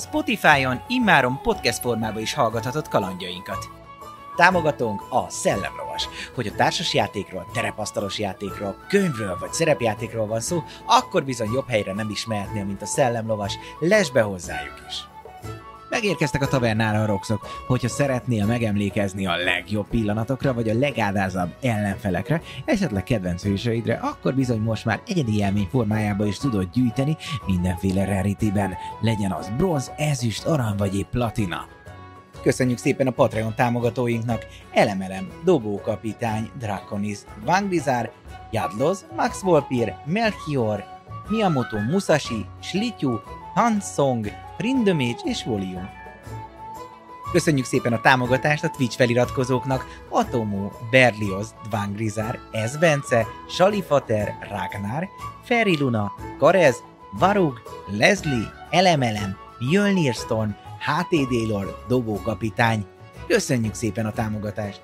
Spotify-on immáron podcast formában is hallgathatod kalandjainkat. Támogatónk a Szellemlovas. Hogy a társas játékról, terepasztalos játékról, könyvről vagy szerepjátékról van szó, akkor bizony jobb helyre nem is mehetnél, mint a Szellemlovas. Lesz be hozzájuk is! Megérkeztek a tavernára a roxok. Hogyha szeretnél megemlékezni a legjobb pillanatokra, vagy a legádázabb ellenfelekre, esetleg kedvenc hősöidre, akkor bizony most már egyedi élmény formájába is tudod gyűjteni mindenféle rarityben. Legyen az bronz, ezüst, arany vagy épp platina. Köszönjük szépen a Patreon támogatóinknak! Elemelem, Dobókapitány, Draconis, Vangbizár, Jadloz, Max Volpir, Melchior, Miyamoto Musashi, Slityu, Hansong, Rindomage és Volium. Köszönjük szépen a támogatást a Twitch feliratkozóknak Atomó, Berlioz, Dvangrizár, Ez Bence, Salifater, Ragnar, Ferri Luna, Karez, Varug, Leslie, Elemelem, Mjölnir Storm, HTD Lord, Dobókapitány. Köszönjük szépen a támogatást!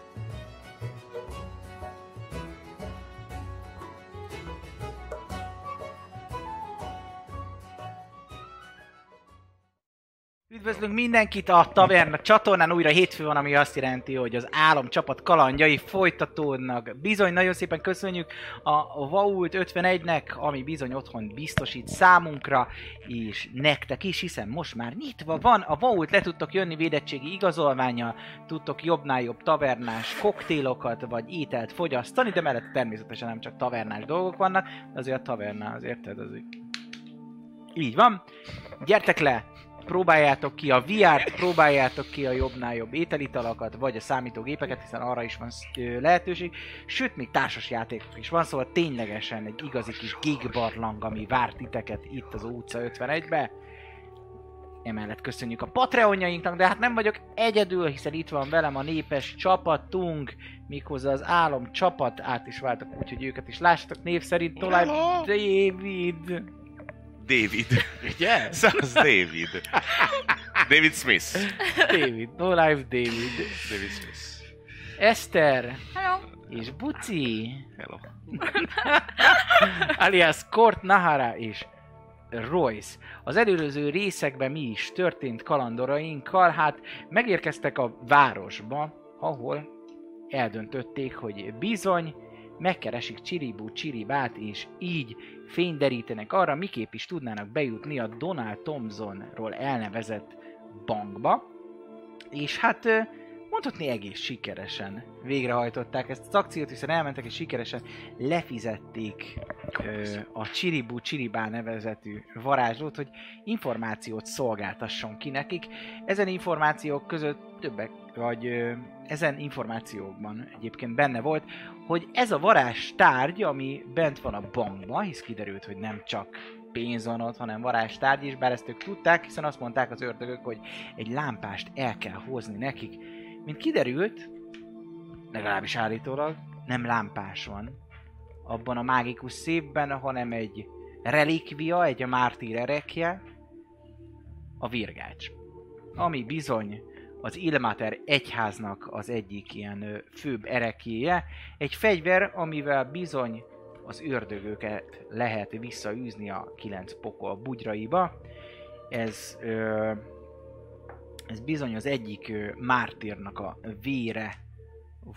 Üdvözlünk mindenkit a Taverna csatornán, újra hétfő van, ami azt jelenti, hogy az álom csapat kalandjai folytatódnak. Bizony, nagyon szépen köszönjük a Vault 51-nek, ami bizony otthon biztosít számunkra, és nektek is, hiszen most már nyitva van a Vault, le tudtok jönni védettségi igazolványjal, tudtok jobbnál jobb tavernás koktélokat vagy ételt fogyasztani, de mellett természetesen nem csak tavernás dolgok vannak, azért a taverna, az érted, az így. Így van. Gyertek le, próbáljátok ki a VR-t, próbáljátok ki a jobbnál jobb ételitalakat, vagy a számítógépeket, hiszen arra is van ö, lehetőség. Sőt, még társas játékok is van, szóval ténylegesen egy igazi kis gigbarlang, ami várt titeket itt az utca 51-be. Emellett köszönjük a Patreonjainknak, de hát nem vagyok egyedül, hiszen itt van velem a népes csapatunk, méghozzá az álom csapat, át is váltak úgy, hogy őket is lássatok név szerint, Tolaj Hello! David. David. Ugye? Száz David. David Smith. David, No Life David. David Smith. Eszter Hello. és Buci, Hello. alias Kort Nahara és Royce. Az előző részekben mi is történt kalandorainkkal, hát megérkeztek a városba, ahol eldöntötték, hogy bizony megkeresik Csiribú Csiribát, és így fényderítenek arra, miképp is tudnának bejutni a Donald Thompsonról elnevezett bankba. És hát ö, mondhatni egész sikeresen végrehajtották ezt az akciót, hiszen elmentek és sikeresen lefizették ö, a Csiribú Csiribá nevezetű varázslót, hogy információt szolgáltasson ki nekik. Ezen információk között többek, vagy ö, ezen információkban egyébként benne volt, hogy ez a varázs tárgy, ami bent van a bankban, hisz kiderült, hogy nem csak pénz van ott, hanem varázs tárgy is, bár ezt ők tudták, hiszen azt mondták az ördögök, hogy egy lámpást el kell hozni nekik. Mint kiderült, legalábbis állítólag, nem lámpás van abban a mágikus szépben, hanem egy relikvia, egy a mártír erekje, a virgács. Ami bizony az Ilmater egyháznak az egyik ilyen ö, főbb erekéje, egy fegyver, amivel bizony az ördögöket lehet visszaűzni a kilenc pokol bugyraiba. Ez, ö, ez bizony az egyik ö, mártírnak a vére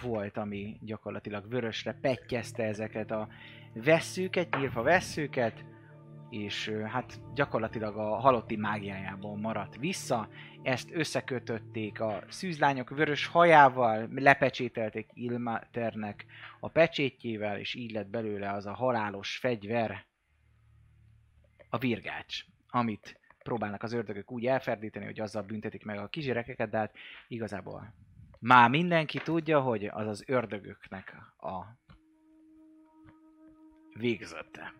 volt, ami gyakorlatilag vörösre pettyezte ezeket a vesszőket, nyírva vesszőket, és ö, hát gyakorlatilag a halotti mágiájából maradt vissza. Ezt összekötötték a szűzlányok vörös hajával, lepecsételték Ilmaternek a pecsétjével, és így lett belőle az a halálos fegyver, a virgács, amit próbálnak az ördögök úgy elferdíteni, hogy azzal büntetik meg a kisgyerekeket, de hát igazából már mindenki tudja, hogy az az ördögöknek a végzete.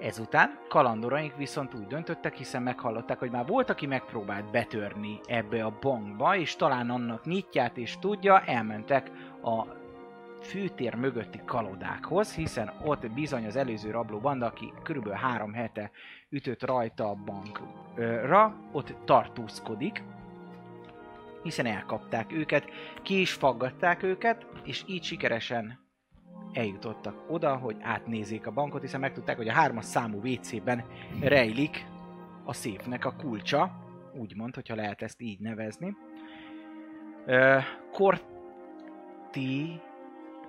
Ezután kalandoraink viszont úgy döntöttek, hiszen meghallották, hogy már volt, aki megpróbált betörni ebbe a bankba, és talán annak nyitját is tudja, elmentek a fűtér mögötti kalodákhoz, hiszen ott bizony az előző rabló banda, aki kb. három hete ütött rajta a bankra, ott tartózkodik, hiszen elkapták őket, ki is faggatták őket, és így sikeresen eljutottak oda, hogy átnézzék a bankot, hiszen megtudták, hogy a hármas számú WC-ben rejlik a szépnek a kulcsa, úgymond, hogyha lehet ezt így nevezni. Ö, Korti...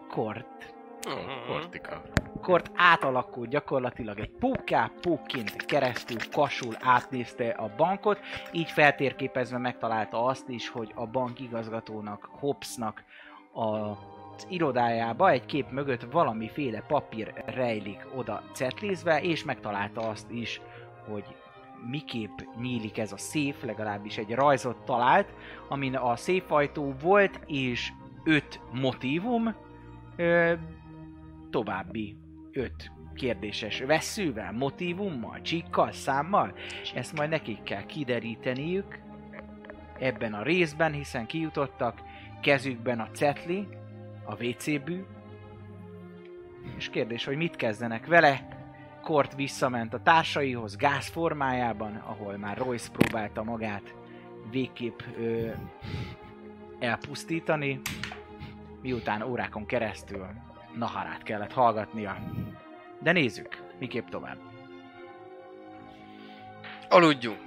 Kort. Oh, Kortika. Kort átalakul gyakorlatilag egy póká, pókként keresztül kasul átnézte a bankot, így feltérképezve megtalálta azt is, hogy a bank igazgatónak, Hobbsnak a az irodájába egy kép mögött valamiféle papír rejlik oda cetlézve, és megtalálta azt is, hogy miképp nyílik ez a széf, legalábbis egy rajzot talált, amin a széfajtó volt, és öt motivum, ö, további öt kérdéses veszővel, motivummal, csíkkal, számmal, ezt majd nekik kell kideríteniük ebben a részben, hiszen kijutottak kezükben a cetli, a WC bű. És kérdés, hogy mit kezdenek vele. Kort visszament a társaihoz gáz formájában, ahol már Royce próbálta magát végképp ö, elpusztítani, miután órákon keresztül Naharát kellett hallgatnia. De nézzük, miképp tovább. Aludjunk.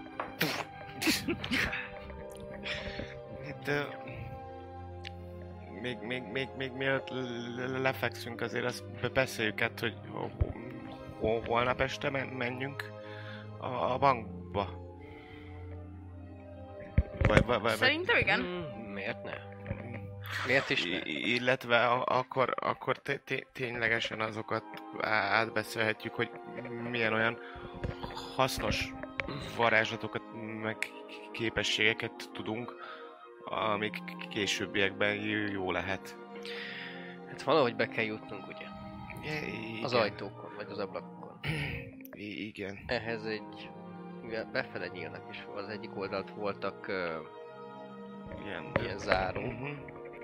Itt, ö, még, még, még, még mielőtt le- le- lefekszünk, azért azt be- beszéljük át, hogy ho- ho- holnap este men- menjünk a, a bankba. Vagy, vagy, vagy, vagy Szerintem igen. Mm, miért ne? Miért is ne? i- i- illetve a, akkor, akkor té- té- ténylegesen azokat á- átbeszélhetjük, hogy milyen olyan hasznos varázslatokat, meg képességeket tudunk, amik későbbiekben j- jó lehet. Hát valahogy be kell jutnunk, ugye? Igen. Az ajtókon, vagy az ablakokon. I- igen. Ehhez egy... Mivel befele nyílnak is, az egyik oldalt voltak ö, Ilyen. ilyen zárók. Uh-huh.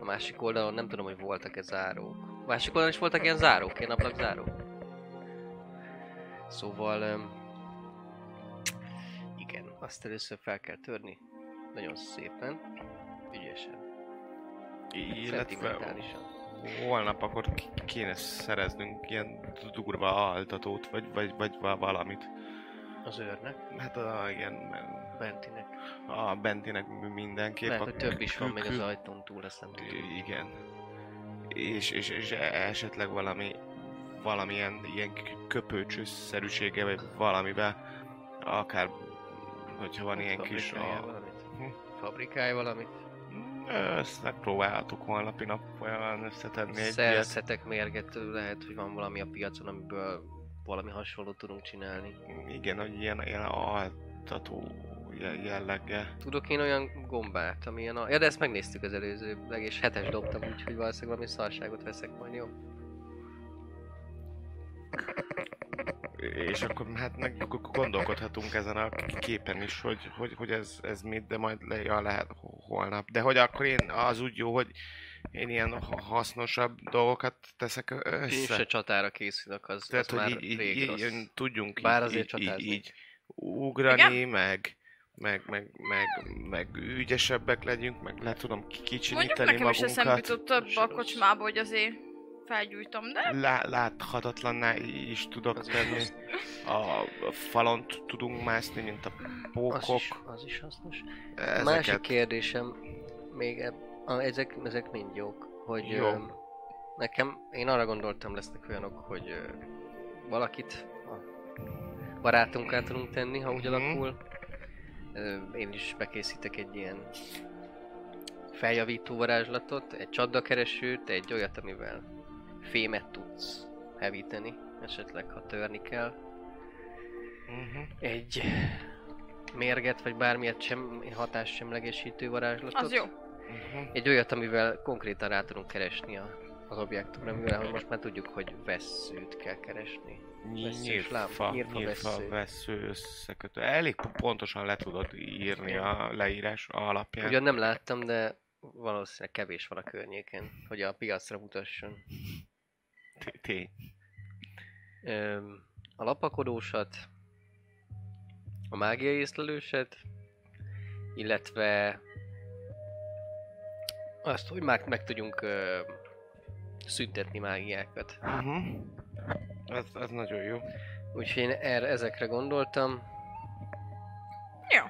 A másik oldalon nem tudom, hogy voltak-e zárók. A másik oldalon is voltak ilyen zárók, ilyen ablak zárók. Szóval... öm, igen, azt először fel kell törni. Nagyon szépen. Ügyesen. Illetve Szentimentálisan. holnap akkor k- kéne szereznünk ilyen durva altatót, vagy, vagy, vagy va- valamit. Az őrnek, Hát a, igen, m- Bentinek. a Bentinek mi- mindenképp. Lehet, a hogy több is van még az kül- ajtón túl, ezt nem tudom. I- Igen. És, és, és e-, esetleg valami valamilyen ilyen k- köpőcsőszerűsége, vagy valamivel, akár hogyha van ilyen kis... Fabrikálj A... valamit. Hm? Fabrikálj valamit. Ezt megpróbáltuk holnapi nap olyan összetenni egy ilyet. Szerzhetek mérget, lehet, hogy van valami a piacon, amiből valami hasonlót tudunk csinálni. Igen, hogy ilyen, ilyen altató je- jellege. Tudok én olyan gombát, ami ilyen a... Ja, de ezt megnéztük az előzőleg, és hetes dobtam, úgyhogy valószínűleg valami szarságot veszek majd, jó? És akkor hát meg g- g- gondolkodhatunk ezen a k- képen is, hogy, hogy, hogy ez, ez mit, de majd le, ja, lehet ho- holnap. De hogy akkor én az úgy jó, hogy én ilyen ha- hasznosabb dolgokat teszek ö- Én is a össze. csatára készülök, az, Tehát, az már hogy így, így, rég így, rossz. így tudjunk Bár így, azért így, így, csatázni. így ugrani, meg, meg, meg, meg, meg, ügyesebbek legyünk, meg le tudom k- Mondjuk kicsinyíteni nekem is magunkat. eszembe jutott több a Sörös. kocsmába, hogy azért felgyújtom, de Lá- láthatatlanná is tudok Az is tenni. rossz. A a falon t- tudunk mászni, mint a az, pókok. is, az is hasznos. Ezeket. Másik kérdésem, még eb- a, ezek, ezek mind jók, hogy Jó. Ö, nekem, én arra gondoltam lesznek olyanok, hogy ö, valakit a barátunká tudunk tenni, ha úgy Mhm. alakul. Ö, én is bekészítek egy ilyen feljavító varázslatot, egy csapdakeresőt, egy olyat, amivel fémet tudsz hevíteni, esetleg ha törni kell Mhm. egy mérget, vagy bármilyet sem hatássemlegesítő varázslatot. az jó. Mhm. Egy olyat, amivel konkrétan rá tudunk keresni a, a az objektumra, mivel hogy most már tudjuk, hogy vesszőt kell keresni. Vesző, Nyírfa, slám, nyírfa nyírfa, vesző. vesző. vesző összekötő. Elég pontosan le tudod írni a leírás alapján. Ugyan nem láttam, de valószínűleg kevés van a környéken, hogy a piacra mutasson. T- Tény. Öm, a lapakodósat, a mágiai észlelőset, illetve azt, hogy már meg tudjunk ö, szüntetni mágiákat. Uh-huh. Ez, ez nagyon jó. Úgyhogy én erre, ezekre gondoltam. Jó.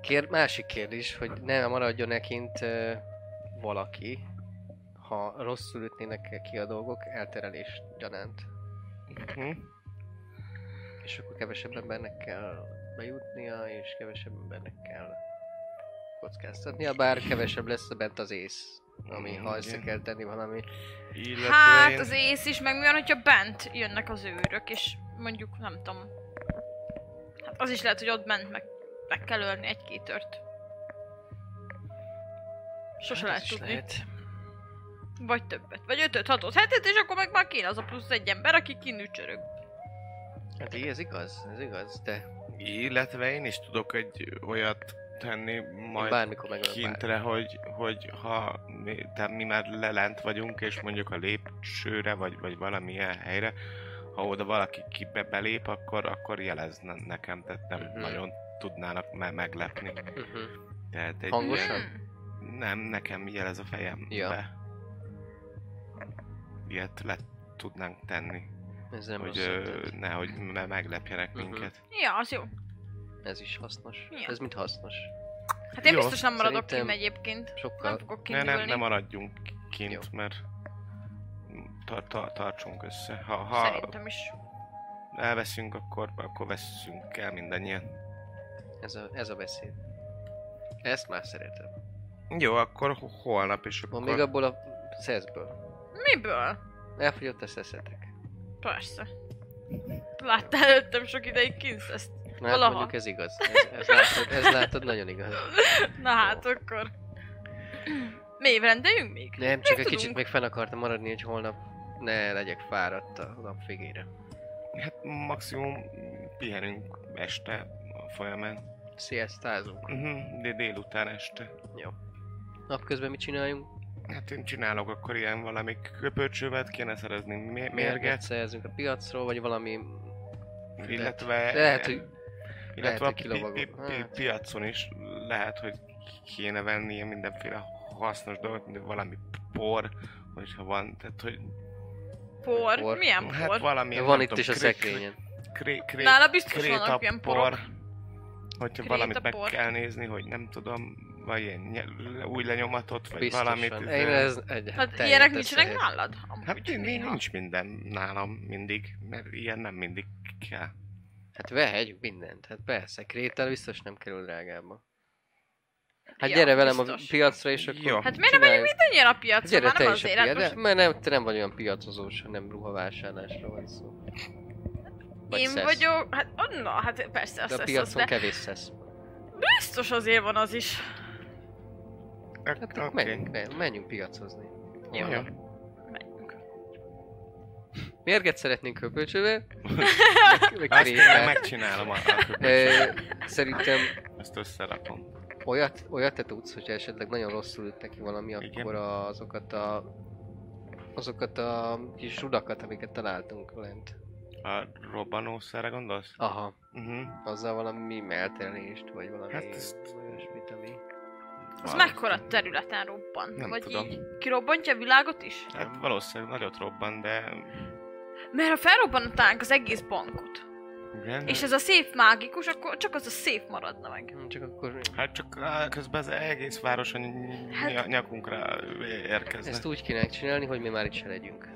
Kér, másik kérdés, hogy ne maradjon nekint ö, valaki, ha rosszul ütnének ki a dolgok, elterelés gyanánt. Uh-huh. És akkor kevesebb embernek kell bejutnia, és kevesebb embernek kell kockáztatnia, bár kevesebb lesz bent az ész, ami ha össze Igen. kell tenni valami. Illetve Hát én- az ész is, meg mi van, hogyha bent jönnek az őrök, és mondjuk nem tudom. Hát az is lehet, hogy ott bent meg, meg kell ölni egy-két ört. Sose Hát lehet az is tudni. Lehet. Vagy többet. Vagy ötöt, hatot, hetet, és akkor meg már kéne az a plusz egy ember, aki kinücsörög. Hát így, ez igaz, ez igaz, de Illetve én is tudok egy olyat tenni Majd majd bármikor megölök bármit. kintre, hogy, hogy ha mi, tehát mi már lelent vagyunk, és mondjuk a lépcsőre, vagy, vagy valamilyen helyre, ha oda valaki kibe belép, akkor, akkor jelez ne- nekem, tehát nem Mhm. nagyon tudnának me- meglepni. Uh-huh. Tehát egy Hangosan? ilyen- Hmm. Nem, nekem jelez a fejembe. Ja. Ilyet le tudnánk tenni, Ez nem hogy rossz ö, ötlet. nehogy me- meglepjenek Mhm. minket. Ja, az jó. Ez is hasznos. Ja. Ez mind hasznos. Hát én Jó, biztos nem maradok szerintem- kint egyébként. Nem Sokkal fogok Ne, kindülni. nem, nem maradjunk kint, Jó. mert tar- tar- tartsunk össze. Ha, ha Szerintem is. elveszünk, akkor, akkor veszünk el mindannyian. ez a, ez a beszéd. Ezt már szeretem. Jó, akkor ho- holnap is Van akkor... még abból a szeszből. Miből? Elfogyott a szeszetek. Persze. Láttál előttem sok ideig kint ezt. Na hát Valaha. mondjuk ez igaz. Ez, ez, látod, ez látod nagyon igaz. Na hát akkor. Még rendeljünk még? Nem, csak Még egy kicsit tudunk. még fenn akartam maradni, hogy holnap ne legyek fáradt a nap végére. Hát maximum pihenünk este a folyamán. Sziasztázunk. Mhm, De délután este. Napközben mit csináljunk? Hát én csinálok akkor ilyen valami köpöcsövet, kéne szerezni mé- mérget, Szerzünk a piacról, vagy valami... illetve... Lehet, hogy lehet, Illetve hogy a pi- pi- kilovagol. pi- Hát. piacon is lehet, hogy kéne venni ilyen mindenféle hasznos dolgot, mint valami por, hogyha van, tehát hogy... Por? Por. Milyen por? Hát valami... Van itt is a szekrényen. Kré, kré, Nála biztos kréta vannak ilyen por. porok. Hogyha Kréta valamit meg por. kell nézni, hogy nem tudom, vagy ilyen nyel- új lenyomatot, vagy Biztos valamit... van. izé- Én ez egy Hát teljesen ilyenek nincsenek összeér. nálad? Hát Amúgy nincs, néha. nincs minden nálam mindig, mert ilyen nem mindig kell. Hát vehegy mindent, hát persze, krétel biztos nem kerül drágába. Hát Ja, gyere velem biztos. a piacra, és akkor Jó. Hát miért nem megyünk mindannyian a piacra? Gyere már te nem is a azért, hát piacra, most de, mert nem, te nem vagy olyan piacozós, hanem ruhavásárlásra van szó. Vagy én szesz. vagyok, hát oh, na, hát persze, azt De a hiszem, piacon de kevés szesz. biztos azért van az is. Hát akkor menjünk, ne, menjünk piacozni. Jó. Holnap. Mérget szeretnénk köpölcsőbe. meg- meg Azt én krétát. megcsinálom a, a köpöcsöt. Ö, Szerintem Ezt összerakom. olyat, olyat te tudsz, hogyha esetleg nagyon rosszul üt neki valami, Igen. akkor azokat a azokat a kis rudakat, amiket találtunk lent. A robbanószerre gondolsz? Aha. Uh-huh. Azzal valami elterelést, vagy valami Hát ezt- olyasmit, ami... Az mekkora területen robban? Nem Vagy tudom. így kirobbantja a világot is? Hát valószínűleg nagyot robban, de... Mert ha felrobbantanánk az egész bankot, Igen? és ez a szép mágikus, akkor csak az a szép maradna meg. Hm, Csak akkor... Hát csak á, közben az egész város a ny- Hát- ny- nyakunkra érkezne. Ezt úgy kéne csinálni, hogy mi már itt se legyünk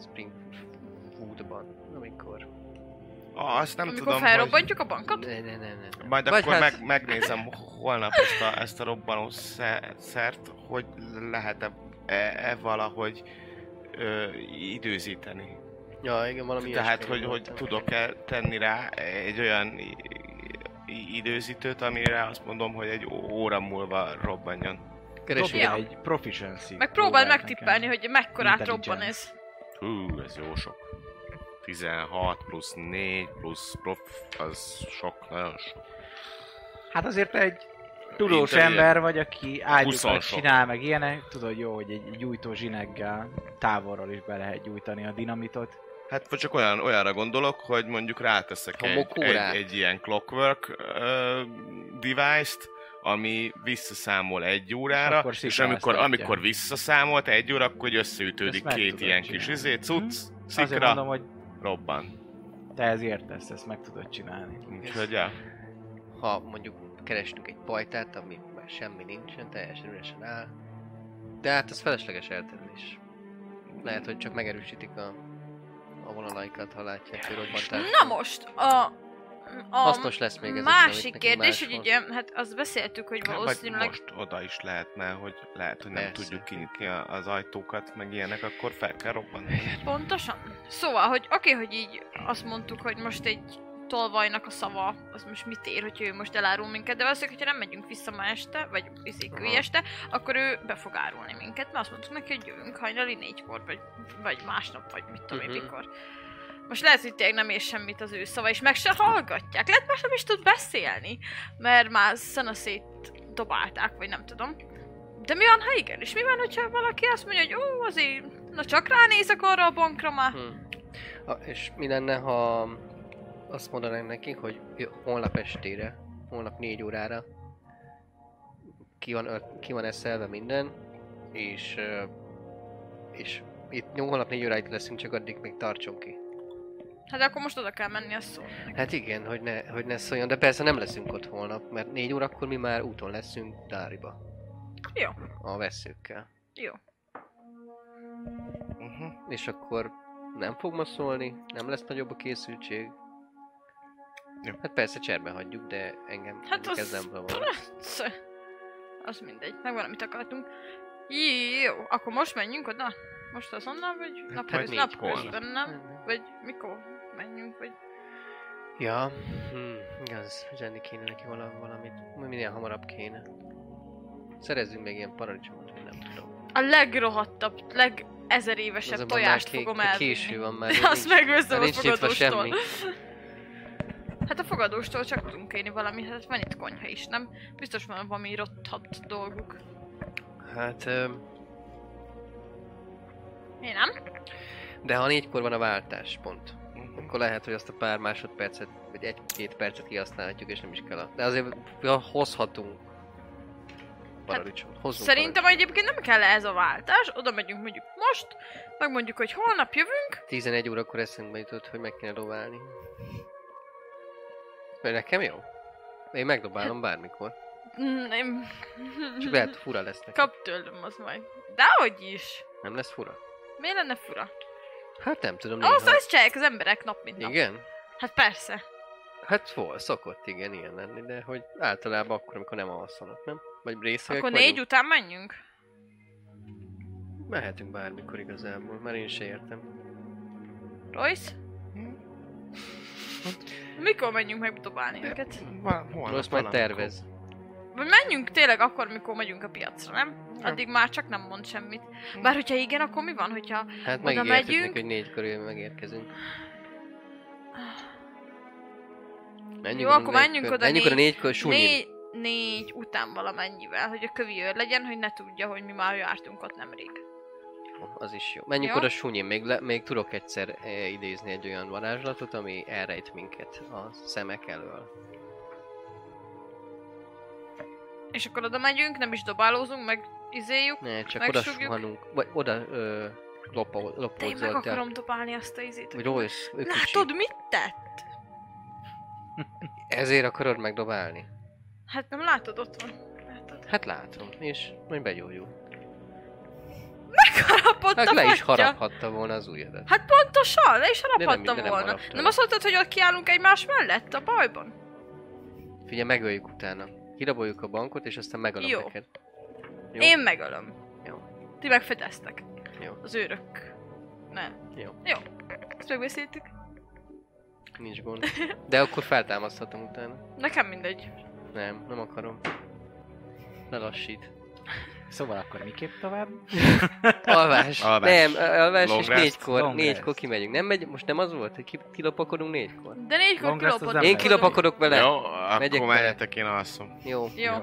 Springwoodban, amikor... Ah, azt nem Amikor tudom, felrobbantjuk a bankot? Ne, ne, ne, ne. ne. Majd Vagy akkor hát- meg, megnézem holnap ezt a, ezt a robbanó sze- szert, hogy lehet-e e, e valahogy ö, időzíteni. Ja, igen, valami Tehát, ilyesmi hogy, hogy gondoltam. tudok-e tenni rá egy olyan i- i- időzítőt, amire azt mondom, hogy egy ó- óra múlva robbanjon. keresünk. Dobja egy proficiency. Meg próbáld próbát megtippelni, nekem. hogy mekkorát Intelligence. robban ez. Hú, ez jó sok. 16 plusz 4 plusz prof, az sok, nagyon sok. Hát azért te egy tudós Intelligent. ember vagy, aki ágyokat Huszon sok. csinál, meg ilyenek, tudod jó, hogy egy gyújtó zsineggel távolról is be lehet gyújtani a dinamitot. Hát vagy csak olyan, olyanra gondolok, hogy mondjuk ráteszek A egy, egy, mokórát. egy, ilyen clockwork uh, device-t, ami visszaszámol egy órára, akkor és, amikor, szikráztatja. amikor visszaszámolt egy óra, akkor így Ezt összeütődik meg két tudod ilyen csinálni. Mhm. kis izé, cucc, Azért szikra, mondom, hogy robban. te ez értesz, ezt meg tudod csinálni. Úgyhogy, ja. Ha mondjuk keresünk egy pajtát, ami már semmi nincsen, teljesen üresen áll. De hát ez felesleges elterülés. Lehet, hogy csak megerősítik a, a vonalaikat, ha látják, hogy robbantás. Na most, a... a Hasznos lesz még ez. másik kérdés, hogy ugye, hát azt beszéltük, hogy Vagy valószínűleg most oda is lehetne, hogy lehet, hogy nem Persze. tudjuk kinyitni a- az ajtókat, meg ilyenek, akkor fel kell robbanni. Pontosan. Szóval, hogy oké, hogy így azt mondtuk, hogy most egy tolvajnak a szava, az most mit ér, hogyha ő most elárul minket, de valószínűleg, hogyha nem megyünk vissza ma este, vagy viszik Aha. este, akkor ő be fog árulni minket, mert azt mondtuk neki, hogy jövünk hajnali négykor, vagy, vagy másnap, vagy mit tudom én Mhm. mikor. Most lehet, hogy tényleg nem ér semmit az ő szava, és meg se hallgatják. Lehet, más nem is tud beszélni, mert már szanaszét dobálták, vagy nem tudom. De mi van, ha igen? És mi van, hogyha valaki azt mondja, hogy ó, azért, na csak ránézek arra a bankra Hm. már. Ha, és mi lenne, ha azt mondanánk nekik, hogy jö- holnap estére, holnap négy órára ki van, ö- ki van eszelve minden, és, ö, és itt nyom- holnap négy óráig leszünk, csak addig még tartson ki. Hát akkor most oda kell menni, azt szól. Hát igen, hogy ne, hogy ne szóljon, de persze nem leszünk ott holnap, mert négy órakor mi már úton leszünk Dáriba. Jó. A veszőkkel. Jó. Uh-huh. És akkor nem fog ma szólni, nem lesz nagyobb a készültség. Jó. Hát persze cserben hagyjuk, de engem Hát mondjuk az- ez nem zavar. Sz- Az mindegy, meg valamit akartunk. Jó, akkor most menjünk oda? Most azonnal, vagy hát napköz, négy napközben, holnap. nem? Vagy mikor menjünk, vagy... Ja, hm, igaz, zsenni kéne neki vala- valamit, minél hamarabb kéne. Szerezzünk még ilyen paradicsomot, vagy nem tudom. A legrohadtabb, leg ezer évesebb Azonban tojást már ké- fogom ké- elvinni. Késő van már. De nincs- azt megveszem már a nincs nyitva semmi. fogadóstól. Hát a fogadóstól csak tudunk kérni valamit, hát van itt konyha is, nem? Biztos van valami rotthabb dolguk. Hát, ö, Én nem? de ha négykor van a váltás, pont. Akkor lehet, hogy azt a pár másodpercet, vagy egy-két percet kihasználhatjuk, és nem is kell a... De azért ja, hozhatunk paradicsomot. Hozzunk Szerintem paradicsomot. egyébként nem kell ez a váltás, oda megyünk mondjuk most, megmondjuk, hogy holnap jövünk, 11 órakor eszünkbe jutott, hogy meg kéne dobálni. Mert nekem jó? Én Hát- megdobálom bármikor. Mm, én- Csak lehet fura lesz nekem. Mhm. Kap tőlem az majd. Dehogy is. Nem lesz fura? Miért lenne fura? Hát nem tudom, Ahhoz azt csinálják az emberek nap mint nap. Igen? Hát persze. Hát vol, szokott igen ilyen lenni, de hogy általában akkor, amikor nem alszanak, nem? Vagy részegek Akkor vagyunk? négy után menjünk. Mehetünk bármikor igazából, mert én se értem. Royce? Hm? Mikor menjünk megdobálni őket? Val- holnap Most majd valamikor. tervez. Vagy menjünk tényleg akkor, mikor megyünk a piacra, nem? Addig már csak nem mond semmit. Hm. Bár hogyha igen, akkor mi van, hogyha... Hát Oda megígértük megyünk. neki, hogy négy körül megérkezünk. Menjünk Jó, oda akkor menjünk négykor. oda Menjünk oda négy- négykor, sunyin. Né- négy után valamennyivel, hogy a kövi őr legyen, hogy ne tudja, hogy mi már jártunk ott nemrég. Az is jó. Menjünk Jó. oda sunyin, még, le, még tudok egyszer eh, idézni egy olyan varázslatot, ami elrejt minket a szemek elől. És akkor oda megyünk, nem is dobálózunk, meg izéljük. Ne, csak oda Megsugjuk. suhanunk, vagy oda ö, lopó, De én meg lopózolt el. akarom dobálni azt a izét. hogy- Royce, ő kicsi. Látod, mit tett? Ezért akarod megdobálni? Hát nem látod, ott van. Látod? Hát látom, és majd begyógyul. Harapott Hát a le is fatja. haraphatta volna az ujjadat. Hát pontosan, le is nem- haraphatta de nem volna. harapta. Nem azt mondtad, hogy ott kiállunk egymás mellett a bajban? Figyelj, megöljük utána. Kiraboljuk a bankot, és aztán megölöm Jó. neked. Jó? Én megölöm. Jó. Ti megfedeztek. Jó. Az őrök. Nem. Jó. Jó. Ezt megbeszéltük. Nincs gond. De akkor feltámaszthatom utána. Nekem mindegy. Nem, nem akarom. Lelassít. Szóval akkor miképp tovább? Alvás. Alvás. Nem, alvás Long és rest. négykor, Long négykor rest. kimegyünk. Nem megy, most nem az volt, hogy ki- kilopakodunk négykor? De négykor Long rest az kilopod. nem Én megy. kilopakodok vele. Jó. Jó, Megyek akkor vele. menjetek, én alszom. Jó. Jó.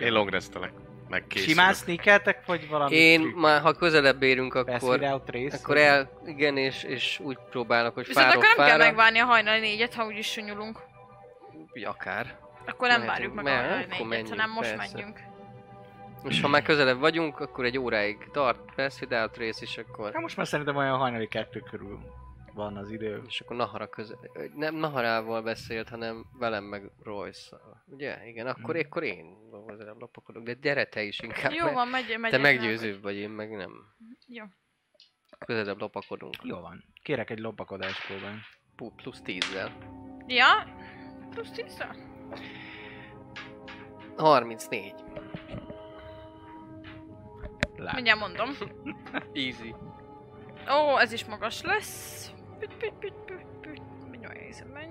Én longresztelek. Meg készülök. Simán sneakeltek, vagy valami? Én már, ha közelebb érünk, Akkor, akkor, out race, akkor el, igen, és, és úgy próbálok, hogy Viszont fárok akkor nem kell fára. megvárni a hajnali négyet, ha úgyis sunyulunk. Akár. Akkor nem Mehetünk, várjuk meg a mehet, hajnali akkor négyet, menjünk, hanem most persze. menjünk. És ha már közelebb vagyunk, akkor egy óráig tart, lesz videót rész, és Hát akkor, most már szerintem olyan hajnali kettő körül van az idő. és akkor Nahara közel... Nem Naharával beszélt, hanem velem meg royce Ugye? Igen, akkor, Mhm. akkor én közelebb lopakodok, de gyere te is inkább, Jó mert van, megy, megy. te meggyőzőbb vagy, én meg nem. Jó. Közelebb lopakodunk. Jó van. Kérek egy lopakodás próbán. Pu- Plusz tízzel. Ja? Plusz tízre? 34. Lát. Mindjárt mondom. Easy. Ó, ez is magas lesz. Püt, püt, püt, püt, püt. Menj, olyan érzem, menj.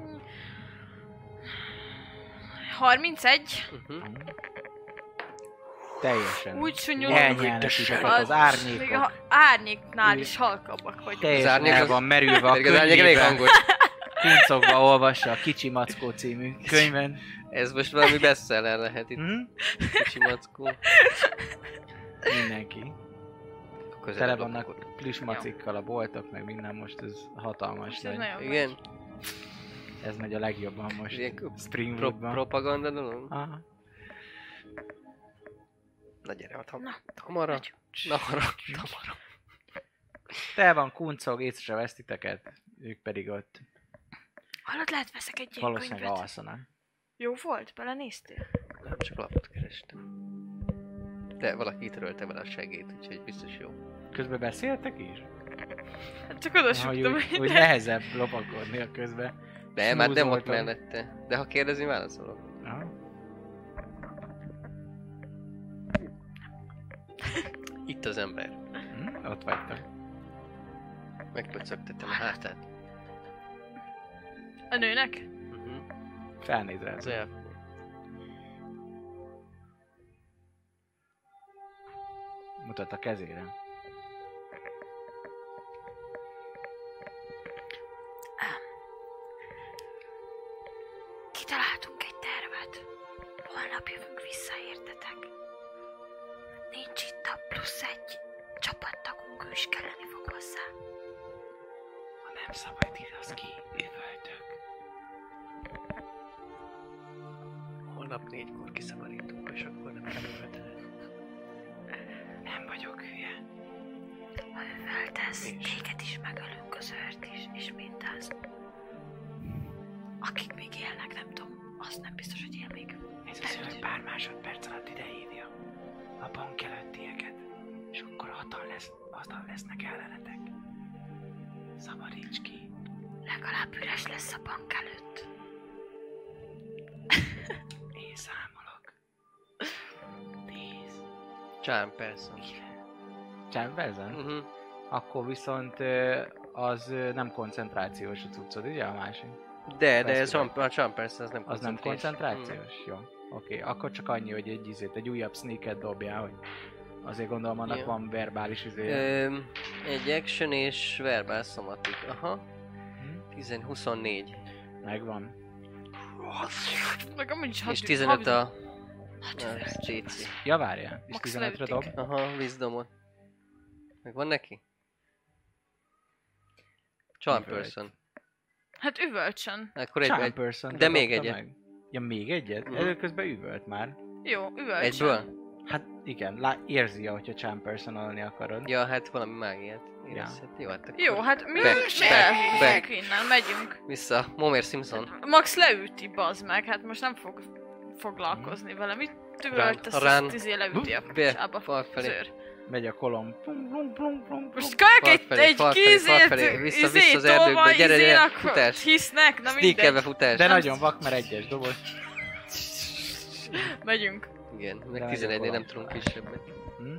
31. Uh-huh. Teljesen. Úgy sunyulunk. Elnyelnek titeket Az- az árnyékok. Még a árnyéknál is halkabbak vagy. Teljesen árnyék el az- van merülve a Pedig az elég elég könyvében. hangos. Kuncogva olvassa a Kicsi Mackó című könyven. Ez most valami bestseller lehet itt, Hm? kicsi mackó. Mindenki. Tele Közelebb lopakodunk. vannak plüsmacikkal a boltok, meg minden most ez hatalmas. Most ez nagy. nagyon Igen, Ez megy a legjobban most. Ilyen kö- pro- Springwoodban. propaganda dolog? Aha. Na gyere, ott ham- hamarabb. Hamara. Hamara. Tel van kuncog, észre se vesztiteket, ők pedig ott Hallod, lehet veszek egy ilyen valószínűleg könyvet. alszanak. Jó volt? Belenéztél? Nem, csak lapot kerestem. De valaki kitörölte vele a segét, úgyhogy biztos jó. Közben beszéltek is? Hát csak oda Ahogy súgtam, úgy, úgy nehezebb lopakodni a közben. De már nem volt Snúzoltam. mellette. De ha kérdezni, válaszolok. Aha. Itt az ember. Hm, ott vagytok. Megpöcögtettem a hátát. A nőnek? Uh-huh. Felnéz rá. Szóval- Az elf. Mutat a kezére. Kitaláltunk egy tervet. Holnap jövünk vissza, értetek? Nincs itt a plusz egy csapattagunk, ő is kelleni fog hozzá. Ha nem szabadít, az ki üvöltök. Holnap négykor kiszabarítunk, és akkor nem kell öltened. Nem vagyok hülye. Ha ő feltesz, És? téged is megölünk, az őrt is, és mindazt. Akik még élnek, nem tudom, azt nem biztos, hogy él még. Ez a szülő pár másodperc alatt ide hívja a bank előttieket, és akkor hatan, lesz, hatan lesznek ellenetek. Szabadíts ki. Legalább üres lesz a bank előtt. Én számolok. Tíz. Charm person. Chambersen? Uh-huh. Akkor viszont ö, az ö, nem koncentrációs a cuccod, ugye a másik? De, de ez Persze. van, a charm person, az nem Az nem koncentráció. Mm. koncentrációs? Jó. Oké, akkor csak annyi, hogy egy izét, egy újabb sneaket dobjál, hogy azért gondolom annak Jó. van verbális izéje. Öm, egy action és verbál szomatik. Aha. Hm? 10-24. Megvan. Meg amúgy is És 15 a... a CC. Ja, várjál. És Max 15-re lövtik. dob. Aha, wisdomot. Meg van neki? Charm Üvölt. person. Hát üvölcsön. Akkor egy, egy person de még egyet. Meg. Ja, még egyet? Mhm. Mm. Előközben üvölt már. Jó, üvölcsön. egyből? Hát igen, lá- érzi, hogyha charm personalni akarod. Ja, hát valami mágiát. Érezhet. Jó, hát akkor Jó, hát mi Back, is back, elhívjuk back. innen, megyünk. Vissza, Momer Simpson. Max leüti, bazd meg, hát most nem fog foglalkozni vele. Mit tüvöltesz, Run, azt run. izé leüti a Be, picsába. fal felé. Zőr. Megy a kolom. Plum, plum, plum, plum, plum. Most kajak egy, Falfelé, egy falfelé, kizét, falfelé, vissza, izé, vissza az erdőkbe, tolva, gyere, izé, gyere, akkor futás. Hisznek, na Sneakelve mindegy. futás. De nagyon vak, mert egyes doboz. Megyünk. Igen, meg nagyon 11-nél nem valami tudunk futás. kisebbet. Hm?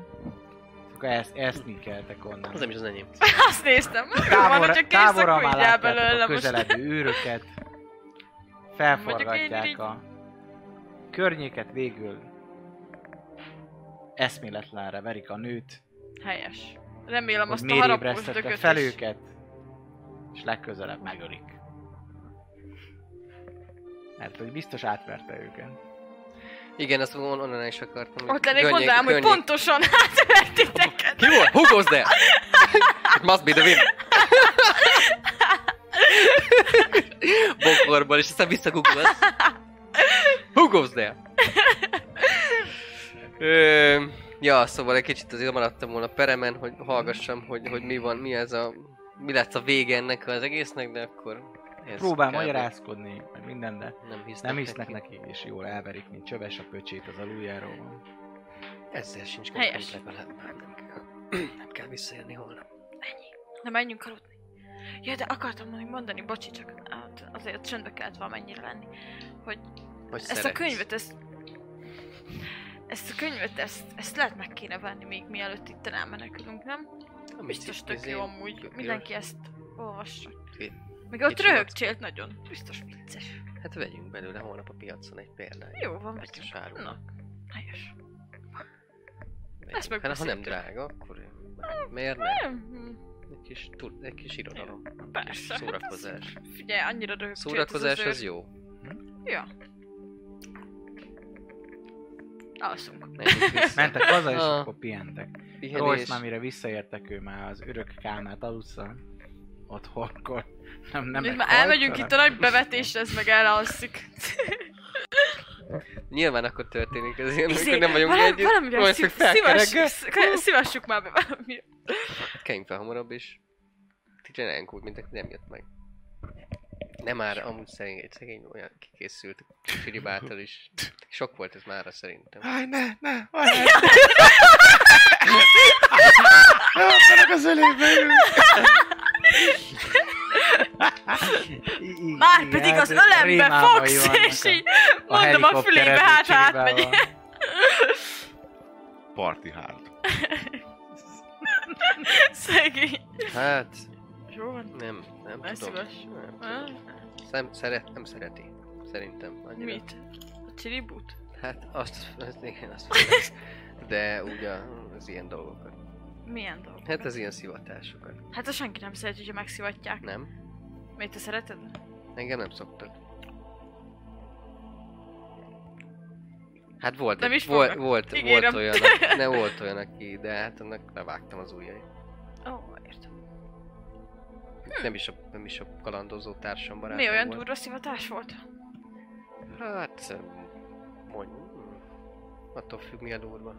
Akkor ezt, ezt sneakeltek onnan. Az nem is az enyém. Azt néztem. Van, Távolra, hogyha kész, távolra akkor már így el látjátok belőle a most. közeledő űröket, Mondjuk én felforgatják így- a környéket, végül eszméletlenre verik a nőt, Helyes. Remélem hogy azt a miért harapós ébresztette dögöt fel is. őket, és legközelebb megölik. Mert hogy biztos átverte őket. Igen, azt on- onnan is akartam. Ott lennék könnyek- hozzám, hogy könnyek- pontosan átvertiteket. Ki volt? Who goes there? It must be the wind. Bokorból, és aztán visszagoogolsz. Who goes there? Ö, ja, szóval egy kicsit azért maradtam volna peremen, hogy hallgassam, hogy, hogy mi van, mi ez a... Mi lesz a vége ennek az egésznek, de akkor... ez Próbál kb. magyarázkodni, meg minden, de Nem hisznek, nem hisznek neki, és jól elverik, mint csöves a pöcsét az aluljáról. van. Ezzel sincs Helyes. konflikt legalább. már Nem kell, nem kell visszajönni holnap. De menjünk aludni. Ja, de akartam még mondani, bocsi, csak hát azért csöndbe kellett valamennyire lenni. Hogy Ezt a szeretsz. könyvet, ezt... Ezt a könyvet, ezt, ezt lehet meg kéne venni még mielőtt itt elmenekülünk, nem? Amit Biztos itt tök izé- jó amúgy. Mindenki ezt olvassa. Ki- Meg ott kicsi lacka. röhögcsélt nagyon. Biztos vicces. Hát vegyünk belőle holnap a piacon egy példányt. Jó van, Ezt is vegyünk. árulnak. Na, helyes. Vegyünk. ezt hát, ha nem megbeszéltük. drága, akkor miért ne? Nem, Egy kis, tur- egy kis irodalom. Hmm, Persze. hát szórakozás. az- Figyelj, annyira röhögcsélt az Szórakozás őr. az jó. Ja. Alszunk. Menjünk vissza. Mentek haza, és Ah. akkor pihentek. Royce Pihenés. már mire visszaértek, ő már az örök kálmát alussza. Ott horkol. Nem, nem Még már meghalt, elmegyünk hanem- itt a nagy bevetésre, ez meg elalszik. Nyilván akkor történik ez ilyen, Izé, amikor nem vagyunk mi valami- együtt. valamire Royce szív- meg felkereg. szívassuk- szív- Szívassuk már be valami. Keim fel hamarabb is. Tizenelenk úgy, mint aki nem jött meg. Nem már, amúgy szegény, szegény olyan kikészült Filibától is. Sok volt ez mára szerintem. Hát- Áj, ne, ne, áj, ne. Ne akarok az ölébe ülni. I- i- Már Hát, igen, pedig az hát ölembe rémálmai fogsz, vannak és a- így a mondom a helikopteres fülébe, hát csiribával. átmegy. Party hard. Szegény. Hát, Jó van. Ah. nem, nem Ne tudom. szívass. Nem Á, tudom. Nem, szeret, nem szereti. Szerintem annyira. Mit? A csiribút? Hát azt, azt igen, azt mondom. De úgy a, az ilyen dolgokat. Milyen dolog? Hát az ilyen szivatásokat. Hát azt senki nem szereti, hogyha megszivatják. Nem? Miért te szereted? Engem nem szoktak. Hát volt, Nem egy- is volt, fognak. volt, Ígérem. volt olyan, aki, ne volt olyan, aki, de hát annak levágtam az ujjait. Ó, értem. Nem is a, nem is a kalandozó társam barátom Hm. Mi olyan volt. durva szivatás volt? Hát, mondj, attól függ mi a durva.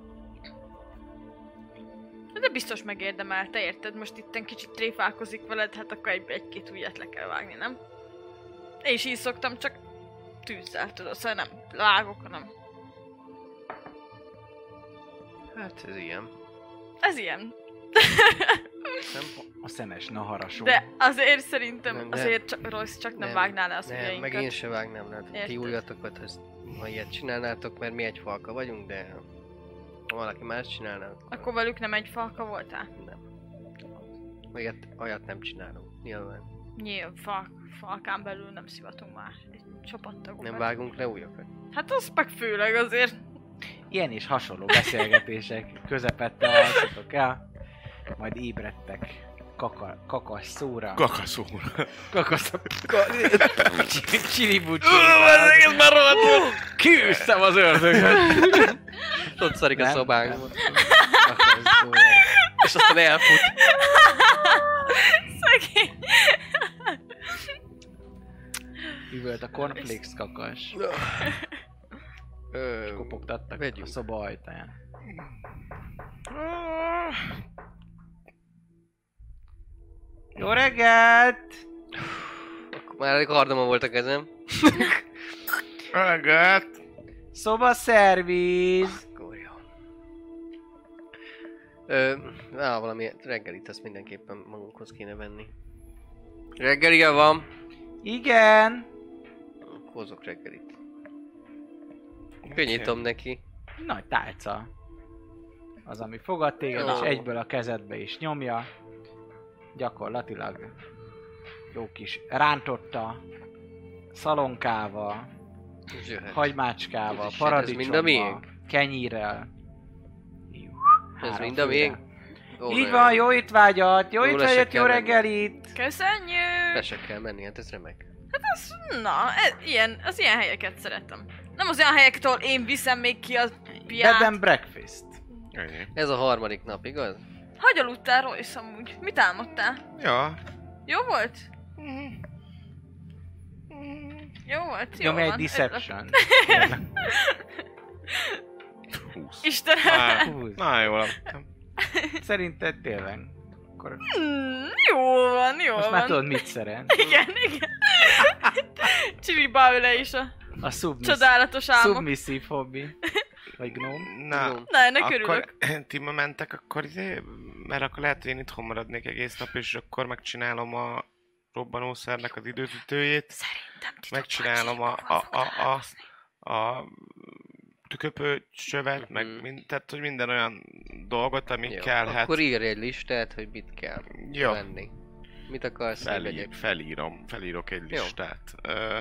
Hát De biztos megérdemelte, érted? Most itten kicsit tréfálkozik veled, hát akkor egy, egy-két ujját le kell vágni, nem? Én is így szoktam, csak tűzzel, tudod, szóval nem vágok, hanem... Hát ez ilyen. Ez ilyen. Nem, A szemes naharasó. De azért szerintem, Nem, nem. azért csak, Royce csak nem, Nem, vágná le az nem meg ujjainkat. én sem vágnám le. Ti Érted. újatokat, ha ezt- ha ilyet csinálnátok, mert mi egy falka vagyunk, de ha valaki más csinálná, Akkor velük nem egy falka voltál? nem. Olyat, olyat nem csinálunk, nyilván. Nyilv, fal, falkán belül nem szivatunk már. Egy csapattagokat. Nem vágunk le újakat. Hát az meg főleg azért. Ilyen és hasonló beszélgetések közepette alszatok el, majd ébredtek kaka, kakas szóra. Kakaszóra. kakas Csiribucsi. Ez már rohadt! Kiűztem az ördögöt. Ott szarik a Nem, szobánkban. Kakas szóra. És aztán elfut. Szegény. Üvölt a cornflakes kakas. Ö, Kopogtattak Vegyünk. a szoba ajtaján. Jó reggelt! akkor Már elég hardoma volt a kezem. Reggelt. Szoba szerviz! Akkor jó. Ö, á, valami reggelit azt mindenképpen magunkhoz kéne venni. Reggelje van. Igen! Akkor Hozok reggelit. Könnyítom neki. Nagy tálca. Az, ami fogad téged, Jó. és egyből a kezedbe is nyomja. Gyakorlatilag jó kis rántotta, szalonkával, És jöhet. hagymácskával, Ez is- ez mind a paradicsommal, miénk? kenyírrel. Három mind a főre. miénk? Ó, Így nagyon van, jó étvágyat, jó Jó étvágyat, leszek, jó kell menni. reggelit! Köszönjük! Be se kell menni, hát ez remek. Ez, na, ez, ilyen, az ilyen helyeket szeretem. Nem az olyan helyektől én viszem még ki a Bed piát. and breakfast. Ennyi. Ez a harmadik nap, igaz? Hogy aludtál, Royce, amúgy? Mit álmodtál? Ja. Jó volt? Jó volt, jó Nyomj egy van. deception. Húsz. Istenem! Á, Húz. Na jól laktam. Szerinted tényleg? Akkor Hmm, jó van, jó most van. már tudod, mit szeren. Igen, igen. Csivi báüle is a A submiss- csodálatos álmok. submissive hobbi. Vagy gnóm. Na, Jó. Na, ennek örülök. akkor ti ma mentek, akkor izé, mert akkor lehet, hogy én itthon maradnék egész nap, és akkor megcsinálom a robbanószernek az időtütőjét, Szerintem titokban megcsinálom a, csirkóval a, fog a, a, találkozni. a tüköpő csövet, meg Mhm. mind, tehát, hogy minden olyan dolgot, ami Jó. kellhet. Akkor írj egy listát, hogy mit kell Jó, venni. Mit akarsz, hogy Felír, vegyek? felírom, felírok egy Jó. listát. Ö,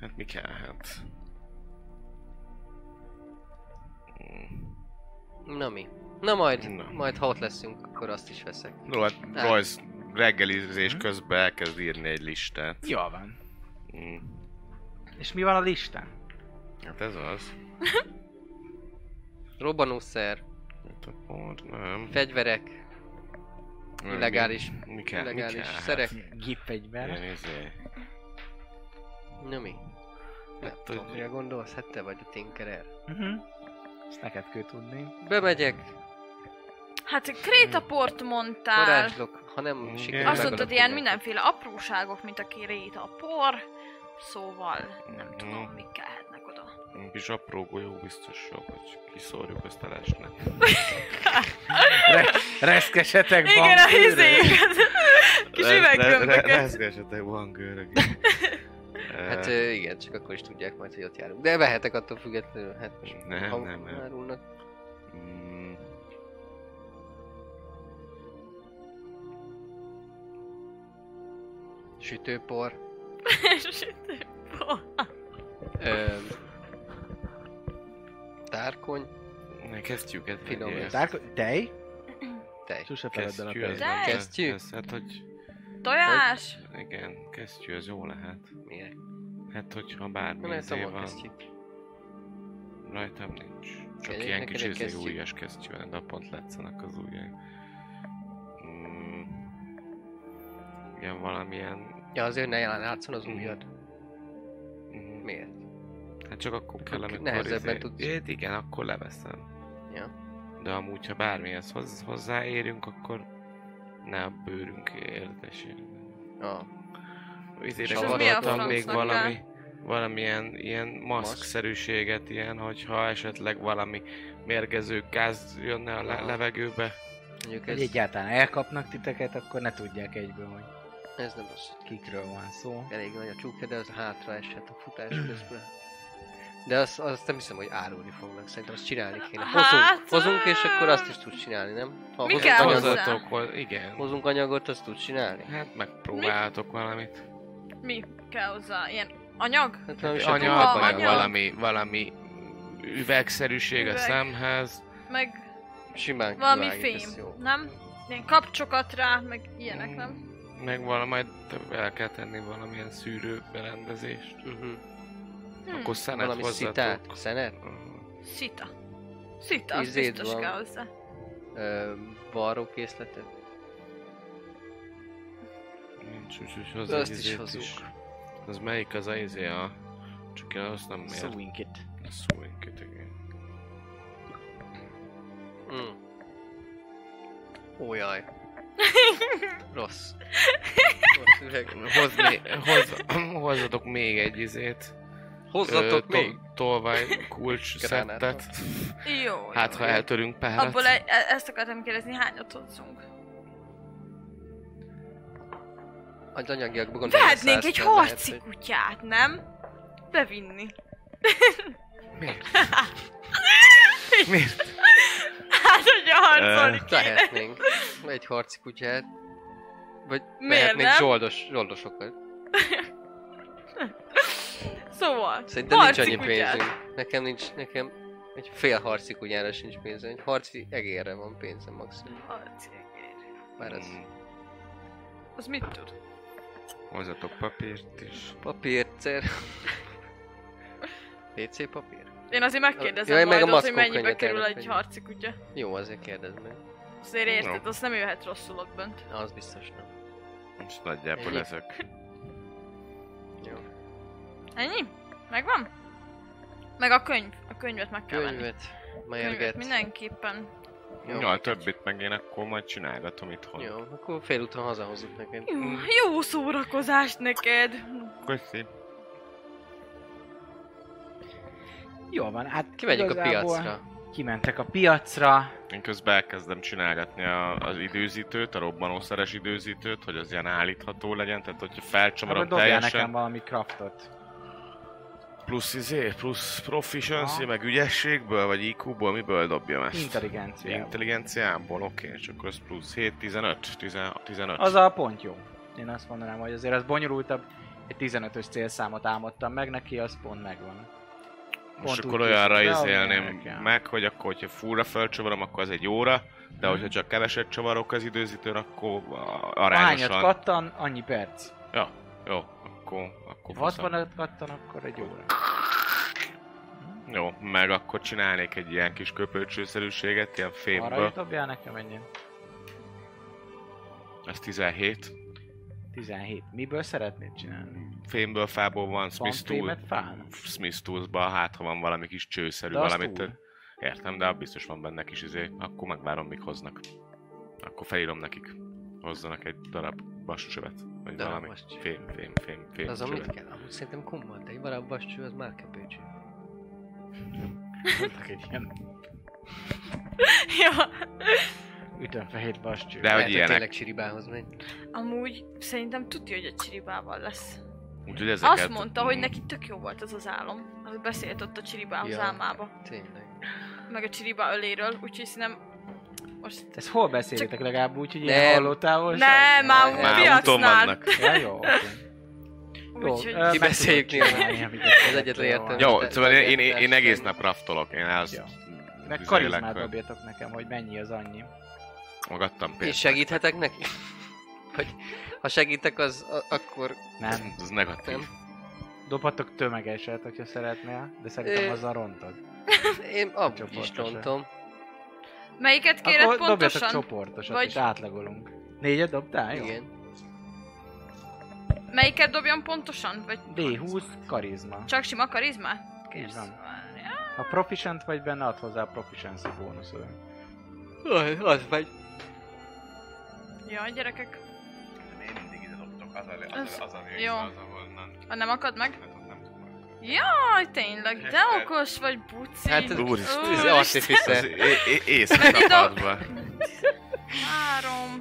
hát mi kell, hát... Na mi? Na majd, Na. majd ha ott leszünk, akkor azt is veszek. No, hát Royce reggelizés közben elkezd írni egy listát. Jól van. Mm. És mi van a listán? Hát ez az. Robbanószer, Hát akkor nem. fegyverek, illegális, Mi kell, mi illegális kell? szerek. Hát, Gipfegyver. ilyen izé. Na mi? Nem Hát, tudom, hogy- mire gondolsz, hát te vagy a tinkerer. Uh-huh. Ezt neked kell tudni. Bemegyek, Hát krétaport mondtál. varázslok, ha nem Igen. sikerül Azt mondtad, megalapodni. ilyen mindenféle apróságok, mint a kirét a por, szóval Mm. nem tudom, Mhm. mik lehetnek oda. Kis apró golyó biztos sok, hogy kiszórjuk, azt elesnek. Re- reszkesetek Igen, a izé. bankőrök. hizéket! Kis üveggömböket! Rezgesetek van görög. Eh, Hát ö, igen, csak akkor is tudják majd, hogy ott járunk. De vehetek attól függetlenül, hát most Nem, ha nem, nem. árulnak. Mm. Sütőpor. És itt- Ó, Ö, tárkony. Ne kezdjük ezt. Finom meg, lesz. ezt- Tárko- Tej? Tej. Sose feledd el a Kesztyű, ez tej. tej. nem- Kesztyű? ez- Hát, hogy Tojás! igen, kesztyű, ez jó lehet. Miért? Hát, hogyha Nem bármi lehet izé szabad van, kesztyű. rajtam nincs. Csak Kegyek ilyen neked kis egy izé kesztyű? ujjas kesztyű, van, de pont látszanak az ujjai. Mm. Igen, valamilyen... Ja, azért ne jelen látszon az ujjad. Mm. Miért? Hát csak akkor kell, Akkor amikor nehezebben izé- tudsz. Hát igen, akkor leveszem. Ja. De amúgy, ha bármihez hoz, hozzáérünk, akkor ne a bőrünk érdesén. Ah, Izére És az mi a gondoltam még francnak valami, valamilyen ilyen Maszk? maszkszerűséget, ilyen, hogyha esetleg valami mérgező gáz jönne a le- Aha. levegőbe. mondjuk Hogy ez, egyáltalán elkapnak titeket, akkor ne tudják egyből, hogy ez nem rossz. kikről van szó. Elég nagy a csúkja, de az hátra eshet a futás közben. De azt, azt nem hiszem, hogy árulni fognak, szerintem azt csinálni kéne. Hozunk, Hát, hozunk és ö- akkor azt is tudsz csinálni, nem? Ha Mi hozunk kell anyagot- hozzá? Hozzatok, hol- igen. Hozunk anyagot, azt tudsz csinálni? Hát megpróbáltok valamit. Mi kell hozzá? Ilyen anyag? Hát Hát valami anya, Anya, meg anya. valami, valami üvegszerűség a Üveg. szemhez. Meg Simán valami kivágjuk, ez fém, jó. Mm. nem? Ilyen kapcsokat rá, meg ilyenek, nem? Mm, Meg valami, majd el kell tenni valamilyen szűrő berendezést. Mhm. Hmm, Akkor szenet Valami hozzatok. Mm, szitát, szenet, Szita. Szita, az Ízét biztos van. kell hozzá. ö, varrókészletet. Nincs, úgyhogy hozzá De azt egy is izét hozunk. Az melyik az a izé a... Csak én azt nem miért. Swing it. Szóinket, igen. Mm. Ó, jaj. Rossz. Rossz üreg. Hoz, né- hoz, hozzatok még egy izét. Hozzatok Ö, még. To- tolvaj kulcs Gránátot. szettet. Jó, Hát, jó, ha jó. eltörünk párat. Abból e- e- ezt akartam kérdezni, hányat hozzunk? Az anyagiakban gondolom, hogy Vehetnénk egy 100 lehet, harci hogy- kutyát, nem? Bevinni. Miért? Hát, hogyha harcolni Eh. kéne. Lehetnénk. Egy harci kutyát. Vagy Miért lehetnénk nem? zsoldos, zsoldosokat. Szóval, Szerintem nincs harci annyi Szóval, kutyát. pénzünk. Nekem nincs, nekem Egy fél harci kunyára sincs pénzem, egy harci egérre van pénzem maximum. Harci egér. Már ez Hmm. Az mit tud? Hozzatok papírt is. papírt, cer... WC papír? Én azért megkérdezem Jaj, Jaj, meg majd a ott, hogy maszkok mennyibe könnyet kerül elvett, egy vagy- harci kutya. Jó, azért kérdezd meg. Azért érted, No. azt nem jöhet rosszul ott bent. Az biztos nem. Most nagyjából Ennyi. ezek. Jó. Ennyi? Megvan? Meg a könyv. A könyvet meg kell venni. Könyvet, Könyvet majerget. mindenképpen. Jó. Jó, a többit meg én akkor majd csinálgatom itthon. Jó, akkor félúton hazahozunk neked. Jó, jó szórakozást neked! Köszi. Jó van, hát Kimegyünk a igazából piacra. Kimentek a piacra, Én közben elkezdem csinálgatni a, az időzítőt, a robbanószeres időzítőt, hogy az ilyen állítható legyen, tehát hogyha akkor felcsavarom dobjál teljesen, Hát, nekem valami craftot. plusz izé, plusz proficiency, Aha. meg ügyességből, vagy IQ-ból, miből dobjam ezt? Intelligencia. Intelligenciából, oké, és akkor az plusz 7, 15, 15, 15. Az a pont jó. Én azt mondanám, hogy azért az bonyolultabb. Egy 15-ös célszámot álmodtam meg neki, az pont megvan. Most pont akkor úgy olyanra készült el, izélném amilyenre kell. meg, hogy akkor, hogyha fúra fölcsavarom, akkor az egy óra, de Mhm. hogyha csak keveset csavarok az időzítőn, akkor a- Hányat arányosan. kattan, annyi perc. Jó, akkor, akkor Ha fuszom. 60-at kattan, akkor egy óra. Jó, meg akkor csinálnék egy ilyen kis köpölcsőszerűséget, ilyen Arra fémből. hogy dobjál nekem ennyi. Ez 17. 17. Miből szeretnéd csinálni? Fémből, fából van Van Smith Tool. fémet fán? Smith Tools-ba, hát ha van valami kis csőszerű, De az valamit. túl. Értem, de biztos van benne kis izé. Akkor megvárom, mik hoznak. Akkor felírom nekik. Hozzanak egy darab vascsövet. Vagy Darab valami. vascső. Fém, fém, fém, fém. Az amit csövet. kell. Amúgy szerintem kummal, de egy barabas cső, az már kepőcső. Mondtak egy ilyen ja, ütönfehér vascső. De hogy Lehet, hogy ilyenek. tényleg csiribához megy. amúgy szerintem tudja, hogy a csiribával lesz. Úgyhogy Ezeket... ezeket... Azt mondta, hogy Mm, neki tök jó volt az az álom. Az beszélt ott a csiribához Ja. ja. álmába. Tényleg. Meg a csiriba öléről, úgyhogy szerintem most... Ezt hol beszélitek legalább úgy, hogy Nem. ilyen hallótávol? Nem, már nem. Már piacnál. úton vannak. Ja, jó, oké. Úgyhogy... ö, meg Kibeszéljük tudod nyilván. csinálni, amiket Ez egyetlen szeretnél volna. értelme. Jó, Te- szóval én, én, te- én egész nap raftolok. Én azt... Ja. Meg izélek, karizmát hogy dobjatok nekem, hogy mennyi az annyi. Magadtam És pénzt. segíthetek neki? Hogy ha segítek, az a- akkor... Ez, Nem. ez negatív. Nem. Dobhatok tömegeset, hogyha szeretnél, de szerintem Ö, azzal rontod. Én abban is Csoportosan. rontom. Melyiket kéred Akkor dobjatok pontosan? csoportosat, Vagy- és átlagolunk. Négyet dobtál? Jó. Igen. Melyiket dobjon pontosan? Vagy D20, karizma. csak sima karizma? Így van. Várjál. Ha proficient vagy benne, add hozzá a proficiency bónuszod. Aj, Az vagy. Jaj, gyerekek. Én mindig ide dobtok, az a, Ez- az a, az a rész, jó. az, ahol nem, Ha nem akad meg? hát ott nem tudom. Jaj, tényleg, de Hektor. okos vagy, buci. Hát, Úristen. Ez Úristen. Ez artificer. é- é- észre tapadva. Három,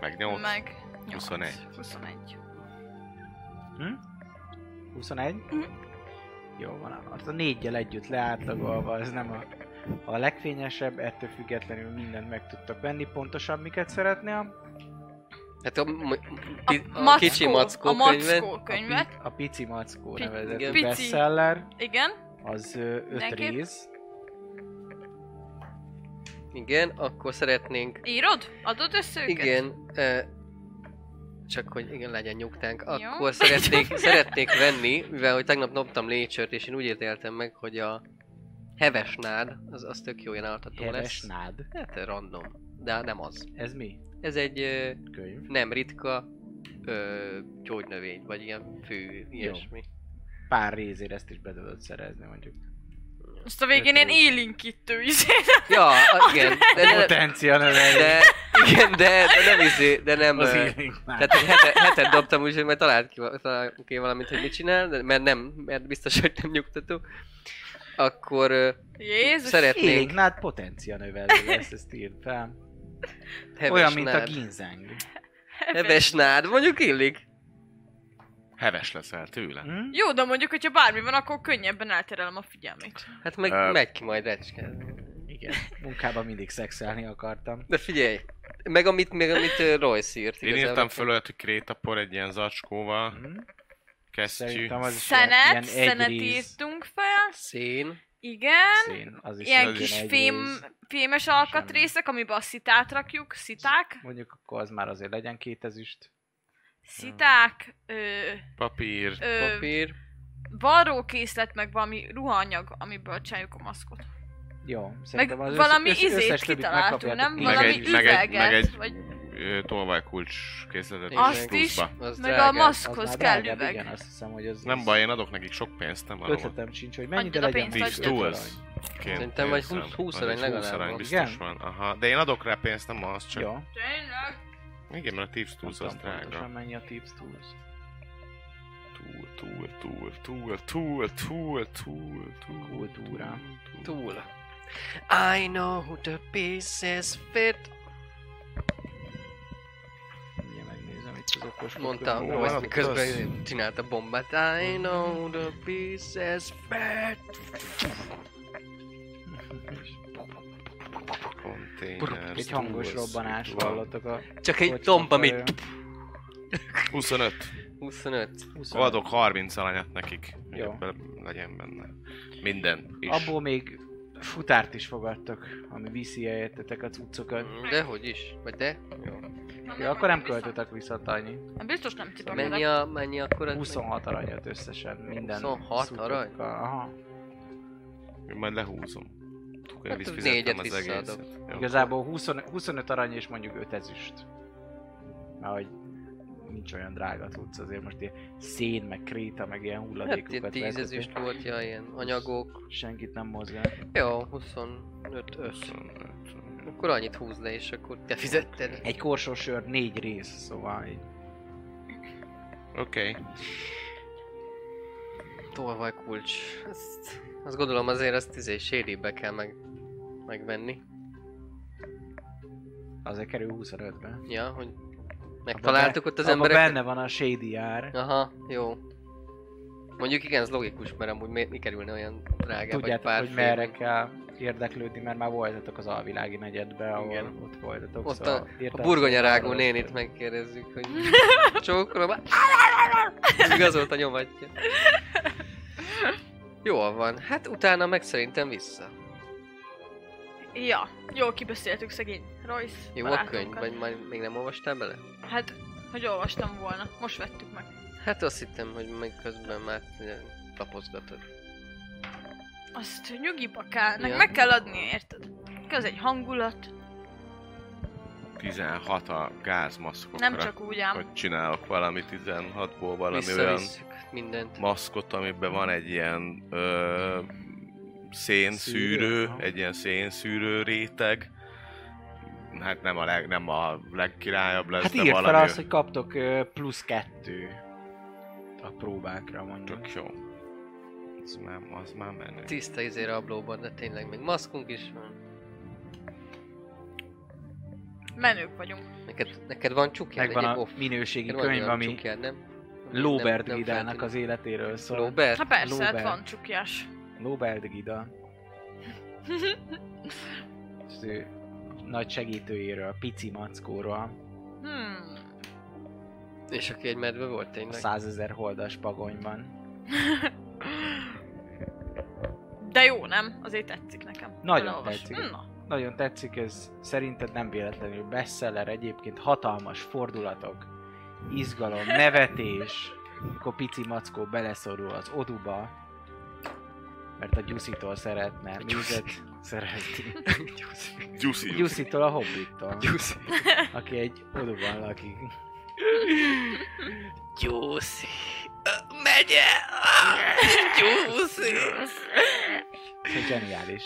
Meg nyolc. meg nyolc. 21. 21. 21? Mhm. Jó van, az a négyel együtt leátlagolva, ez nem a, a legfényesebb, ettől függetlenül mindent meg tudtak venni, pontosan miket szeretnél. Hát a, m- A, pi- a mackó, kicsi mackó a könyvet. mackó A, pi, könyvet. a pici mackó Pi- nevezetű igen. Pici. bestseller, Igen, az ö, öt Mindenképp. rész. Igen, akkor szeretnénk... írod? Adod össze őket? Igen, ö, csak hogy igen, legyen nyugtánk. Jó. Akkor szeretnék, szeretnék venni, mivel hogy tegnap dobtam lécsört, és én úgy érteltem meg, hogy a hevesnád, az, az tök jó ilyen altató Heves lesz. nád. Hát random, de nem az. Ez mi? Ez egy ö, Könyv. nem ritka ö, gyógynövény, vagy ilyen fű, ilyesmi. Pár részére ezt is be tudod szerezni, mondjuk. Most a végén ilyen Öt rész. élinkítő izé. Ja, a, igen, de, de, Potencia növelés. de, igen, de, de nem izé, de nem... Az ö, healing már. Tehát egy hete, hetet dobtam úgy, hogy majd talált ki, va- talál ki valamit, hogy mit csinál, de, mert nem, mert biztos, hogy nem nyugtató. Akkor ö, Jézus. szeretnénk Healing nád potencia növelő lesz, ezt írd fel. Olyan, mint a hevesnád. ginzeng. Hevesnád, mondjuk illik. Heves leszel tőle. Hm? Jó, de mondjuk, hogyha bármi van, akkor könnyebben elterelem a figyelmét. Hát meg Ö. megy ki majd recskezni. Igen, munkában mindig szexelni akartam. De figyelj, meg amit, meg amit ö, Royce írt. Én igazából. írtam föl, hogy krétapor egy ilyen zacskóval, Hm? kesztyű. Szerintem az is Szenet, ilyen, ilyen egy szenet rész. írtunk fel. Szén, Igen. Szén, az is Ilyen nagyon kis egy fém, rész. fémes alkatrészek, amiben a szitát rakjuk. Sziták. Mondjuk akkor az már azért legyen két ezüst. Sziták. Ö, Papír. ö, Papír. varrókészlet, meg valami ruhanyag, amiből csináljuk a maszkot. Jó, Meg szerintem az össze- valami össze- izét összes többit kitaláltunk, megkapjátok. nem? Így. Meg Valami egy- meg egy- meg üveget, egy- vagy Ö, Tolvajkulcs készletet Azt is is. pluszba. Az meg a drágább. Az maszkhoz már Szóval kell drágább, üveg. Igen, azt hiszem, hogy az... Nem baj, én adok nekik sok pénzt, nem arról. Ötletem sincs, hogy mennyi, de Adjad a legyen pénzt, tíz adjad. arany. Tíz Szerintem vagy 20 20 arany legalább arany van. biztos Igen? van. Aha, de én adok rá pénzt, nem az csak. Jó, Tényleg? Igen, mert a Thieves nem Tools az tudom drága. pontosan mennyi a Tips Tools. Túl, túl, túl, túl, túl, túl, túl, túl, Kultúra. túl. Túl. I know who the pieces fit. Mindjárt megnézem itt az okos Mondta, okos- Ó, ezt hát miközben csinálta bombát. I know who the pieces fit. Containers, Egy hangos tools, robbanást itt van. hallottak a... Csak egy kocsma tomba, kaja. mint 25. 25. 25. Adok 30 aranyat nekik, hogy Szóval. Jó. ebben legyen benne. Minden is. Abból még futárt is fogadtak, ami viszi értetek a cuccokat. De hogy is? Vagy de? Ja, akkor nem költöttek vissza annyi. Nem, Biztos nem titok. Mennyi, a, mennyi akkor? 26 aranyat összesen minden. 26 cuccokkal. arany? Aha. Én majd lehúzom. Hát, Elvis négyet fizettem az visszaadok. egészet. Jó. Igazából 20, 25 arany és mondjuk 5 ezüst. Mert hogy nincs olyan drága tudsz, azért most ilyen szén, meg kréta, meg ilyen Hát hulladékokat lehet, ilyen 10 ezüst hogy volt, ja, ilyen anyagok. Senkit nem mozgál. Jó, 25 ös. 25. Akkor annyit húz le, és akkor te fizetted. Egy korsó sör négy rész, szóval így. Oké. Tolvaj kulcs. Azt, azt gondolom azért azt izé sérébe kell meg, megvenni. Azért kerül 25-be. Ja, hogy megtaláltuk ott Hát az Abba emberek. benne van a shady ár. Aha, jó. Mondjuk igen, ez logikus, mert amúgy mi, mi kerülne olyan drágább, vagy Tudjátok, pár hogy merre fél. kell érdeklődni, mert már voltatok az alvilági negyedbe, ahol Igen. ott voltatok. Ott szóval a, a írtátok burgonyarágó arról, nénit hogy- megkérdezzük, hogy csókolom. Igazolt a nyomatja. Jól van, hát utána meg szerintem vissza. Ja, jól kibeszéltük szegény Royce Jó a barátunkat. könyv, vagy majd még nem olvastál bele? Hát, hogy olvastam volna. Most vettük meg. Hát azt hittem, hogy még közben már eh, lapozgatod. Azt nyugiba kell, meg Ja. meg kell adni, érted? Köz egy hangulat, 16 a gázmaszkokra. nem csak úgy ám. Hogy csinálok valami 16-ból valami olyan Visszavisszük mindent. maszkot, amiben van egy ilyen ö, Szűrő, szénszűrő, aha. egy ilyen szénszűrő réteg. Hát nem a, leg, nem a legkirályabb lesz, Hát de írd valami fel azt, hogy kaptok ö, plusz kettő a próbákra mondjuk. tök jó. Az már, az már menő. Tiszta izé rablóban, de tényleg még maszkunk is van. Menők vagyunk. Neked, neked van csukján Megvan egy a off. minőségi Neked van könyv, olyan ami Csukján, nem? Ami Lóbert nem- nem Gidának az feltűnik. életéről szól. Lóbert? Na persze, hát Lóbert. van csukjás. Hmm. Lóbert Gida. Az ő nagy segítőjéről, pici mackóról, Hmm. És aki egy medve volt a tényleg? százezer holdas pagonyban. De jó, nem? Azért tetszik nekem. Nagyon Elolvas. tetszik. Na, Nagyon tetszik, ez szerinted nem véletlenül bestseller, egyébként hatalmas fordulatok, izgalom, nevetés, amikor pici mackó beleszorul az oduba, mert a gyuszitól szeretne, műzet szeretni. Gyuszi. Gyuszitól a hobbittól, Gyuszi. aki egy oduban lakik. Gyuszi. Megye! Gyuszi! Ez egy zseniális,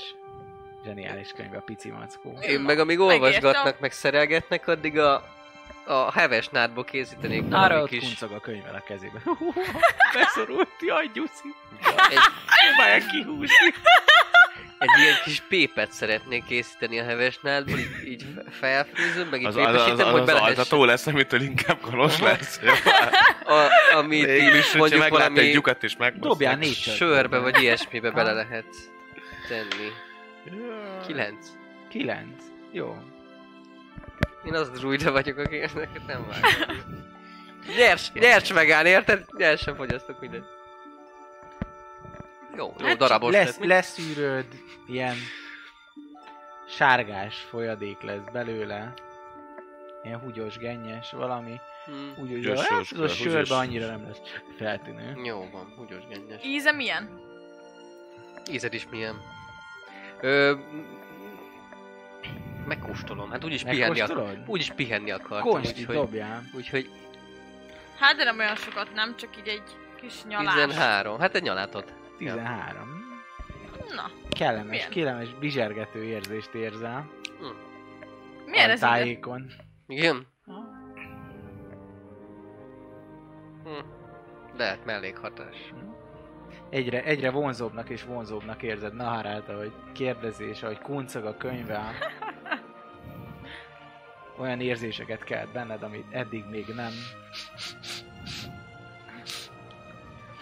zseniális könyv a pici mackó. Én meg amíg olvasgatnak, meg szerelgetnek, addig a, a heves nádból készítenék Arra valami ott kis... kuncog a könyvvel a kezébe. Beszorult, jaj gyuszi, Egy, próbálják kihúzni. Egy ilyen kis pépet szeretnék készíteni a hevesnádból, így, így felfőzöm, meg így Az, az, az, az, az, az, hogy az, az, belehessen. altató lesz, amitől inkább kalos lesz. hát A, amit Végül így is, hogyha mondjuk meglát egy valami lyukat és meg. Dobjál Hát négy sörbe vagy ilyesmibe Ha. bele lehet tenni. Kilenc. Kilenc. Jó. Én az druida vagyok, aki ezeket nem vágja. Gyers, gyers megáll, érted? Gyersen fogyasztok mindent. Jó, jó Hát, darabos Lesz, lesz. leszűröd, ilyen sárgás folyadék lesz belőle. Ilyen húgyos, gennyes valami. Hm. Úgy, hogy Húgyos hát, sós az a kell, húgyos sörbe sós. annyira nem lesz feltűnő. Jó van, húgyos gennyes. Íze milyen? Ízed is milyen? Ö, megkóstolom, hát úgyis pihenni, akar, Megkóstolod? úgyis pihenni akartam, Konsti, úgyhogy, dobjál. úgyhogy Hát de nem olyan sokat, nem csak így egy kis nyalás. 13, hát egy nyalátod. 13. Na, Kellemes, Milyen? kellemes, bizsergető érzést érzel. milyen ez íze? tájékon. Igen? Ha. Hm. Lehet mellékhatás. Egyre, egyre vonzóbbnak és vonzóbbnak érzed Naharát, ahogy kérdezés, ahogy kuncog a könyvvel. Olyan érzéseket kelt benned, amit eddig még nem.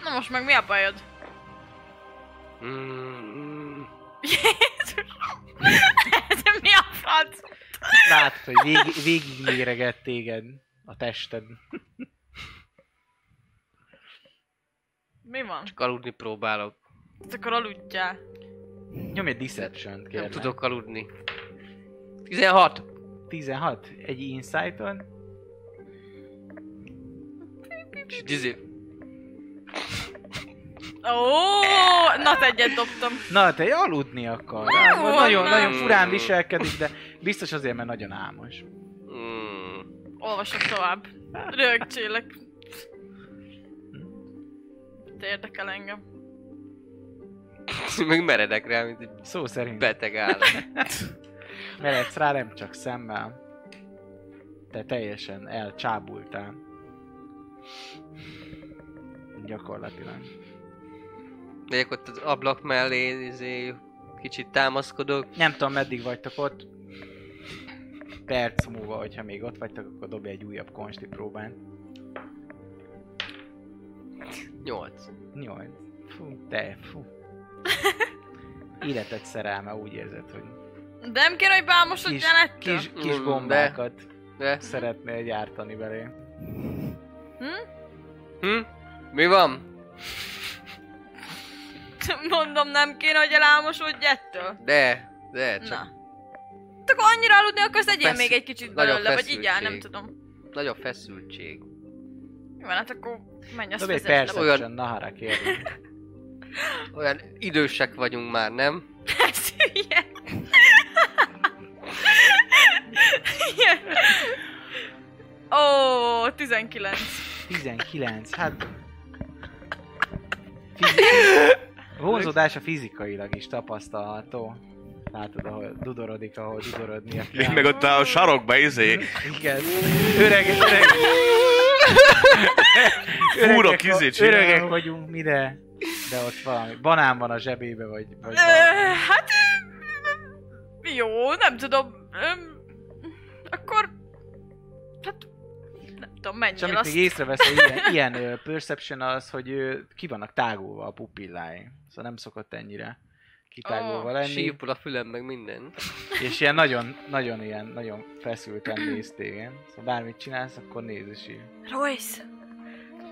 Na most meg mi a bajod? Mm, Ez mi a franc? Látod, hogy végig, végig méreget téged a tested. Mi van? aludni próbálok. Hát akkor aludjál. Nyomj egy deception-t, Nem kérlek. tudok aludni. 16! 16, egy insight-on. És izé, Ó, na egyet dobtam. Na, te aludni akar. Nem, Nagyon, nem. nagyon furán viselkedik, de biztos azért, mert nagyon álmos. mm, Olvasok tovább. Rögcsélek. Te érdekel engem. meg meredek rá, mint egy Szó szerint. beteg állat. Meredsz rá nem csak szemmel, te teljesen elcsábultál. Gyakorlatilag. Megyek ott az ablak mellé, izé, kicsit támaszkodok. Nem tudom, meddig vagytok ott. Perc múlva, hogyha még ott vagytok, akkor dobj egy újabb konsti próbát. 8. Nyolc. Fú, te, fú. Életed szerelme, úgy érzed, hogy De nem kéne, hogy kis, bámosodjál ettől? kis, kis Mm, bombákat De? szeretnél gyártani belé. Hm? Mi van? Mondom, nem kéne, hogy elámosodj ettől? De, de, csak Na. Hát Akkor annyira aludni, akkor ezt egyél Feszül- még egy kicsit nagyobb belőle, vagy így feszültség. áll, nem tudom. nagyobb feszültség. Jó, van, hát akkor menj azt Dobj egy vezet le. perception, nahara kérlek. Olyan idősek vagyunk már, nem? Persze, ilyen. Ilyen. Ó, 19. 19, hát... Fizi... Vonzódása fizikailag is tapasztalható. Látod, ahol dudorodik, ahol dudorodnia Én kell. meg ott a sarokba izé, Igen. Öreg, öreg... Fúrok, izé va- csinálok. Öregek vagyunk, mire? De ott valami banán van a zsebébe, vagy... vagy Ö, valami. hát... ö, Jó, nem tudom. Öm, Akkor... Hát... Nem tudom, És menjél amit még azt. észrevesz, hogy ilyen, ilyen ö, perception az, hogy ö, ki vannak tágulva a pupillái. Szóval nem szokott ennyire kitágulva Ó, lenni. Sípul a fülem, meg minden. És ilyen nagyon, nagyon ilyen, nagyon feszülten néz téged. Szóval bármit csinálsz, akkor néz is így. Royce!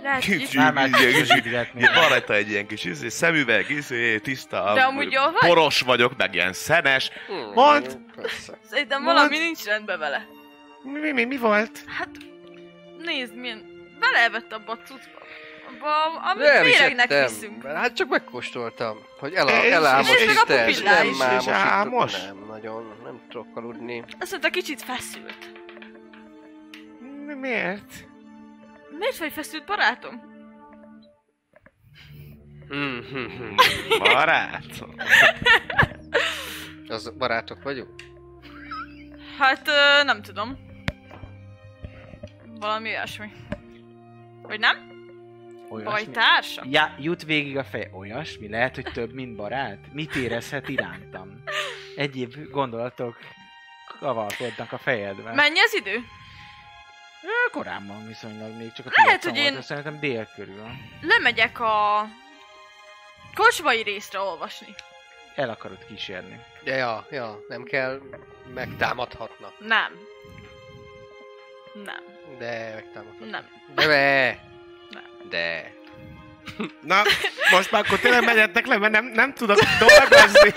Lehet, hogy itt- Kicsi. Már már Igen, kicsit ügyletnél. Ilyen van rajta egy ilyen kis izé, szemüveg, izé, tiszta, De amúgy jól vagy? poros vagyok, meg ilyen szenes. Hm, Mondd! jó, persze. Szerintem Mondd. valami nincs rendben vele. Mi, mi, mi, mi volt? Hát, nézd, milyen... Beleevett abba a cuccba. Abba, amit Nem is méregnek ettem. viszünk. Hát csak megkóstoltam, hogy el, És- elámos és- és- Isten, és- nem és- és mámos, álmos? itt- nem nagyon, nem tudok aludni. Azt mondta, kicsit feszült. Mi, miért? Miért vagy feszült, barátom? Hm, hm, hm. Barát? Az barátok vagyunk? Hát, ö, nem tudom. Valami olyasmi. Vagy nem? Vagy Olyasmi. társa? Ja, jut végig a fej. Olyasmi? Lehet, hogy több, mint barát? Mit érezhet irántam? Egyéb gondolatok kavalkodnak a fejedben. Me- Mennyi az idő? Korán van viszonylag még, csak a Lehet, piacon hogy volt, én- szerintem dél körül. Lemegyek a... Kocsmai részre olvasni. El akarod kísérni. Ja, ja, ja, nem kell, megtámadhatnak. Nem. Nem. De megtámadhatnak. Nem. De, de. Nem. de. Na, most már akkor tényleg menjetek le, mert nem, nem tudok dolgozni.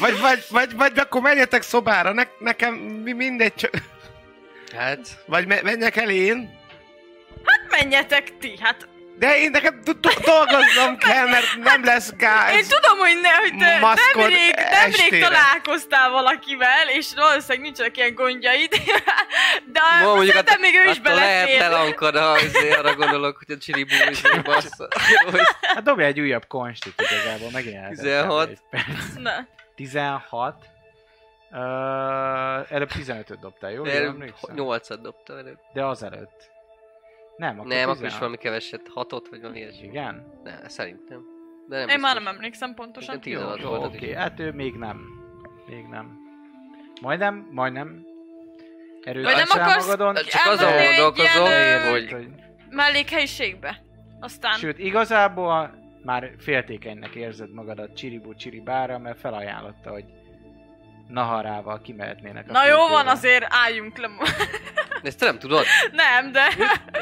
Vagy, vagy, vagy, vagy akkor menjetek szobára, ne, nekem mi mindegy, csak- Hát, vagy me, menjek el én. Menjetek ti, hát De én nekem do- do- dolgoznom kell, mert nem lesz gáz. Én tudom, hogy, ne, hogy te maszkod nemrég, nemrég estére. találkoztál valakivel, és valószínűleg nincsenek ilyen gondjaid, de ma Mondjuk mondjuk hát szerintem még ő is attól lehet belefér. lelankad, ha izé, arra gondolok, hogy a csiribú izé bassza. Hát dobja egy újabb konstit igazából, megint elvesztem 16. egy perc. Na, 16. Ö, előbb 15-öt dobtál, jó? Jól emlékszem? 8-at dobtam előbb. De azelőtt. Nem, akkor Nem, 16. akkor is valami keveset, 6-ot vagy valami ilyesmi. Igen? Ne, szerintem. De nem én már nem biztos. emlékszem pontosan. Igen, Jó, 16 jó, volt az oké. is. Hát ő még nem. Még nem. Majdnem, majdnem. Erőt Vagy nem adsz rá akarsz- magadon. Csak azon Elmenni egy gondolkozom, ilyen, ö, hogy Hogy... Mellékhelyiségbe. Aztán Sőt, igazából már féltékenynek érzed magadat Csiribú Csiribára, mert felajánlotta, hogy Naharával kimehetnének a Na jó van, főtérre. azért álljunk le. mo- Ezt te nem tudod? Nem, de...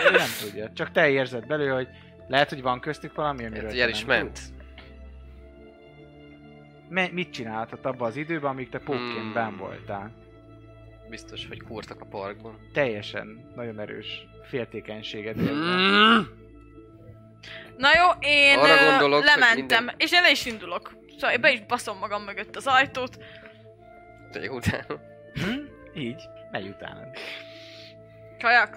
Ő nem tudja, csak te érzed belőle, hogy lehet, hogy van köztük valami, amiről Hát, hogy te el nem is tudsz. ment. Me- mit csináltad abban az időben, amíg te Hmm. pókként ben voltál? Biztos, hogy kurtak a parkban. Teljesen nagyon erős féltékenységed. Mm. Mm. Na jó, én Arra ö, gondolok, hogy lementem, minden- és én le is indulok. Szóval én be is baszom magam mögött az ajtót. De jó, utána. Hm? Így, megy utána. Kajak.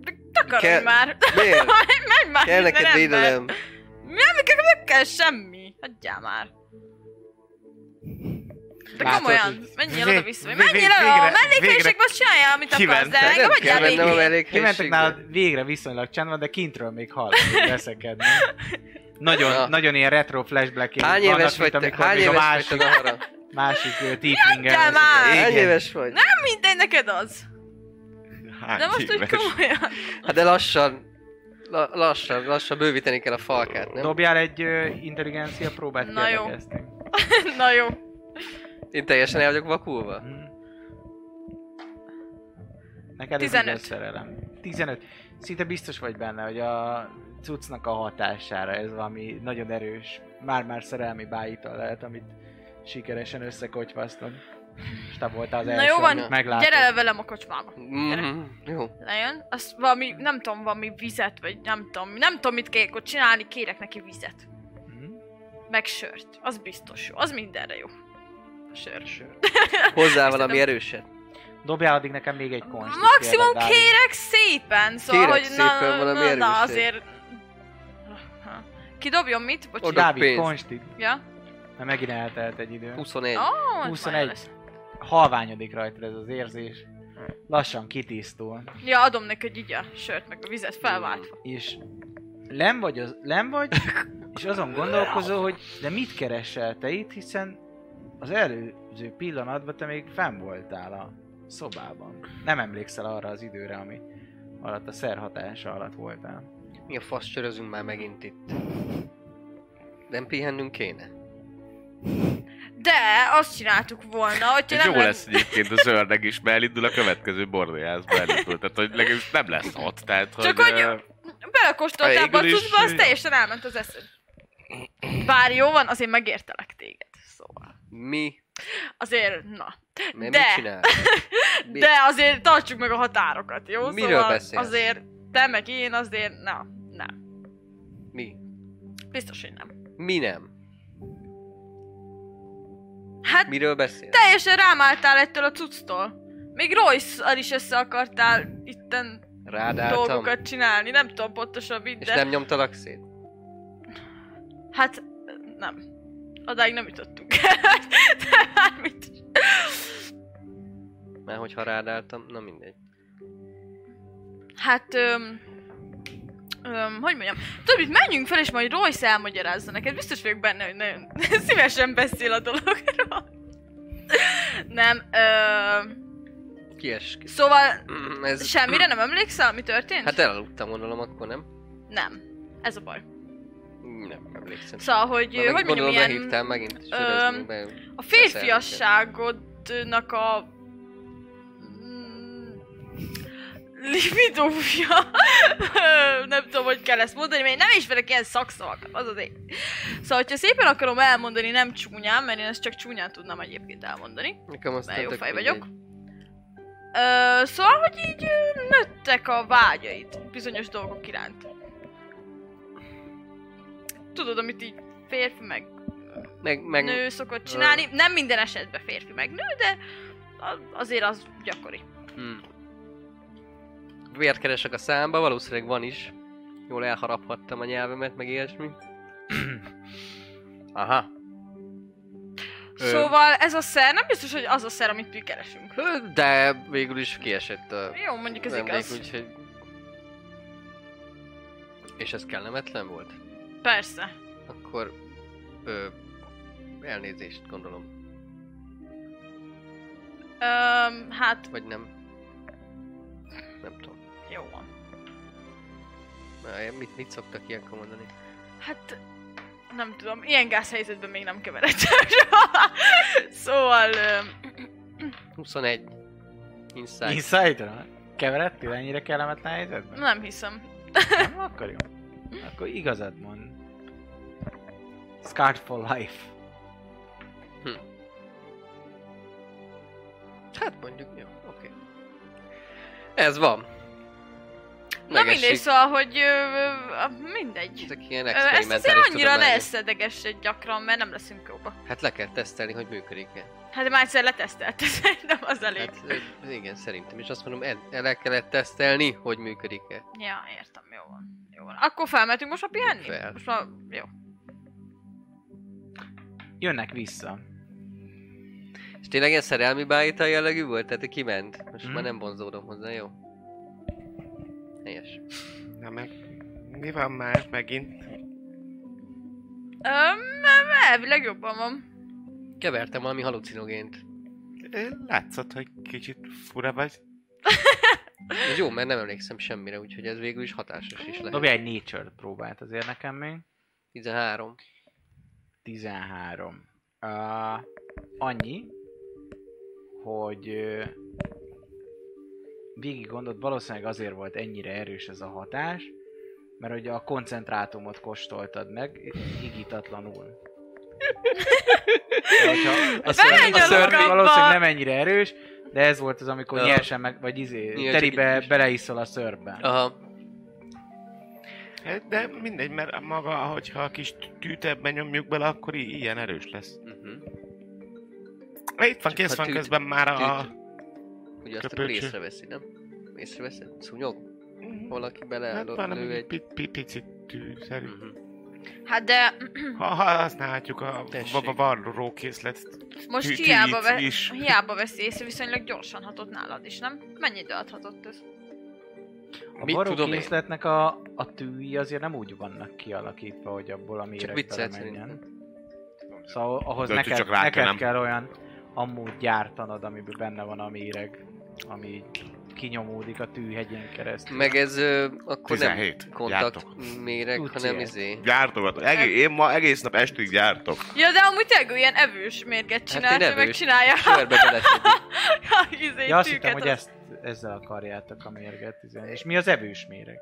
De Takarodj Kell- már! Miért? Menj már Kell minden neked ember. védelem. Nem, nekem nem kell semmi. Hagyjál már. De Látod, komolyan, hogy menjél vég- oda-vissza. vég- Menjél végre- el a végre mellékhelyiségbe, azt csináljál, amit akarsz, de kimentek. engem Nem kell hagyjál mennem a végén. Kimentek mellékhelységbe. nálad végre viszonylag csendben, de kintről még hallani, veszekedni. Nagyon, Na. nagyon ilyen retro flashback Hány éves vagy te? amikor Hány még a éves másik, vagy te Nahara? másik ö, tieflinger Játsszál már! veszekedett. Hány Igen. éves vagy? Nem mindegy, neked az. Hány De most úgy éves? komolyan. Hát de lassan. La, lassan, lassan bővíteni kell a falkát, nem? Dobjál egy ö, intelligencia próbát Na jó. kérdegezni. Na jó. Én teljesen el vagyok vakulva. Mhm. Neked 15. 15. Ez szerelem. 15. Szinte biztos vagy benne, hogy a cuccnak a hatására ez valami nagyon erős, már-már szerelmi bájítal lehet, amit sikeresen összekotyvasztod. És te voltál az Na első, jó van, amit meglátod. Gyere le velem a kocsmába. Mhm, Jó. Lejön. Azt valami, nem tudom, valami vizet, vagy nem tudom. Nem tudom, mit kell ott csinálni, kérek neki vizet. Mhm. Meg sört. Az biztos jó. Az mindenre jó. A sör. Hozzá valami erőset. Dobjál addig nekem még egy konstit. Maximum kérlek, Dávid. kérek szépen, szóval, Kérek hogy szépen na, valami na, na, erőset. azért... Aha. Kidobjon mit? Bocsi. Oda. Dávid, pénzt. konstit. Ja? Mert megint eltelt egy idő. 21. Ó, ez 21. majd lesz. Halványodik rajta ez az érzés. Lassan kitisztul. Ja, adom neki egy igya sört, meg a vizet felváltva. és lem vagy, az, lem vagy, és azon gondolkozol, hogy de mit keresel te itt, hiszen az előző pillanatban te még fenn voltál a szobában. Nem emlékszel arra az időre, ami alatt a szer hatása alatt voltál. Mi a fasz csörözünk már megint itt? Nem pihennünk kéne? De azt csináltuk volna, hogy Ez nem jó lesz egyébként, az ördög is, mert elindul a következő bordélyházba elindul. Tehát, hogy legalábbis nem lesz ott. Tehát, Csak hogy... hogy- ö, belekóstoltál Ha abba a égül is- cuccba, az teljesen elment az eszed. Bár jó van, azért megértelek téged. Szóval. Mi? Azért, na. Mi De. mit csinál? Mi? De azért tartsuk meg a határokat, jó? Miről szóval beszélsz? Azért te meg én, azért na, nem. Mi? Biztos, hogy nem. Mi nem? Hát Miről beszél? teljesen rámáltál ettől a cucctól. Még Royce-al is össze akartál itten Rádáltam, dolgokat csinálni, nem tudom pontosan mit, és de nem nyomtalak szét? hát nem. Odáig nem jutottunk el. De bármit. Mert hogyha rádáltam, na mindegy. Hát, öm, öm, hogy mondjam, tudod mit, menjünk fel, és majd Royce elmagyarázza neked. Biztos vagyok benne, hogy nagyon szívesen beszél a dologról. Nem, öm, Kies ki. szóval Mm, Ez... semmire nem emlékszel, mi történt? Hát elaludtam gondolom, akkor nem? Nem, ez a baj. Nem emlékszem. Szóval, hogy, Na, meg hogy mondjam, gondolom, ilyen behívtál megint, és öm, csörözünk be. a férfiasságodnak a mm, libidója, nem tudom, hogy hogy kell ezt mondani, mert én nem ismerek ilyen szakszavakat, az az én. Szóval, hogyha szépen akarom elmondani, nem csúnyán, mert én ezt csak csúnyán tudnám egyébként elmondani. Nekem azt Mert jó fej vagyok. Ö, szóval, hogy így ö, nőttek a vágyait bizonyos dolgok iránt. Tudod, amit így férfi meg Meg, meg nő szokott csinálni. Nem minden esetben férfi meg nő, de a- azért az gyakori. Hmm. Vért keresek a számba, valószínűleg van is. Jól elharaphattam a nyelvemet, meg ilyesmi. Aha. Ö. Szóval ez a szer, nem biztos, hogy az a szer, amit mi keresünk. Ö, De végül is kiesett a Jó, mondjuk ez nemrég, igaz. úgyhogy... És ez kellemetlen volt? Persze. Akkor... Ö, elnézést gondolom. Öm, hát, Vagy nem. Nem tudom. jó van. Már Mit, mit szoktak ilyenkor mondani? Hát, nem tudom, ilyen gázhelyzetben még nem keveredtem soha. Szóval, öm, 21. Inside. Insight-ra? Keveredtél ennyire kellemetlen helyzetben? nem hiszem. Nem, akkor jó. Akkor igazad mond. Scarred for life. Hát mondjuk, jó, oké. Ez van. Na mindegy, Megesik. szóval, hogy ö, ö, mindegy. Ezek ilyen Ö, Ezt azért experimentális annyira ne tudományok. eszedegessed gyakran, mert nem leszünk jóba. Hát le kell tesztelni, hogy működik-e. Hát már egyszer letesztelted, szerintem az elég. Hát, ö, igen, szerintem. És azt mondom, el, el kellett tesztelni, hogy működik-e. Ja, értem, jó van. Jó van. Akkor felmentünk most a pihenni? Mm. Fel. Most már, jó. Jönnek vissza. És tényleg ez szerelmi bájta jellegű volt? Tehát kiment. Most Mhm. már nem vonzódom hozzá, jó? Helyes. Na meg... Mi van már megint? Öm, elvileg jobban van. Kevertem valami halucinogént. Ö, Látszott, hogy kicsit fura vagy. Ez jó, mert nem emlékszem semmire, úgyhogy ez végül is hatásos is Dobja lehet. egy nature próbált azért nekem még. 13. 13. Uh, annyi, hogy ö, végig gondolt, valószínűleg azért volt ennyire erős ez a hatás, mert ugye a koncentrátumot kóstoltad meg, igítatlanul. De hogyha- a szörny, a Belenyalok szörny abba! valószínűleg nem ennyire erős, de ez volt az, amikor Ja. nyersen meg, vagy izé, Igen, teribe csak így- beleiszol a szörbe. Aha. Ö, De mindegy, mert a maga, hogyha a kis tűtebben nyomjuk bele, akkor i- ilyen erős lesz. Uh-huh. Itt van, Csak kész ha van tűt- közben már a... Ugye azt akkor Köpöcső. észreveszi, nem? Észreveszed? Szúnyog? Valaki Hát bele valami lő egy... pi- pi- picit tűszerű. Mhm. Hát de Ha ha használhatjuk a Tessék. va- va- varró készlet. most Tű- tűz hiába, ve- is. hiába veszi észre, viszonylag gyorsan hatott nálad is, nem? Mennyi idő alatt hatott ez? A Mit tudom én? barokészletnek a, a tűi azért nem úgy vannak kialakítva, hogy abból a Csak méregbe viccelt menjen. szerintem. Szóval ahhoz Lehet, hogy neked, csak rá neked kellem. kell olyan ammód gyártanod, amiben benne van a méreg, ami így kinyomódik a tűhegyén keresztül. Meg ez ö, akkor nem 17. kontakt Jártok. méreg, Tudsz hanem ilyet. izé. Gyártogatok. Egé- én ma egész nap estig gyártok. Ja, de amúgy tényleg ilyen evős mérget én csinál, hát meg evős. csinálja a Sörbe beletedik. izé ja, azt tűket, hittem, hogy az- ezt, ezzel akarjátok a mérget. izé. És mi az evős méreg?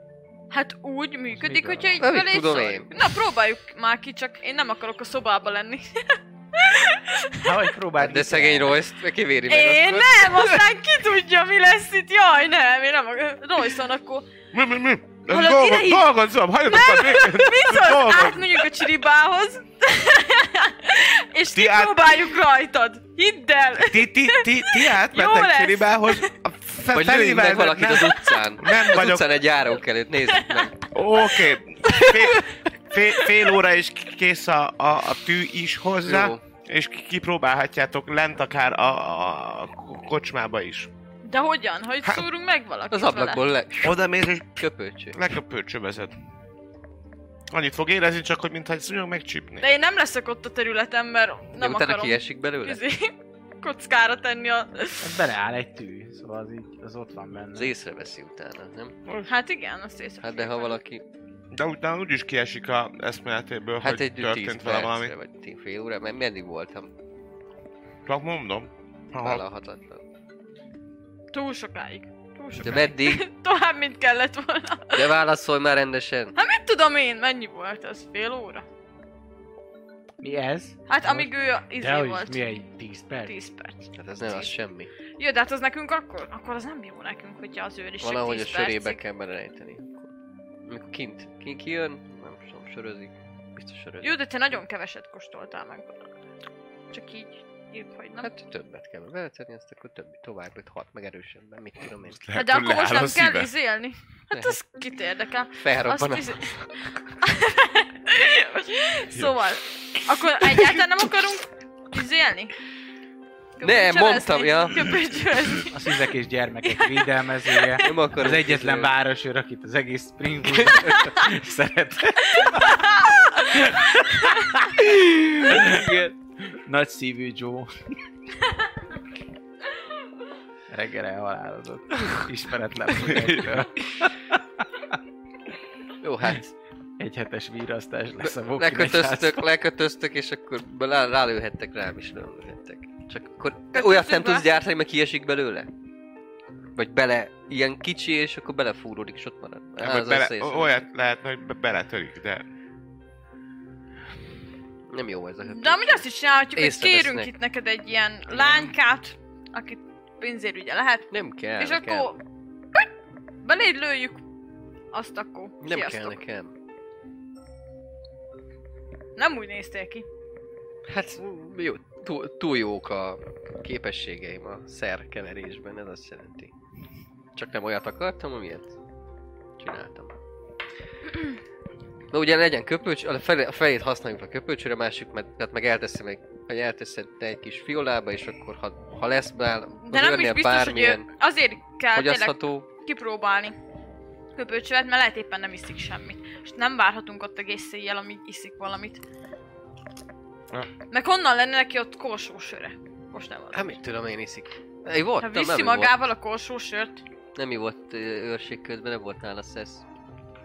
Hát úgy működik, miből hogyha áll? így Na, mit belé tudom szarjuk. én? Na próbáljuk már ki, csak én nem akarok a szobába lenni. Na, hogy próbáld De ki. szegény Royce-t kivéri meg Én akkor. nem, aztán ki tudja, mi lesz itt. Jaj, nem, én nem akarok. Royson, akkor Mi, mi, mi? Hallod, ide hív- Dolgozom, hagyjatok már Mit Hol szólsz? vagy? Átmegyünk a csiribához, és Ti ti át- próbáljuk rajtad. Hidd el! Ti, ti, ti, ti Jó átmentek lesz. Csiribához, a fe- Vagy lőjünk meg felével- valakit az utcán. nem Az vagyok- utcán egy járók előtt, nézzük meg. Oké, fél, fél, fél óra és kész a, a, a tű is hozzá, Jó. és ki- kipróbálhatjátok lent akár a, a- a kocsmába is. De hogyan? Hogy Hát, szúrunk meg valakit Az ablakból le... Oda mész és Köpölcső. leköpölcsövezed. Annyit fog érezni, csak hogy mintha egy szúnyog megcsípné. De én nem leszek ott a területen, mert De nem utána akarom kiesik belőle? izé, kockára tenni a... Hát Beleáll egy tű, szóval az, így, az ott van Az benne. észreveszi utána, nem? Hát igen, azt észre. Hát de ha valaki... De utána úgyis kiesik a eszméletéből, Hát hogy egy 10 történt vele valami. percre, vagy ti- fél óra, mert meddig voltam. Csak mondom. Aha. Vállalhatatlan. Túl sokáig. Túl Jó De sokáig. meddig? Tovább, mint kellett volna. De válaszolj már rendesen. Hát mit tudom én, mennyi volt az? Fél óra? Mi ez? Hát amíg ő a- De izé hogy volt. mi egy 10 perc? 10 perc. Hát ez nem az semmi. Jó, de hát az nekünk akkor, akkor az nem jó nekünk, hogyha az őr is Valahogy a csak 10 sörébe percig- kell belejteni. Amikor kint, ki kijön, nem tudom, sörözik. Biztos sörözik. Jó, de te nagyon keveset kóstoltál meg. Csak így írd, hogy nem. Hát többet kell beletenni, azt akkor többi tovább, hogy hat meg erősebben, mit tudom én. Hát Lehet, de hogy akkor most leáll a nem kell szíve. izélni. Hát az kit érdekel. Felrobban Azt a... izé... szóval, akkor egyáltalán nem akarunk izélni? Köpöcsövezni? mondtam, ja. Köpöcsövezni. A szüzek és gyermekek védelmezője. Nem akarok Az egyetlen izé- városőr, akit az egész Springwood szeret. Igen. Nagy szívű Joe. Reggel elhalálozott. Ismeretlen fogástól. Jó, hát Egy hetes vírasztás lesz a Vokin lekötöztök, lekötöztök, és akkor rá, rálőhettek rám is, lőhettek. Csak akkor olyat nem be. tudsz gyártani, mert kiesik belőle. Vagy bele, ilyen kicsi, és akkor belefúródik, és ott marad. Nem, Á, hogy az bele- össze- össze- Olyat lehetne, hogy be- beletörik, de Nem jó ez a höpés. De amúgy azt is csinálhatjuk, hogy Észrevesznek. kérünk itt neked egy ilyen lánykát, akit pénzért ugye lehet, Nem kell, és nekem. akkor beléd lőjük, azt akkor. Nem kell Sziasztok. nekem. Nem úgy néztél ki. Hát jó, túl, túl jók a képességeim a szerkeverésben, ez azt jelenti. Csak nem olyat akartam, amilyet csináltam. Na ugye legyen köpőcs, a felé- a felét használjuk a köpőcsre, a másik meg, tehát meg elteszem egy, vagy elteszed te egy kis fiolába, és akkor ha, ha lesz bár, az De nem is önnél biztos, hogy bármilyen ő- azért kell tényleg fogyasztható, kipróbálni köpőcsövet, mert lehet éppen nem iszik semmit. És nem várhatunk ott egész éjjel, amíg iszik valamit. Na. Meg honnan lenne neki ott korsósőre? Most nem hát adom. mit tudom én iszik. Egy volt, Ha nem, nem viszi ő volt, magával a korsósört, nem mi volt ö, őrség közben, nem volt nála szesz.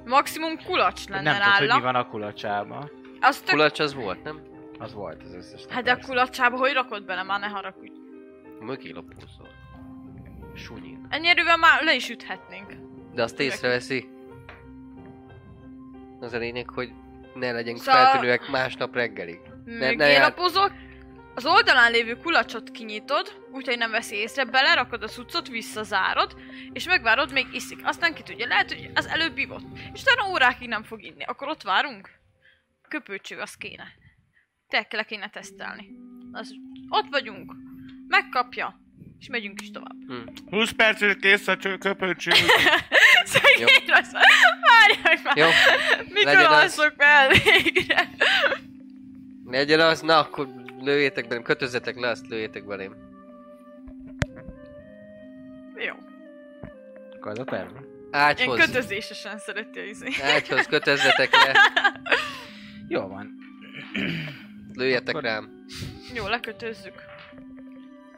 maximum kulacs Nem lenne tudod, hogy mi nála. van a kulacsában. Az tök... Kulacs az volt, nem? Az volt az összes. Hát de a kulacsába hogy rakod bele? Már ne haragudj. Mögé lapúzol. Sunyin. Ennyi erővel már le is üthetnénk. De azt észreveszi. Az a lényeg, hogy ne legyünk Szóval- feltűnőek másnap reggelig. ne Még én jár- lapozok. Az oldalán lévő kulacsot kinyitod, úgyhogy nem veszi észre, belerakod a cuccot, visszazárod, és megvárod, még iszik. Aztán ki tudja, lehet, hogy az előbb ivott. És utána órákig nem fog inni. Akkor ott várunk? Köpőcső, az kéne. Te le kéne tesztelni. Az, ott vagyunk. Megkapja. És megyünk is tovább. Hm. 20 percig kész a cső, köpöncső. Szegény lesz. Várják már. Jó? Mikor legyen az. alszok fel végre? Legyen az, na akkor lőjétek belém, kötözzetek le, azt lőjétek belém. Jó. Akkor az a terv. Ilyen Ágyhoz. kötözésesen szereti a izé. Ágyhoz kötözzetek le, Jó van. lőjetek Akkor- rám. Jó, lekötözzük.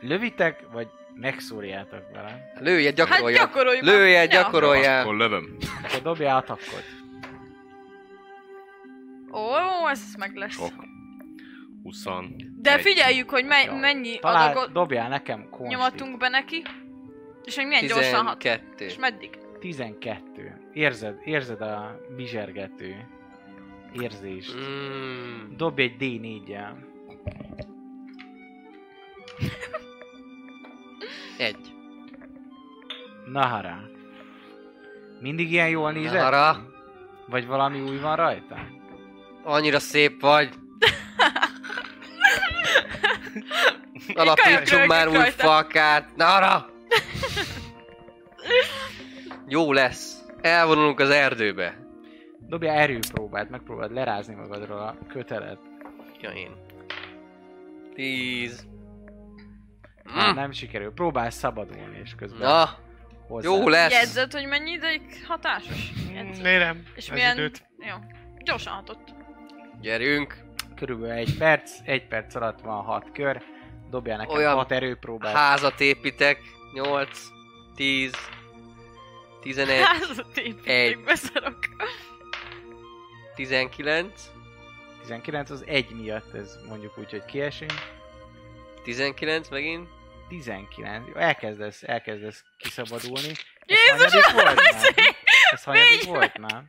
Lövitek, vagy megszúrjátok vele. Lője, Hát gyakorolja. gyakoroljuk. Lője, Ja. gyakorolja. Akkor lövöm. Akkor dobja át akkor. Ó, ez meg lesz. Sok. 20. De figyeljük, hogy me- Jó. mennyi Talán adagot dobjál nekem konstit. nyomatunk be neki. És hogy milyen gyorsan hat. 12. És meddig? 12. Érzed, érzed a bizsergető érzést. Mm, Dobj egy D4-jel. egy. Nahara. Mindig ilyen jól nézett? Nahara. Vagy valami új van rajta? Annyira szép vagy. Kajak Alapítsunk már rögtön új rajta. falkát. Nara! Jó lesz. Elvonulunk az erdőbe. Dobja erőpróbát, megpróbáld lerázni magadról a kötelet. Mm. Ja, én. Tíz. Mm. Mm. Nem sikerül. Próbálj szabadulni, és közben Na, hozzá. jó lesz. Jegyzed, hogy mennyi ideig hatásos? Jegyzed. Nérem, És Mm, ez milyen... időt. Jó. Gyorsan hatott. Gyerünk. Körülbelül egy perc, egy perc alatt van hat kör. Dobjál nekem Olyan- Olyan... hat erőpróbát. Házat építek. Nyolc. Tíz. Tizenegy. Házat építik, Egy. beszarok. Tizenkilenc. 19 az egy miatt, ez mondjuk úgy, hogy kiesünk. Tizenkilenc megint. 19. Jó, elkezdesz, elkezdesz kiszabadulni. Jézus, ez hanyadik volt már? Ez hanyadik volt már?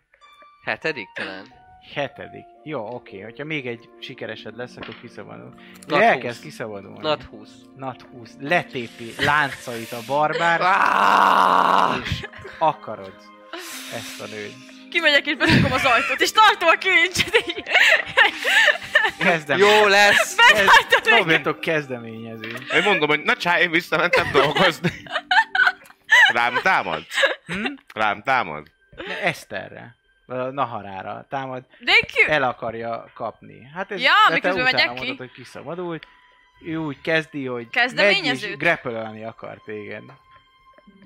Hetedik talán. Hetedik. Jó, oké. Hogyha még egy sikeresed lesz, akkor kiszabadul. Nat De elkezd 20. kiszabadulni. Nat 20. Nat 20. Letépi láncait a barbár, és akarod ezt a nőt. Kimegyek és bedugom az ajtót, és tartom a kilincset így. Kezdem. Jó lesz! Ez Robertok kezdeményező. Én mondom, hogy na csá, én visszamentem dolgozni. Rám támad? Hm? Rám támad? De Eszterre. A Naharára támad, Thank el akarja kapni. Hát ez, Ja, de te miközben utána megyek ki? mondtad, hogy kiszabadult. Ő úgy kezdi, hogy Kezdeményezőt? megy és grapplölni akar téged.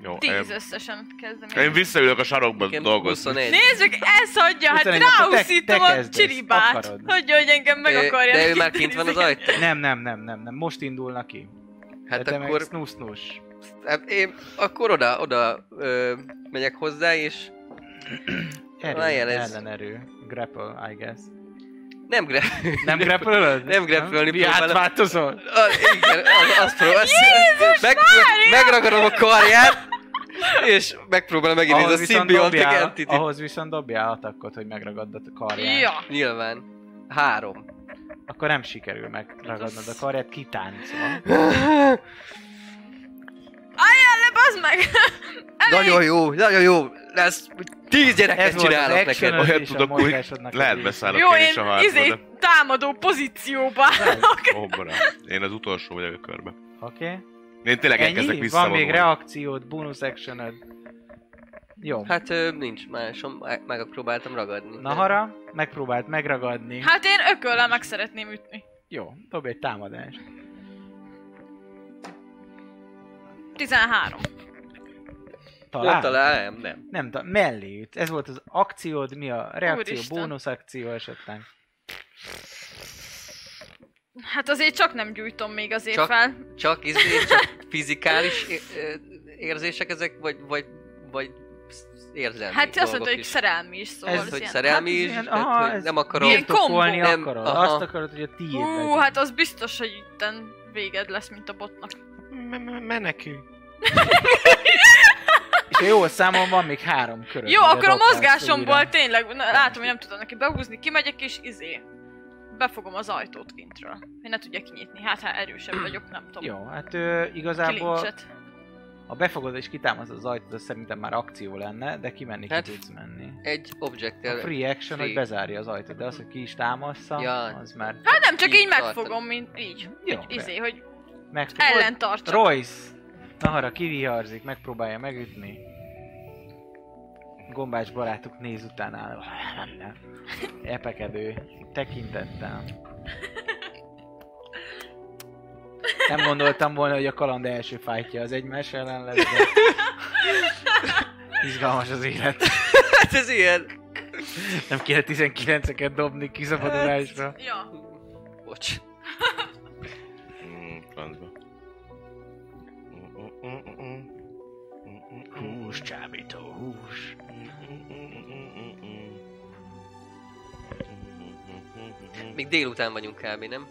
Jó, you. én, Tíz összesen én kezdem. visszaülök a sarokba Igen, dolgozni. 21. Nézzük, ez hagyja, hát 21, akkor te- ráhúszítom te a kezdesz, csiribát. akarod. Hagyja, hogy engem meg Ö, akarja. De ő már kint van az ajtó. ajtó. Nem, nem, nem, nem, nem. Most indulnak ki. Hát de te meg akkor, sznusznus. hát én akkor oda, oda ö, megyek hozzá, és Erő, Várjál, ez- ellenerő. Grapple, I guess. nem gra... Nem grapple Nem grapplölni Mi próbálom. átváltozol? A, igen, az, azt próbál, azt meg, megragadom a karját, és megpróbálom megint ez a symbiotic dobjál, entity. ahhoz viszont dobjál atakot, hogy megragaddad a karját. Ja. Nyilván. Három. Akkor nem sikerül megragadnod a karját, kitáncol. Álljál le, bazd meg! Nagyon jó, nagyon jó. Lesz, tíz gyereket Ez volt az csinálok action, neked. az Olyat és a tudok, hogy mozgásodnak a Lehet része. beszállok Jó, én is a én izé harcba, támadó pozícióba állok. de hobbora. Én az utolsó vagyok a körbe. Oké. Én tényleg elkezdek Ennyi? Van visszavonulni. még reakciód, bonus actioned. Jó. Hát ö, nincs másom, meg próbáltam ragadni. Nahara, megpróbált megragadni. Hát én ököllel meg szeretném ütni. Jó, dobj egy támadást. 13. Talál? Nem találom, nem. Nem, ta- mellé üt. Ez volt az akciód, mi a reakció, Úristen. bónusz akció esetleg. Hát azért csak nem gyújtom még azért Csak- fel. Csak, izé, csak fizikális é- ö, érzések ezek, vagy, vagy, vagy érzelmi Hát azt mondta, dolgok hogy is. szerelmi is szól. Ez, az hogy ilyen- szerelmi hát is, ez ilyen- tehát, aha, hogy ez nem akarok. Ilyen Birtokolni kombó. Nem, akarod. aha. Azt akarod, hogy a tiéd Hú, legyen. hát az biztos, hogy itten véged lesz, mint a botnak. Menekülj. És ha jól számom, van még három köröd. Jó, mire akkor a dobhatsz mozgásomból újra. tényleg, na, látom, hogy nem tudom neki behúzni, kimegyek és izé. Befogom az ajtót kintről. Én ne tudja kinyitni, hát ha erősebb vagyok, nem tudom. Jó, hát ő, igazából Kilincset. ha befogod és kitámasztod az ajtót, az szerintem már akció lenne, de kimenni Hát, ki tudsz menni. Egy object A free action, hogy free. bezárja az ajtót, de az, hogy ki is támassza, Ja. az már Hát nem, csak Így így megfogom, mint így. Jó, Így, izé, hogy meg ellen tartsak. Royce! Nahara kiviharzik, megpróbálja megütni. Gombás barátuk néz utána. Epekedő tekintettel. Nem gondoltam volna, hogy a kaland első fájtja az egymás ellen lesz, de... Izgalmas az élet. Hát ez ilyen. Nem kéne 19-eket dobni kiszabadulásra. Ja. Bocs. Mm, francba. Mm, Hús, csábító, hús. Még délután vagyunk kb, nem?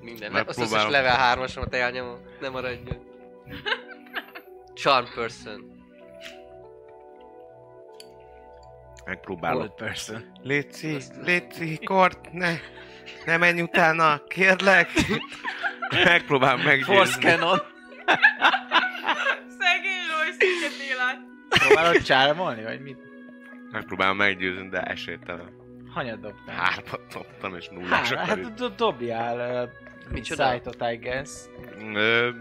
Minden. Le, azt az összes Megpróbálom. level 3-asomat elnyomom. Ne maradjon. Charm person. Megpróbálok. Old person. Léci, Azt- Léci, kort, ne! Ne menj utána, kérlek! Megpróbálom meggyőzni. Canon. Szegény Royce, minket élet. Próbálod csármolni, vagy mit? Megpróbálom meggyőzni, de esélytelen. Hanyat dobtál? Hármat dobtam és nullás Három, hát akarít. do- do- dobjál uh, Micsoda? Insight-ot, I guess.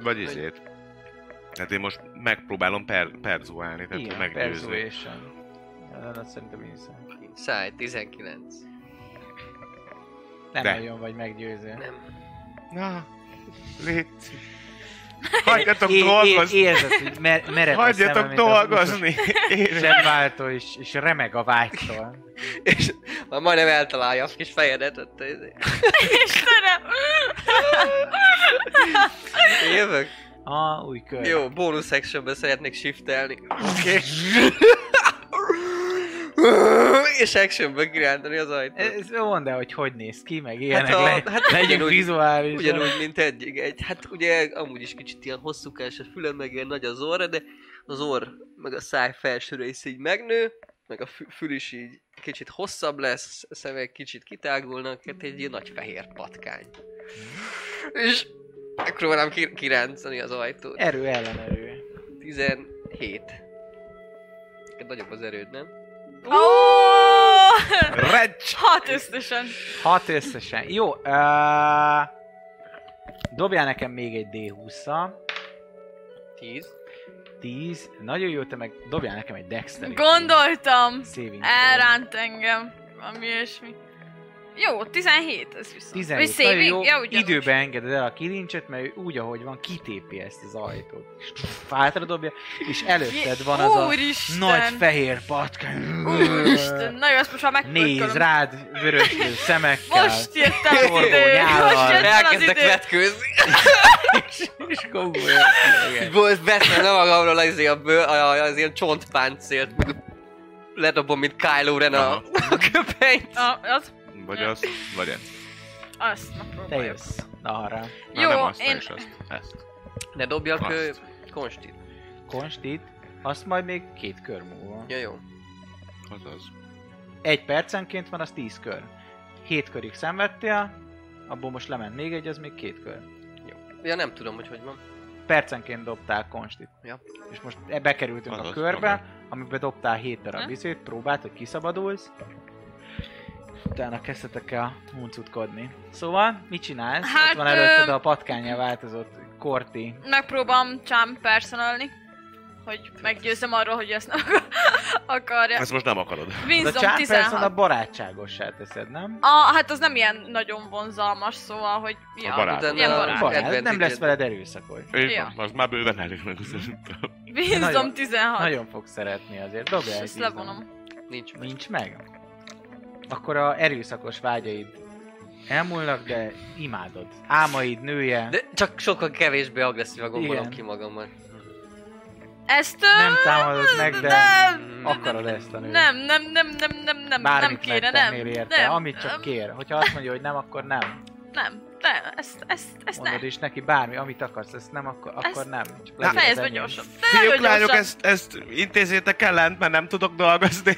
Vagy izét. Tehát én most megpróbálom per, perzuálni, tehát Igen, meggyőzni. Persuasion. Ja, de szerintem Insight. Száj, 19. Nem De. nagyon vagy meggyőző. Nem. Na, Léci. Hagyjatok É- é- dolgozni! Érzed, hogy mer- mered a szemem, Hagyjatok mint a dolgozni! buszos Zsebváltó és, és remeg a vágytól. És már majdnem eltalálja a kis fejedet. Ott, izé. Istenem! Én jövök? Ah, új kör. Jó, bónusz actionbe szeretnék shiftelni. Oké. Ö, és actionből kirántani az ajtót. Ez, mondd el, hogy hogy néz ki, meg ilyenek a- hát hát hát legyünk ugyanúgy- vizuális. Ugyanúgy, mint eddig. Egy, hát ugye amúgy is kicsit ilyen hosszúkás a fülem, meg ilyen nagy az orra, de az orr, meg a száj felső része így megnő, meg a fü- fül is így kicsit hosszabb lesz, a szemek kicsit kitágulnak, hát egy ilyen nagy fehér patkány. És akkor próbálom ki- kirántani az ajtót. Erő ellen erő. 17. Neked nagyobb az erőd, nem? Oh! Recs! Hat összesen. Hat összesen. Jó, uh, dobjál nekem még egy D20-a. 10. 10. Nagyon jó, te meg dobjál nekem egy Dexterity. Gondoltam. Saving throw. Elránt engem. Valami ilyesmi. Jó, 17, ez viszont. 17. Vagy Nagyon saving? jó, Ja, ugyanúgy. időben engeded el a kilincset, mert ő úgy, ahogy van, kitépi ezt az ajtót. És hátra dobja, és előtted van az a Úristen. nagy fehér patkány. Úristen, na jó, ezt most már Néz megpörkölöm. rád vöröslő szemekkel. Most jött el az Torkó idő. nyálal. Most jött el az Elkezdek idő. vetkőzni. is komolyan. Így volt, veszem le magamról az ilyen, bő, az ilyen csontpáncélt, meg ledobom, mint Kylo Ren a, Aha. a köpenyt. Na, az, Vagy az, vagy ez. azt na Te próbáljuk. jössz. Arra. Na, Jó, nem azt, én- én... is azt. Ezt. Ne dobjak Azt. ö, konstit. Konstit. Azt majd még két kör múlva. Ja, jó. Az az. Egy percenként van, az 10 kör. Hét körig szenvedtél, abból most lement még egy, az még két kör. Ja, nem tudom, hogy hogy van. Percenként dobtál konstit. Ja. És most e- bekerültünk Az a az, körbe, amiben dobtál 7 darab Hm? vizét, próbált, hogy kiszabadulsz. Utána kezdtetek el huncutkodni. Szóval, mit csinálsz? Hát, Ott van ö, előtted a patkányá változott Korti. Megpróbálom Cham personalni, hogy meggyőzzem arról, hogy ezt nem akarja. Ezt most nem akarod. De Winston a Charm a 16. barátságossá teszed, nem? A, hát az nem ilyen nagyon vonzalmas, szóval, hogy... Ja, barát. Utána Ilyen a barát. Barát, nem advantage-et- lesz veled erőszakos. Így Ja. van, az már bőven elég meg szerintem. Winston Nagyon- 16. Nagyon fog szeretni azért. Dobja És egy ezt vízom. levonom. Nincs meg. Nincs meg? Akkor a erőszakos vágyaid elmúlnak, de imádod. Álmaid nője. De... De csak sokkal kevésbé agresszívan gombolom Igen. ki magammal. Ezt... Nem ö, támadod meg, de de- Mhm. akarod ezt a nőt. Nem, nem, nem, nem, nem, nem, nem Bármit kéne, nem, megtennél érte, nem, amit csak kér. Hogyha azt mondja, hogy nem, akkor nem. nem, ne, ezt, ezt, ezt ne, Mondod is neki bármi, amit akarsz, ezt nem, akkor, akkor Ezt- nem. Csak Na, legyen fejezd be ennyi. gyorsan, ne Fiúk, nagyon lányok, gyorsan, ezt, ezt intézzétek el lent, mert nem tudok dolgozni.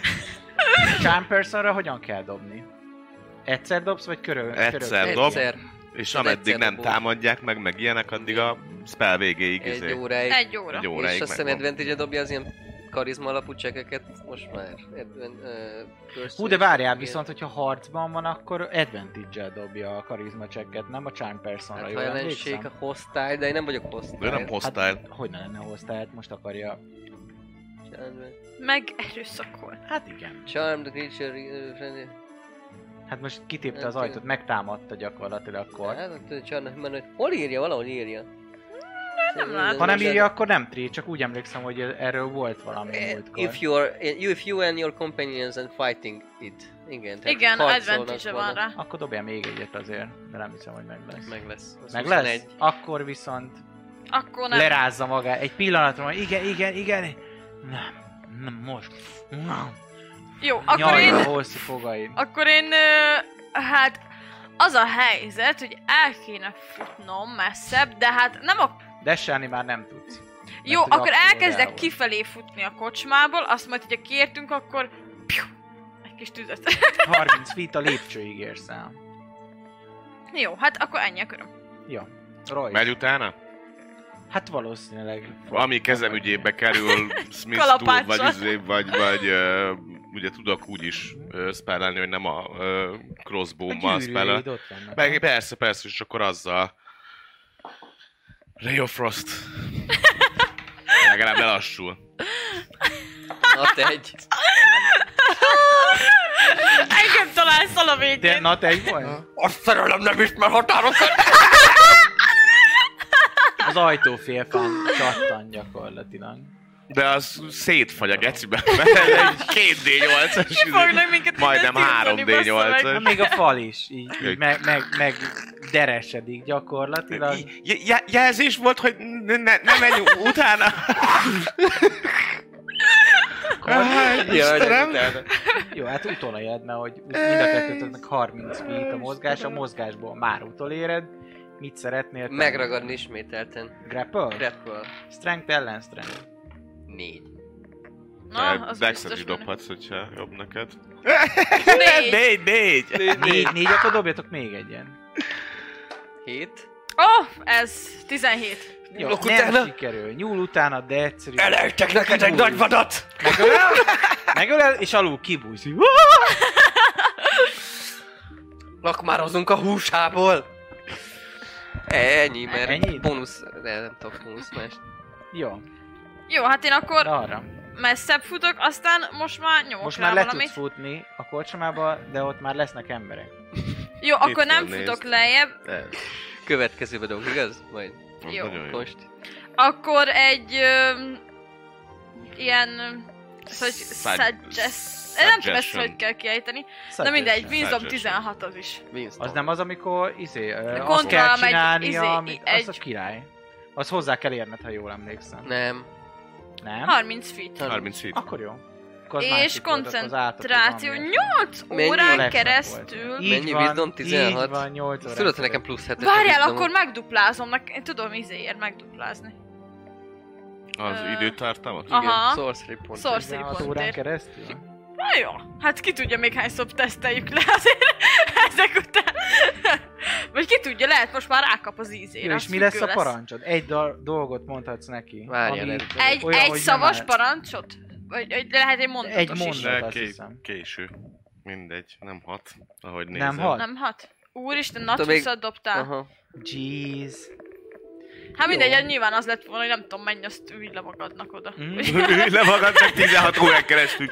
Charm personra hogyan kell dobni? Egyszer dobsz, vagy körül? Egyszer körül? dob. Egyszer, És Ez ameddig egyszer nem dobó. támadják meg, meg ilyenek, addig a spell végéig egy izé. óráig. egy óra. Egy óráig és azt hiszem megvan. advantage dobja az ilyen karizma alapú csekeket most már. Advan, ö, Hú, de várjál, persuasion. viszont, hogyha harcban van, akkor advantage dobja a karizma checket, nem a charm personra, Hát, hát, ha jól emlékszem. Hát, ellenség a hostile, de én nem vagyok hostile. Ő Hát- nem hostile. Hogy ne lenne hoztál, hát most akarja. Meg erőszakol. Hát igen. Charmed creature, ö, friendly. Hát most kitépte Nem az tudom. ajtót, megtámadta gyakorlatilag akkor. Hát, ott Charmed, mert hogy hol írja, valahol írja. nem látom. Ha nem most- írja, akkor nem tri, csak úgy emlékszem, hogy erről volt valami Eh, múltkor. If you are, if you and your companions are fighting it. Igen, tehát Igen, harcolnak advantage van valami. rá. Akkor dobja még egyet azért, de nem hiszem, hogy meg lesz. Meg, Meg Szóval lesz. Az meg 21. lesz? Akkor viszont Akkor nem. nem. lerázza magát. Egy pillanatra, hogy igen, igen, igen. Nem, nem most. Nem. Jó, akkor én, Nyalja hosszú fogai. akkor én, ö, hát az a helyzet, hogy el kéne futnom messzebb, de hát nem a Desselni már nem tudsz. Mert Jó, hogy akkor abszolút el elkezdek volt. kifelé futni a kocsmából, azt majd, hogyha kiértünk, akkor... Piu, egy kis tüzet. 30 feet a lépcsőig érsz el. Jó, hát akkor ennyi a köröm. Ja. Roy. Megy utána? Hát valószínűleg. Ami kezem ügyébe kerül, Smith túl, Kalapáccsal. vagy izé, vagy, vagy ö, ugye tudok úgy is ö, spellelni, hogy nem a ö, crossbow-mal spellel. gyűrűid ott vannak. Meg persze, persze, és akkor azzal... Ray of Frost. Legalább lelassul. Na te egy. Engem találsz a De végén. na te egy vagy? A szerelem nem ismer határokat! Az ajtó félfán csattan gyakorlatilag. De az szétfagy a geciben, mert egy 2D8-as. Ki fognak minket izé. Majdnem innen tiltani, 3D8-as. bassza meg. Na, még a fal is így, így Egy. meg, meg, meg deresedik gyakorlatilag. Je- je- Jelzés volt, hogy ne, ne, ne menj utána. Jaj, de Istenem. utána. Jó, hát utoléred, mert hogy mind a kettőtöknek 30 feet a mozgás, a mozgásból már utoléred. Mit szeretnél? tenni? Megragadni ismételten. Grapple? Grapple. Strength ellen strength. Négy. Na, az Dexet is biztos. dobhatsz, hogyha jobb neked. Négy. Négy, négy! Négy, négy, akkor dobjatok még egyen. Hét. Ó, ez 17. Jó, Nyúlok nem utána? sikerül. Nyúl utána, de egyszerű. Elejtek neked egy Indulj. nagy vadat! Megölel, megölel és alul kibújzi. Lakmározunk a húsából! Ennyi, mert Ennyi? Ennyi? bónusz... De nem tudok bónusz mást. Jó, Jó, hát én akkor arra. messzebb futok, aztán most már nyomok Most rá már le valamit. tudsz futni a kocsmába, de ott már lesznek emberek. Jó, akkor Itt nem van, futok nézd. lejjebb, Következőbe dobunk, igaz? Majd Jó. Nagyon jó. most. akkor egy öm, ilyen... öm, Ez hogy Szag- suggest... Én nem tudom ezt, suggestion. hogy kell kiejteni. Na mindegy, Winsdom Suggestion. 16 az is. Winston. Az nem az, amikor izé, ö, azt Kontroll, kell meg csinálnia, izé, amit, egy- az a király. Az hozzá kell érned, ha jól emlékszem. Nem. Nem? 30 feet. 30 hit. Akkor jó. Akkor az És másik oldalt, az átok, az koncentráció ami- 8 Mennyi órán Legnagyobb keresztül. volt. Így Mennyi Wisdom? 16? Így van, 8 Ezt órán. tudod, hogy nekem keresztül. plusz 7 Várjál, akkor megduplázom, nek- én tudom izéért megduplázni. Az Ö, időtartamot? aha. Sorcery pont. Szor- plusz 16 szép órán pontért. keresztül? Na jó, hát ki tudja még hányszor teszteljük le azért ezek után. Vagy ki tudja, lehet most már rákap az ízére. Jó, és az mi lesz függő a parancsod? Egy dal- dolgot mondhatsz neki. Várjál, ami ez- Egy, olyan, egy hogy szavas nem áll. parancsot? Vagy, vagy lehet egy mondatos Egy is. mondat. De azt ké- hiszem. késő. Mindegy, nem hat, ahogy Nem nézem. hat? Nem hat. Úristen, nagy Tudom, még- húszat dobtál. Aha. Jeez. Hát mindegy, Jó. hát nyilván az lett volna, hogy nem tudom, menj azt ülj le magadnak oda. Mhm. Ülj le magad csak 16 órán keresztül.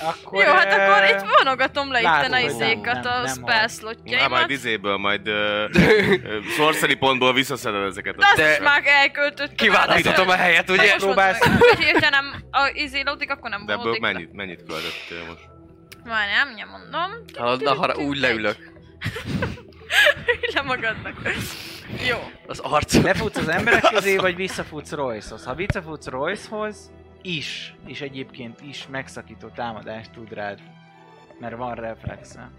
Akkor, Jó, hát eh, akkor itt vonogatom le látom, itt a hogy nem, izékat, nem, a nem hal. spell Na, majd slotjaimat. izéből, majd ö, ö, sorcery pontból visszaszeded ezeket. De azt De- is már elköltöttem. Kiválaszthatom a helyet, Hát ugye? most próbálsz. Egy hirtelen nem a izé lódik, akkor nem De ebből vonódik le. mennyit, mennyit költöttél most? Már nem, nem mondom. Hallod, Hát, na, hara, úgy leülök. Ülj le magadnak. Jó. Az arcom. Lefutsz az emberek közé, vagy visszafutsz Royce-hoz. Ha visszafutsz Royce-hoz, is, és egyébként is megszakító támadást tud rád. Mert van reflexe.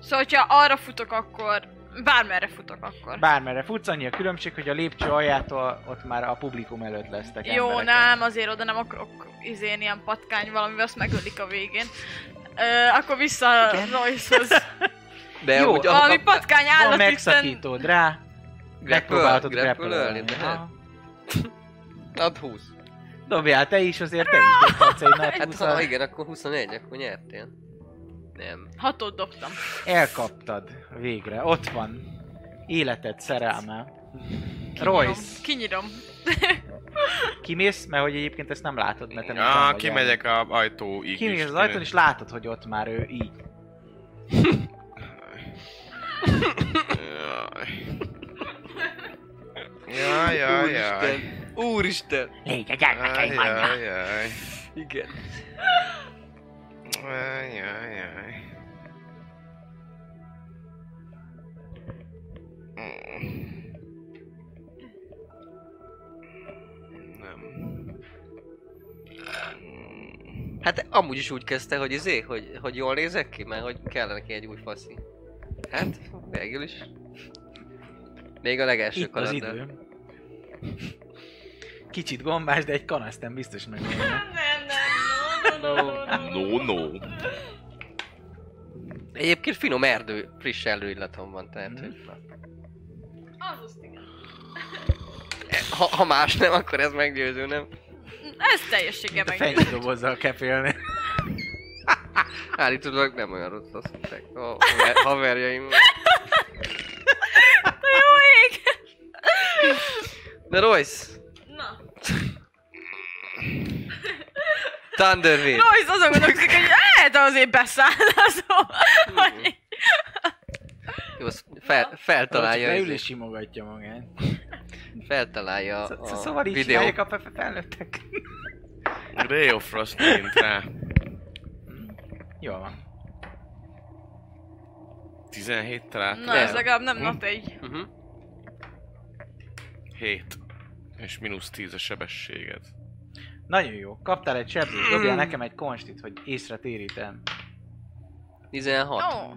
Szóval, hogyha arra futok, akkor... Bármerre futok, akkor. Bármerre futsz, annyi a különbség, hogy a lépcső aljától ott már a publikum előtt lesztek Jó, emberek. nem, azért oda nem akarok izén ilyen patkány valamivel, azt megölik a végén. Ö, akkor vissza Royce-hoz. De Jó, úgy Valami a... patkány Van állat itten. megszakítód rá, megpróbálhatod Grappölölni, grappölölni. de... hát- Aha. Ad 20. Dobjál te is, azért te is dobhatsz egy nagy Hát ha húszat. igen, akkor 21, akkor nyertél. Nem. Hatot dobtam. Elkaptad végre, ott van. Életed szerelme. Kinyirom. Royce, Kinyirom. kimész, mert hogy egyébként ezt nem látod, mert te még fenn Ah, vagy kimegyek a ajtóig Kimész is, az ajtón, és látod, hogy ott már ő így. Jaj. Jaj, jaj, jaj. Úristen. Úristen. Légy a Jaj, jaj, jaj. Igen. Jaj, jaj, jaj. Nem. Hát amúgy is úgy kezdte, hogy izé, hogy, hogy jól nézek ki, mert hogy kellene neki egy új faszi. Hát, végül is. Még a legelső Itt az kalandnál. idő. Kicsit gombás, de egy kanasztán biztos meg. Nem, nem, no, no, no, No, no, no. Egyébként finom erdő, friss erdőillatom van, tehát Mhm. hogy na. Az azt igen. Ha, ha más nem, akkor ez meggyőző, nem? Ez teljessége Mint a meg. fenyődobozzal kefélni. Állítólag nem olyan rossz, azt mondták. A haverjaim. Jó ég! De Royce! Na, Thunderwave! Royce azon gondolkodik, hogy lehet azért beszállásol. Hogy... Jó, azt fel, feltalálja, Beül izé, és simogatja magát. feltalálja Szó- a szó- Szóval így videó. csinálják a fe- fe- felnőttek. Ray of Frost megint rá. Hm. Jól van. 17 Hát talált. Na, ez Nem. legalább nem nap egy. Mhm. 7. És mínusz 10 a sebességed. Nagyon jó. Kaptál egy sebzést, dobjál nekem egy konstit, hogy észre térítem. 16. Ó,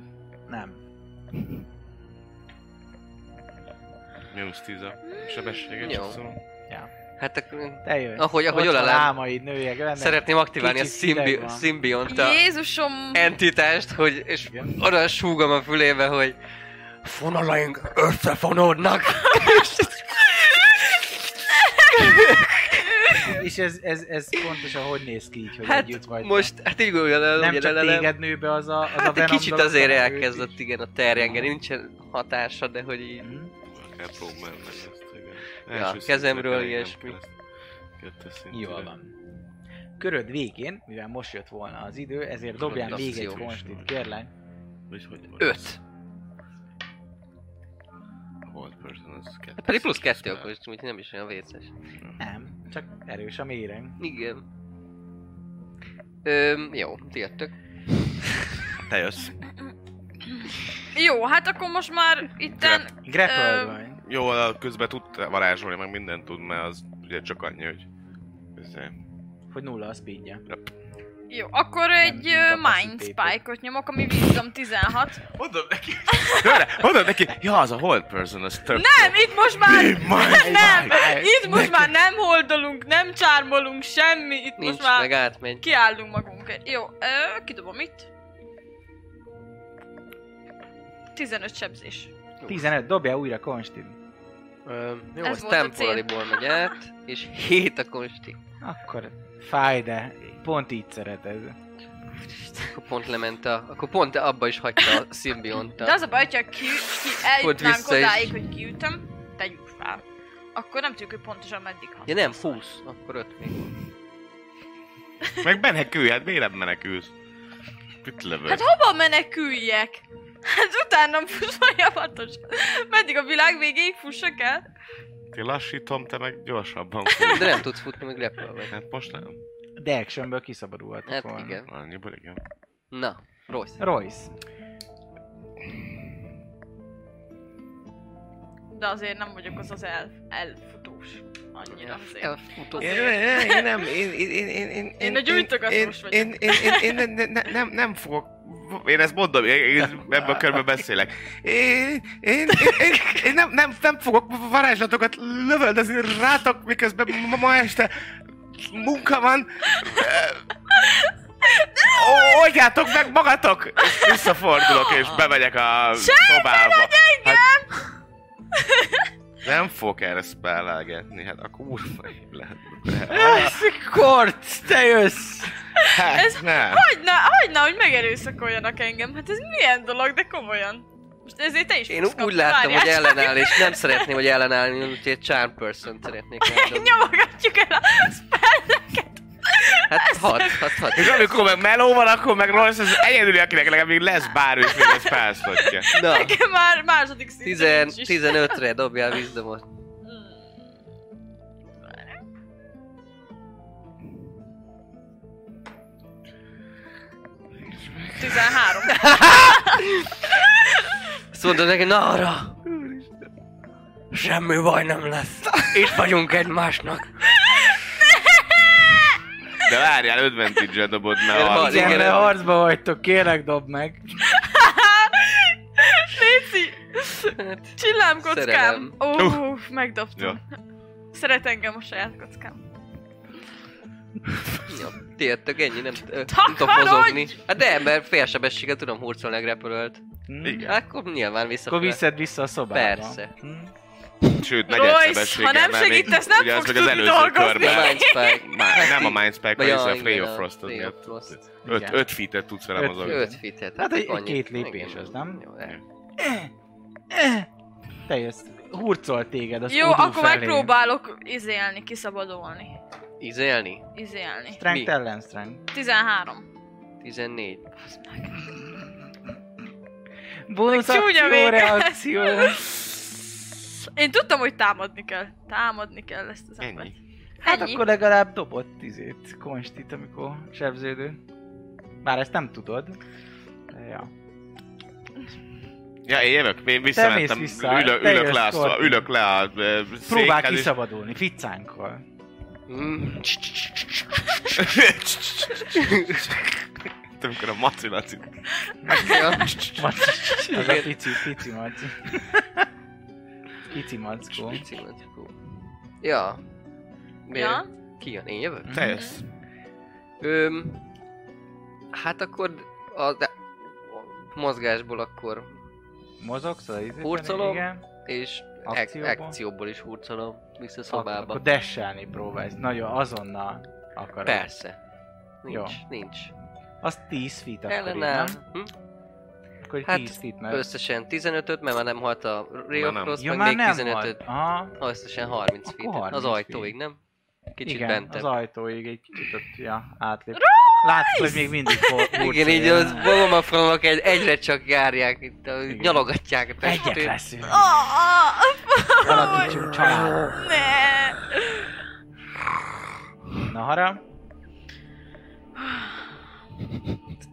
Nem. Mínusz 10 a sebességet Jó. csak szól. Hát ak- Te jössz. Ahogy- ahogy Ott van Olalám. álmaid nőjek benne. szeretném aktiválni a Kicsit hideg szimbi- van. szimbionta Jézusom! entitást, hogy, és Igen. oda súgom a fülébe, hogy fonalaink összefonódnak. És ez, ez, ez pontosan hogy néz ki így, hogy Hát együtt vagy. most, hát így gondolom, nem hogy csak elelem. téged nő be az a, az a Hát egy Venom kicsit dolog, azért hanem őt elkezdett igen a terjengeni, nincsen hatása, de hogy így... is. Mhm. Kell próbálni meg ezt, igen. Ja, Első kezemről szintre ilyesmi. kell ezt. Kettő szintre. Jól van. Köröd végén, mivel most jött volna az idő, ezért dobjál még egy Kondició. konstit, kérlek. Vagy hogy van ez? Öt. A Hold person az kettő. Hát Pedig plusz szintre. Szóval. kettő okos, úgyhogy nem is olyan véces. Nem, csak erős a mérem. Igen. Öm, jó, ti jöttök. Te jössz. Jó, hát akkor most már itten... Grappled Ö, vagy. Jó, de közben tud varázsolni, meg mindent tud, mert az ugye csak annyi, hogy... Ezért. Hogy nulla a speedje. Jó, akkor egy ö, Mind Spike-ot nyomok, ami vízdom 16. Mondom neki, Tőle, mondom neki, ja, az a hold person, az tök Nem, itt most már... Mi? My, Nem! my. Itt most már nem holdolunk, nem csármolunk, semmi. Itt Nincs, most már meg átmegy. kiállunk magunkért. Jó, ö, kidobom itt. 15 sebzés. 15, dobjál újra konstit. Öm, jó, Ez ez, ez volt a cél. temporaliból megy át, és hét a konsti. Akkor fáj, de pont így szereted. Akkor pont lement a... Akkor pont abba is hagyta a szimbionta. De az a baj, hogyha ki, ki Fogd eljutnánk vissza is. odáig, hogy kiütöm, tegyük fel. Akkor nem tudjuk, hogy pontosan meddig hat. Ja nem, 20, akkor 5 még van. Meg menekülj, hát miért nem menekülsz? Mit lövök? Hát hova meneküljek? Hát utána fuss folyamatosan. Meddig a világ végéig fussak el? Én lassítom, te meg gyorsabban. De nem tudsz futni, meg repül vagy. Hát most nem. De actionből kiszabadulhatok Hát volna. igen. Annyiból igen. Na, rossz. Royce. De azért nem vagyok az az elf, elfutós. Annyira azért. Elfutó. Én- Én nem, én, én, én, én, én, Én a gyújtogatós vagyok. Én, én, én, én, én ne, ne, nem, nem fogok én ezt mondom, én, én ebben a körben beszélek. Én, én, én, én, én nem, nem, nem fogok varázslatokat lövöldözni rátok, miközben ma, ma este munka van. Ó, Oldjátok meg magatok! És visszafordulok, és bemegyek a szobába. Hát, nem fogok erre spellelgetni, hát a kurva épp lehet. Ez kort, te jössz! Hát, Ez nem. Hagyna, hagyna, hogy megerőszakoljanak engem. Hát ez milyen dolog, de komolyan. Most ezért te is Én fogsz úgy kapni, láttam, várjál. hogy ellenáll, és nem szeretném, hogy ellenállni, úgyhogy egy charm person szeretnék eldobni. Nyomogatjuk el a spelleket. Hát hat, hat, hat. És amikor meg meló van, akkor meg Royce az egyedül, akinek legalább még lesz bár, és még ezt felszotja. Na, Nekem már második szinte tizen- nincs is. 15-re dobjál vízdomot. Tizenhárom. Azt mondom neki, na arra! Semmi baj nem lesz. Itt vagyunk egymásnak. De várjál, advantage-e dobod, mert Én arra. van. Igen, igen, mert ez- harcba vagytok, kérlek dob meg. Léci! Hát, Csillám kockám! Szerelem. Ó, uh. megdobtam. Ja. Szeret engem a saját kockám. jó. Ti jöttök, ennyi, nem, ö, nem tudok Takarodj! mozogni. Hát de, mert félsebességet tudom hurcolni, megrepülölt. Hm? Igen. Hát Akkor nyilván vissza. Akkor viszed vissza a szobába. Persze. Hm? Sőt, negyed Royce, sebességgel, ha nem mert még- segítesz, nem ugye az fogsz meg az tudni előző dolgozni. körben. Már, Hát nem a így- Mind Spike, Vagy hanem a igen, Flay of a Frost. az Ray of miatt. Frost. Öt, Igen. öt feet-et tudsz vele Öt mozogni. feet. 5 fitet. Hát egy- annyit. egy-két lépés Igen. az, nem? Jó, el- Eh, eh, Te jössz. Hurcol téged az Jó, udú akkor felé. megpróbálok izélni, kiszabadulni. Izelni? Izélni. Strength Mi? ellen strength. 13. 14. Bónusz Csúnya akció, vége. reakció. Én tudtam, hogy támadni kell. Támadni kell ezt az Ennyi. embert. Hát Ennyi. akkor legalább dobott izét, konstit, amikor sebződő. Bár ezt nem tudod. Ja. Ja, én jövök, én visszamentem, vissza, ülök, te ülök jössz, le a szó, Korti. ülök le a ö, Próbál székhez, és kiszabadulni, ficcánkkal. Mm. Te amikor a Maci Laci. Ja. Maci, az a pici, pici maci. Pici mackó. Spici mackó. Ja. Miért? Ja? Ki jön? Én jövök? Te jössz. Öm, hát akkor a de, a mozgásból akkor, Mozogsz az izében? Hurcolom. Igen. és akcióból, Akcióból? ek, akcióból is hurcolom vissza Akkor, szobába. akkor desselni próbálsz. Nagyon azonnal akarod. Persze. Nincs, Jó. nincs. Az 10 feet akkor így, Ellenáll. nem? Hm? Akkor Hát, hát, 10 feet, mert... Összesen 15-öt, mert már nem halt a Ray Már of nem. Frost, ja, meg már még nem volt. 15-öt. Aha. Ah, Összesen 30 Akkor feet. Az 30 ajtóig, nem? Kicsit Igen, az bentebb. ajtóig egy kicsit ott, ja, átlép. Látszik, hogy még mindig fo- Igen, így furcsa, az ja. magam a falak egy, egyre csak járják, itt, a- nyalogatják a Egyet testét. leszünk. Ah, Alakítsunk család. ne! Na hara,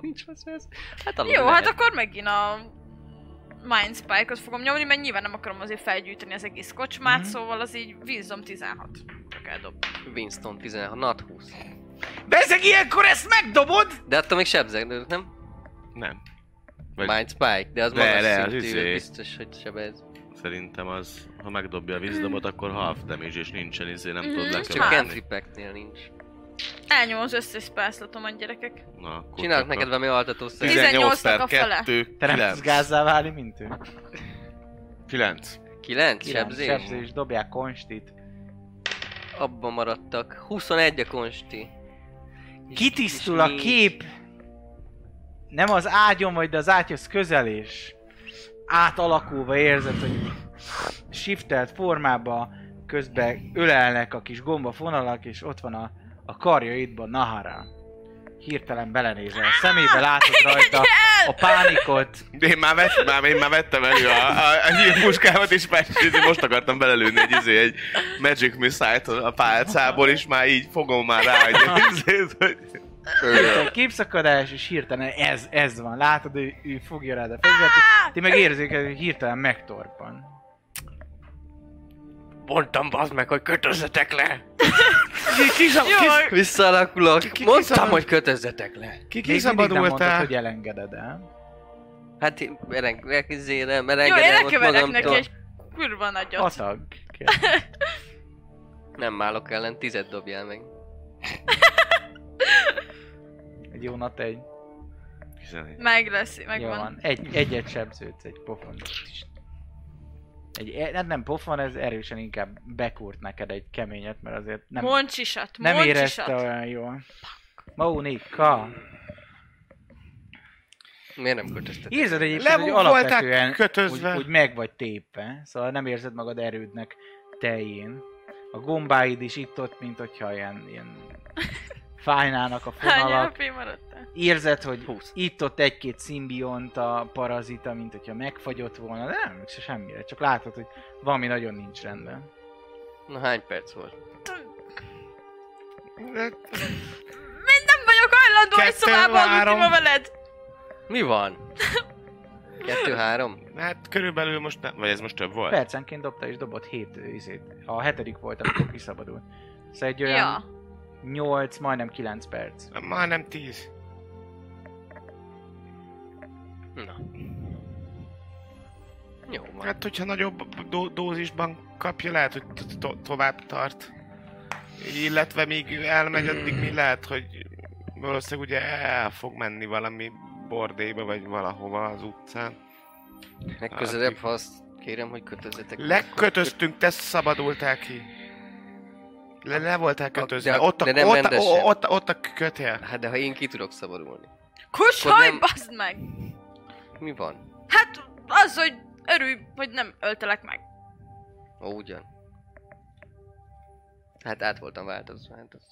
Nincs az ez. Hát aludni Jó, hát lehet. akkor megint a Mind Spike-ot fogom nyomni, mert nyilván nem akarom azért felgyűjteni az egész kocsmát, Mhm. szóval az így vízom 16. Csak eldob. hát Winston 16, nat 20. Bezzeg ilyenkor ezt megdobod? De attól még sebzek, nem? Nem. Vagy- Mind Spike, de az De, magas de, az szintű, izé. biztos, hogy sebez. Szerintem az, ha megdobja a vízdomot, akkor half damage, és nincsen izé, nem Mhm, tudod csak Csak Már. lekövetni. Kentripeknél nincs. Elnyomom az összes spászlatomat, gyerekek. Na, akkor Csinálok csak a neked valami altató szert. 18 18 -nak a per fele. 2, Te nem 9. tudsz gázzá válni, mint ő. 9. 9 Kilenc sebzés? Sebzés, dobják konstit. Abban maradtak. 21 a konsti. És- Kitisztul és a négy. kép. Nem az ágyon vagy, de az ágyhoz közelés. Átalakulva érzed, hogy shiftelt formába közben ölelnek a kis gombafonalak, és ott van a, a karjaidban Nahara. Hirtelen belenézel a szemébe, látod rajta a pánikot. Én már, vett, már, én már vettem elő a, a, a nyílpuskámat, és már így most akartam belelőni egy, izé, egy Magic Missile-t a pálcából, és már így fogom már rá, hogy, izé, hogy... Hirtelen képszakadás, és hirtelen ez, ez van. Látod, ő, ő fogja rád a fegyvert, ti meg érzékeled, hogy hirtelen megtorpan. Mondtam, bazd meg, hogy kötözzetek le! Visszaalakulok. ki- Mondtam, kiszabad- hogy kötözzetek le. Ki Még mindig nem mondtad, kiszabadultál? hogy elengeded el. Hát én mereng, mereng, Jó, én merengedem ott elköverek neki magamtól. egy kurva nagyot. Atag. Nem állok ellen, tizet dobjál meg. Egy jó nat egy. 11. Meg lesz, Jó megvan. van. Egy, egyet sebződsz, egy pofon. Egy, e- nem, nem pofon, ez erősen inkább bekúrt neked egy keményet, mert azért nem, Moncsisat, nem érezte moncsisat. olyan jól. Mónika! Miért nem kötöztetek? Érzed Le egyébként, hogy volták alapvetően úgy, kötözve. úgy meg vagy tépve, szóval nem érzed magad erődnek teljén. A gombáid is itt-ott, mint hogyha ilyen, ilyen fájnának a Hány fonalak. HP maradtál? érzed, hogy itt-ott egy-két szimbionta, parazita, mint hogyha megfagyott volna, de nem, se semmire, csak látod, hogy valami nagyon nincs rendben. Na hány perc volt? Mind nem vagyok hajlandó egy Kettő, szobába aludni három. ma veled. Mi van? Kettő, három? Hát körülbelül most nem, vagy ez most több volt? Percenként dobta és dobott 7 izét. A hetedik volt, amikor kiszabadult. Szóval egy olyan Ja. 8, majdnem 9 perc. Már nem tíz. Na. Jó van. Hát, hogyha nagyobb dó- dózisban kapja, lehet, hogy to- to- tovább tart. Illetve míg elmegy, addig mi lehet, hogy valószínűleg ugye el fog menni valami bordéba, vagy valahova az utcán. Legközelebb, ha azt kérem, hogy kötözzetek. le, akkor Lekötöztünk, te szabadultál ki. Le, le voltál kötözve. de- Ott a, de nem ott, a, rendesen. ott, a, ott a kötél. köt- Hát de ha én ki tudok szabadulni. Kus Akkor haj, nem- bazd meg! Mi van? Hát az, hogy örülj, hogy nem öltelek meg. Ó, ugyan. Hát át voltam változva, hát az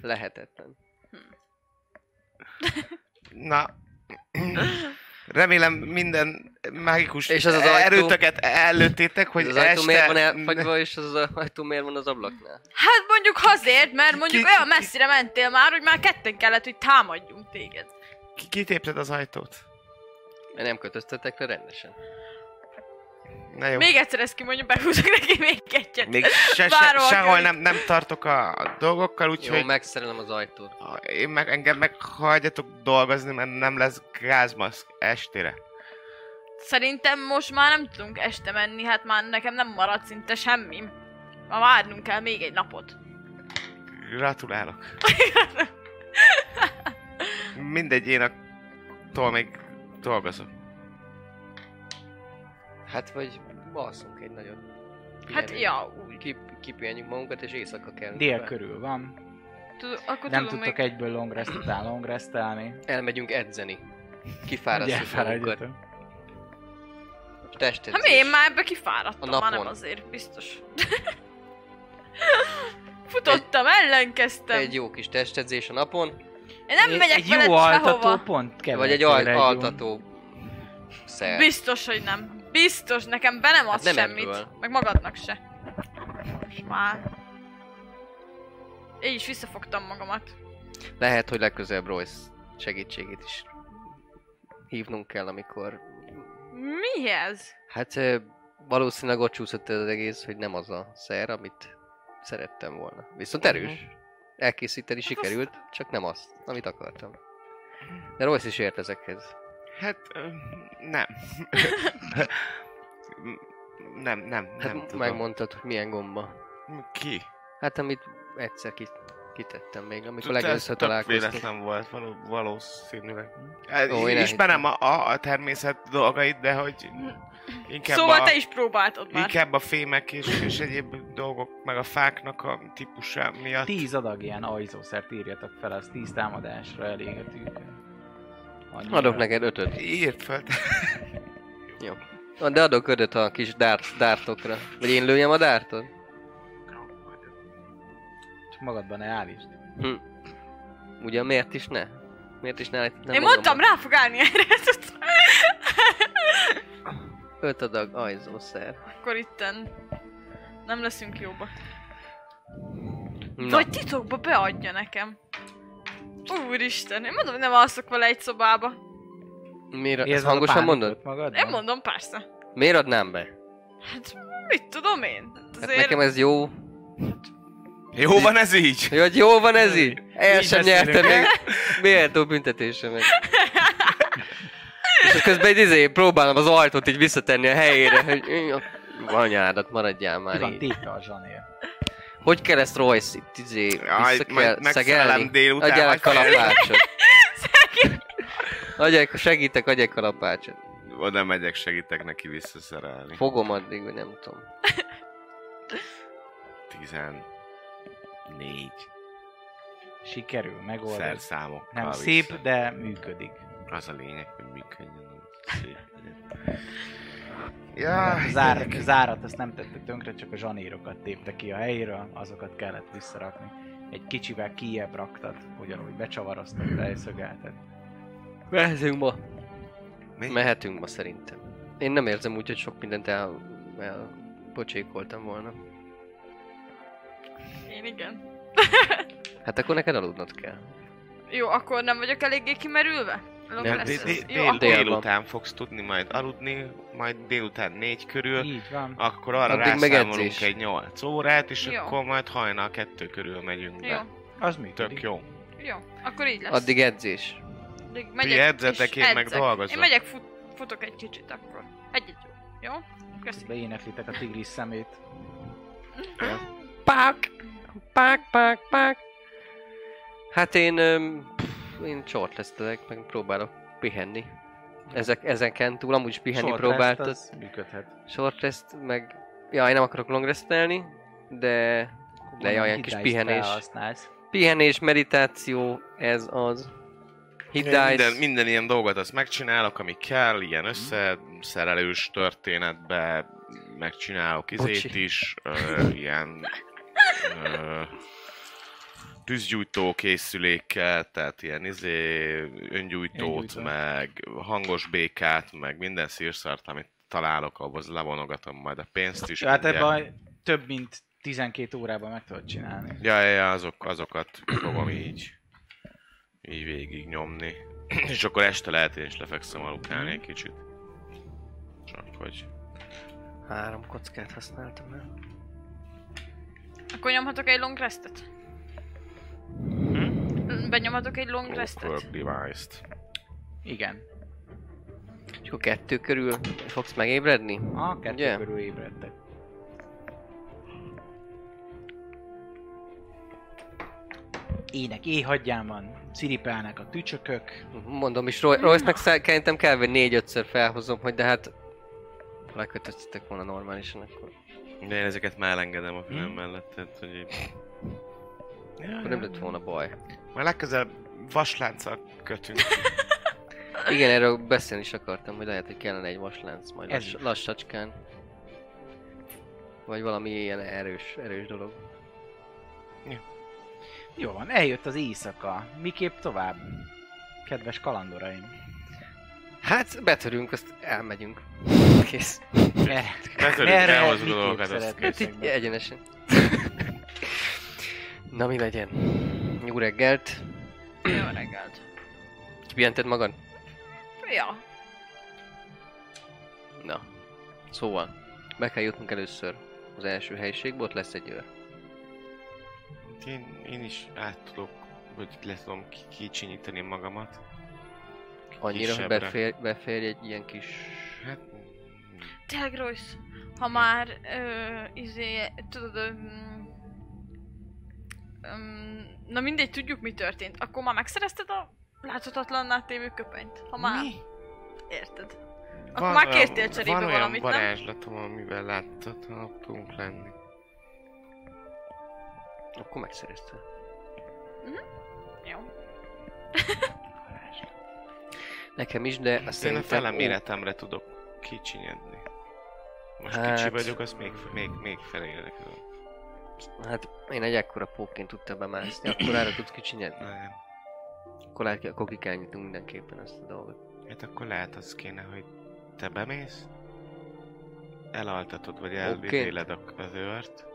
lehetetlen. Na. Remélem minden mágikus És az az ajtó- erőtöket előttétek, hogy Hogy az este... ajtó miért van elfagyva, és az a- ajtó miért van az ablaknál? Hát mondjuk azért, mert mondjuk Ki- olyan messzire mentél már, hogy már ketten kellett, hogy támadjunk téged. Ki- Kitépted az ajtót? Mert nem kötöztetek le rendesen. Na jó. Még egyszer ezt kimondja, behúzok neki még egyet. Még se, se, Várolok, sehol hogy- nem, nem tartok a dolgokkal, Jó, úgyhogy megszerelem az ajtót. ha én meg, engem meg hagyjatok dolgozni, mert nem lesz gázmaszk estére. Szerintem most már nem tudunk este menni, hát már nekem nem marad szinte semmi. Ma várnunk kell még egy napot. Gratulálok. Mindegy, én attól még dolgozom. Hát vagy alszunk egy nagyot. Hát Pihenünk. ja, úgy. Kip, kipihenjük magunkat, és éjszaka kell. Dél körül van. Tud, akkor Nem tudom tudtok még... egyből long rest után long restelni. Elmegyünk edzeni. Ugye, Kifárasztjuk magunkat. felhagyjatok. Testedzés. Hát mi, én már ebbe kifáradtam, A már nem napon. azért, biztos. Futottam, ellenkeztem. Egy jó kis testedzés a napon, Én nem Egy- megyek egy veled jó altató sehova. pont kell. vagy egy al- altató szer. Biztos, hogy nem. Biztos, nekem be nem adsz Hát nem semmit. ebből. Meg magadnak se. Most már. Így is visszafogtam magamat. Lehet, hogy legközelebb Royce segítségét is hívnunk kell, amikor... Mi ez? Hát ö, valószínűleg ott csúszott ez az egész, hogy nem az a szer, amit szerettem volna. Viszont Mhm. erős. Elkészíteni Hát sikerült, csak nem azt, amit akartam. De Royce is ért ezekhez. Hát, ö, nem. nem, nem, Hát nem nem tudom. megmondtad, hogy milyen gomba. Ki? Hát amit egyszer ki, kitettem még, amikor Tud- ez legelőször tök találkoztunk. Véletlen volt, való, valószínűleg. Ó, Ó, én én elhittem. ismerem a, a, a természet dolgait, de hogy inkább szóval a, te is próbáltad már. inkább a fémek és, és egyéb dolgok, meg a fáknak a típusa miatt. Tíz adag ilyen ajzószert írjatok fel, az tíz támadásra elégetünk. Adok neked ötöt. Írd fel, De adok ötöt a kis dárt, dártokra. Vagy én lőjem a dártot? Csak magadban ne állítsd. Ugye miért is ne? Miért is ne állít- nem Én magamra? mondtam, rá fog állni erre. tudod? Öt adag ajzószer. Akkor itten nem leszünk jóba. Na, Vagy titokba beadja nekem. Úristen, én mondom, hogy nem alszok vele egy szobába. miért, Érzed ezt a hangosan pánikot mondod? Magadban? Én mondom, persze. Miért adnám be? Hát mit tudom én? Hát Hát azért... nekem ez jó. Jó van ez így? Jó, hogy jó van ez így? El Így sem beszélünk. nyertem még méltó büntetésemet. És közben egy izé, próbálom az ajtót így visszatenni a helyére, hogy "Ú, anyádat, maradjál Ki már van így. téta a zsanér. Hogy kell ezt Royce itt izé, vissza Aj, kell majd megszerelem szegelni? délután. Adjál majd egy kalapácsot. Adjál, segítek, adjál kalapácsot. fel- Oda megyek, segítek neki visszaszerelni. Fogom addig, hogy nem tudom. 14 Sikerül, megoldod. szerszámokkal Nem vissza. szép, de működik. Az a lényeg, hogy működjön. az szép. Jaj, Zár, gyerekek. zárat azt nem tette tönkre, csak a zsanírokat tépte ki a helyéről, azokat kellett visszarakni. Egy kicsivel kijebb raktad, ugyanúgy becsavaroztad, leszögelted. Mehetünk ma. Mi? Mehetünk ma szerintem. Én nem érzem úgy, hogy sok mindent el, el pocsékoltam volna. Én igen. Hát akkor neked aludnod kell. Jó, akkor nem vagyok eléggé kimerülve? Long Nem, lesz Dél- Hát ez. dél- Jó, dél- akkor dél- Délután fogsz tudni majd aludni, majd délután négy körül, Így van. akkor arra Addig meg rászámolunk edzés. egy 8 órát, és Jó. akkor majd hajnal kettő körül megyünk jó, be. Az Tök működik. jó. jó. Akkor így lesz. Addig edzés. Addig Ti edzetek, és én meg edzek. dolgozom. Én megyek, fut, futok egy kicsit akkor. Egy-egy jó. Jó? Köszi. Beéneklitek a tigris szemét. Pák! Pák, pák, pák! Hát én... öm, Pff, én csort lesztelek, meg próbálok pihenni. Ezek, ezeken túl amúgy is pihenni Short rest, próbáltad. az működhet. Short rest, meg... Ja, én nem akarok long restelni, de... De jaj, ilyen kis pihenés. Használsz. Pihenés, meditáció, ez az. Hit Én dice. Minden, minden ilyen dolgot azt megcsinálok, ami kell, ilyen összeszerelős történetbe megcsinálok izét Bocsi. is, ö, ilyen ö, tűzgyújtó készülékkel, tehát ilyen izé, öngyújtót, Öngyújtó. meg hangos békát, meg minden szírszart, amit találok, ahhoz levonogatom majd a pénzt is. Jó, hát mindjárt. ebben több mint 12 órában meg tudod csinálni. Ja, ja, ja azok, azokat fogom így, így végig nyomni. És akkor este lehet, én is lefekszem aludni egy kicsit. Csak hogy Három kockát használtam el. Akkor nyomhatok egy long restet? Hm? Benyomhatok egy long restet? Awkward device-t. Igen. És akkor kettő körül fogsz megébredni? A kettő Ugye? körül ébredtek. Ének éhagyján van, ciripelnek a tücsökök. Mondom is, Roy- Royce-nak szá- szerintem kell, hogy négy-ötször felhozom, hogy de hát... Ha lekötöztetek volna normálisan, akkor, De én ezeket már elengedem a fülem Hmm? mellett, tehát hogy így... akkor nem lett volna baj. Már legközelebb vaslánccal kötünk. Igen, erről beszélni is akartam, hogy lehet, hogy kellene egy vaslánc majd Ez lass- is. lassacskán. Vagy valami ilyen erős, erős dolog. Jó van, eljött az éjszaka. Miképp tovább? Kedves kalandoraim. Hát betörünk, azt elmegyünk. Kész. Merre- Betörünk, merre elhozzuk a miképp dolgokat, azt szeretnétek kész. be- Ja, egyenesen. Na mi legyen? Jó reggelt. Jó reggelt. Pihented magad? Ja. Na. Szóval, be kell jutnunk először az első helyiségbe, ott lesz egy őr. Én, én is át tudok, vagy le tudom ki- kicsinyíteni magamat. Annyira, hogy Kisebbre. befér, beférj egy ilyen kis... Hát... Tényleg, Royce, ha már, ö, izé, tudod, ö, mm, öm, na mindegy, tudjuk mi történt. Akkor már megszerezted a láthatatlanná tévő köpenyt? Ha már... Mi? Érted? Akkor már olyan- kértél cserébe van olyan valamit, nem? varázslatom, amivel láthatóak tudunk lenni. Akkor megszerezted. Mhm. Jó. Nekem is, de azt Azt én a szerintem... felem életemre tudok kicsinyedni. Most Hát- kicsi vagyok, azt még, még, még felélek. Hát én egy ekkora póként tudtam bemászni, akkor erre tudsz kicsinyedni. Nem. Akkor, lehet, akkor ki kell nyitnunk mindenképpen azt a dolgot. Hát akkor lehet az kéne, hogy te bemész, elaltatod, vagy elvitéled a- az őrt.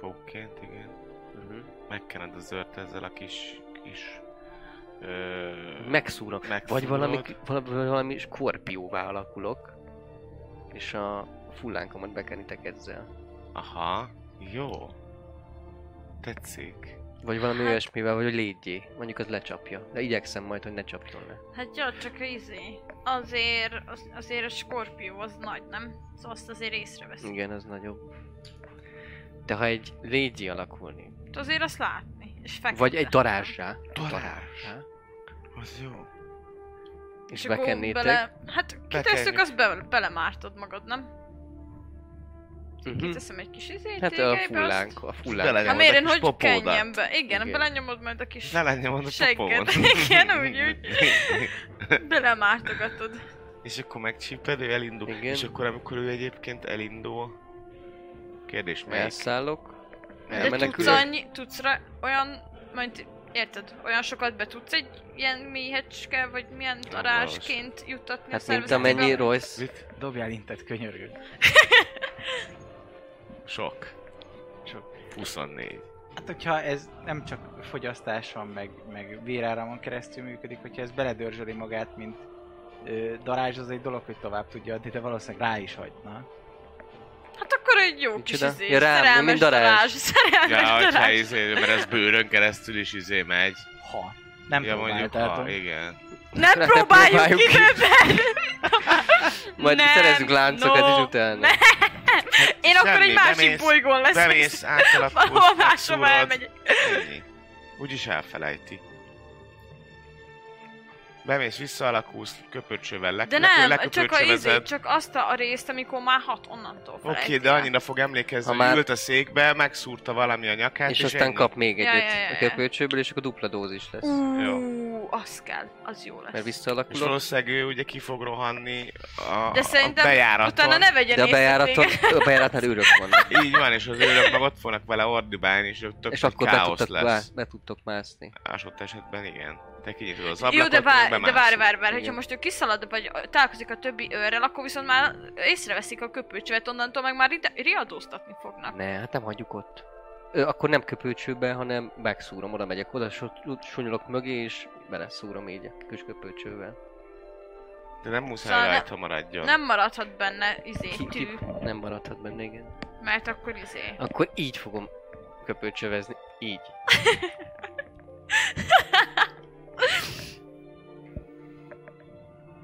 Pókként, igen. Uh-huh. Megkened az őrt ezzel a kis... kis ö, Megszúrok. Vagy valami, megszúrod. valami, valami skorpióvá alakulok, és a fullánkomat bekenitek ezzel. Aha, jó. Tetszik. Vagy valami Hát- hát... olyasmivel, vagy hogy légyé. Mondjuk az lecsapja. De igyekszem majd, hogy ne csapjon le. Hát jó, csak izé. Azért, az, azért a skorpió az nagy, nem? Szóval azt azért Hm. észreveszi. Igen, az nagyobb. De ha egy légyé alakulni, Hát Azért azt látni. És fekete. vagy egy darázsá, Darázs. darázsá Az jó. és akkor bekennétek, Bele... Hát kitesszük, Bekenjük. azt be, belemártod magad, nem? Mhm. Kiteszem egy kis izét hát a tégelybe, azt- fullánk, a fullánk. Belenyomod Hát a miért én kis hogy popódat. kenjem be? Igen, Igen. belenyomod majd a kis Ne lenjen mondom segget. Igen, úgy, úgy. Belemártogatod. És akkor megcsíped, ő elindul. Igen. És akkor amikor ő egyébként elindul... Kérdés, melyik? Elszállok, De tudsz elmenekülök. annyi, tudsz rá olyan, majd érted, olyan sokat be tudsz egy ilyen méhecske, vagy milyen darásként juttatni Hát a mint amennyi szervezetedbe? Royce Mit? Dobjál intet, könyörgő. Sok. Sok. 24. Hát, hogyha ez nem csak fogyasztás van, meg, meg véráramon keresztül működik, hogyha ez beledörzsöli magát, mint ö, darázs, az egy dolog, hogy tovább tudja adni, de valószínűleg rá is hagyna. Hát akkor egy jó kis Micsoda? izé, Ja, rám, nem, szerelmes mint darázs. darázs, szerelmes Ja, hogyha darázs. izé, mert ez bőrön keresztül is izé megy. Ha. Nem ja, mondjuk, ha, próbáltátok. igen. Nem Ne próbáljuk próbáljuk ki. időben! Majd Nem, szerezünk láncokat no, is utána. ne. Én akkor semmi, egy másik bemész- bolygón leszek. Bemész, átalakul, Valahol máshova elmegyek. Ennyi. Úgyis elfelejti. Bemész, visszaalakulsz, köpöcsővel le, De nem, csak, a izé, leköpöcsövezed. csak azt a részt, amikor már hat onnantól Oké, felejti de el. annyira fog emlékezni, Ha hogy már- ült a székbe, megszúrta valami a nyakát, és, és aztán Hát ennyi. kap még Ja, egyet ja, ja, ja. a köpőcsőből, és akkor dupla dózis lesz. Ú, az kell, az jó lesz. Mert És visszaalakulok. valószínűleg ő ugye ki fog rohanni a, De szerintem a bejáraton. Utána ne vegyen De a észre bejáraton, téged. a bejáratnál őrök vannak. Így van, és És az őrök meg ott fognak vele ordibálni, és tök És akkor be káosz tudtok, lesz. lá- be tudtok mászni. Másott esetben igen. Te kinyitod az ablakot, Jó, de várj, de bemászol. várj, várj, várj, hogyha Igen. most ő kiszalad, vagy találkozik a többi őrrel, akkor viszont már észreveszik a köpőcsövet, onnantól meg már ide- riadóztatni fognak. Ne, hát nem hagyjuk ott. Ö, akkor nem köpőcsőbe, hanem megszúrom, oda megyek oda, so- sunyolok mögé, és beleszúrom így a kis köpőcsővel. De nem muszáj Szóval szóval ne- rajta maradjon. Nem maradhat benne izé Ki- ki- tű, Nem maradhat benne, igen. mert akkor izé. Akkor így fogom köpölcsövezni. Így.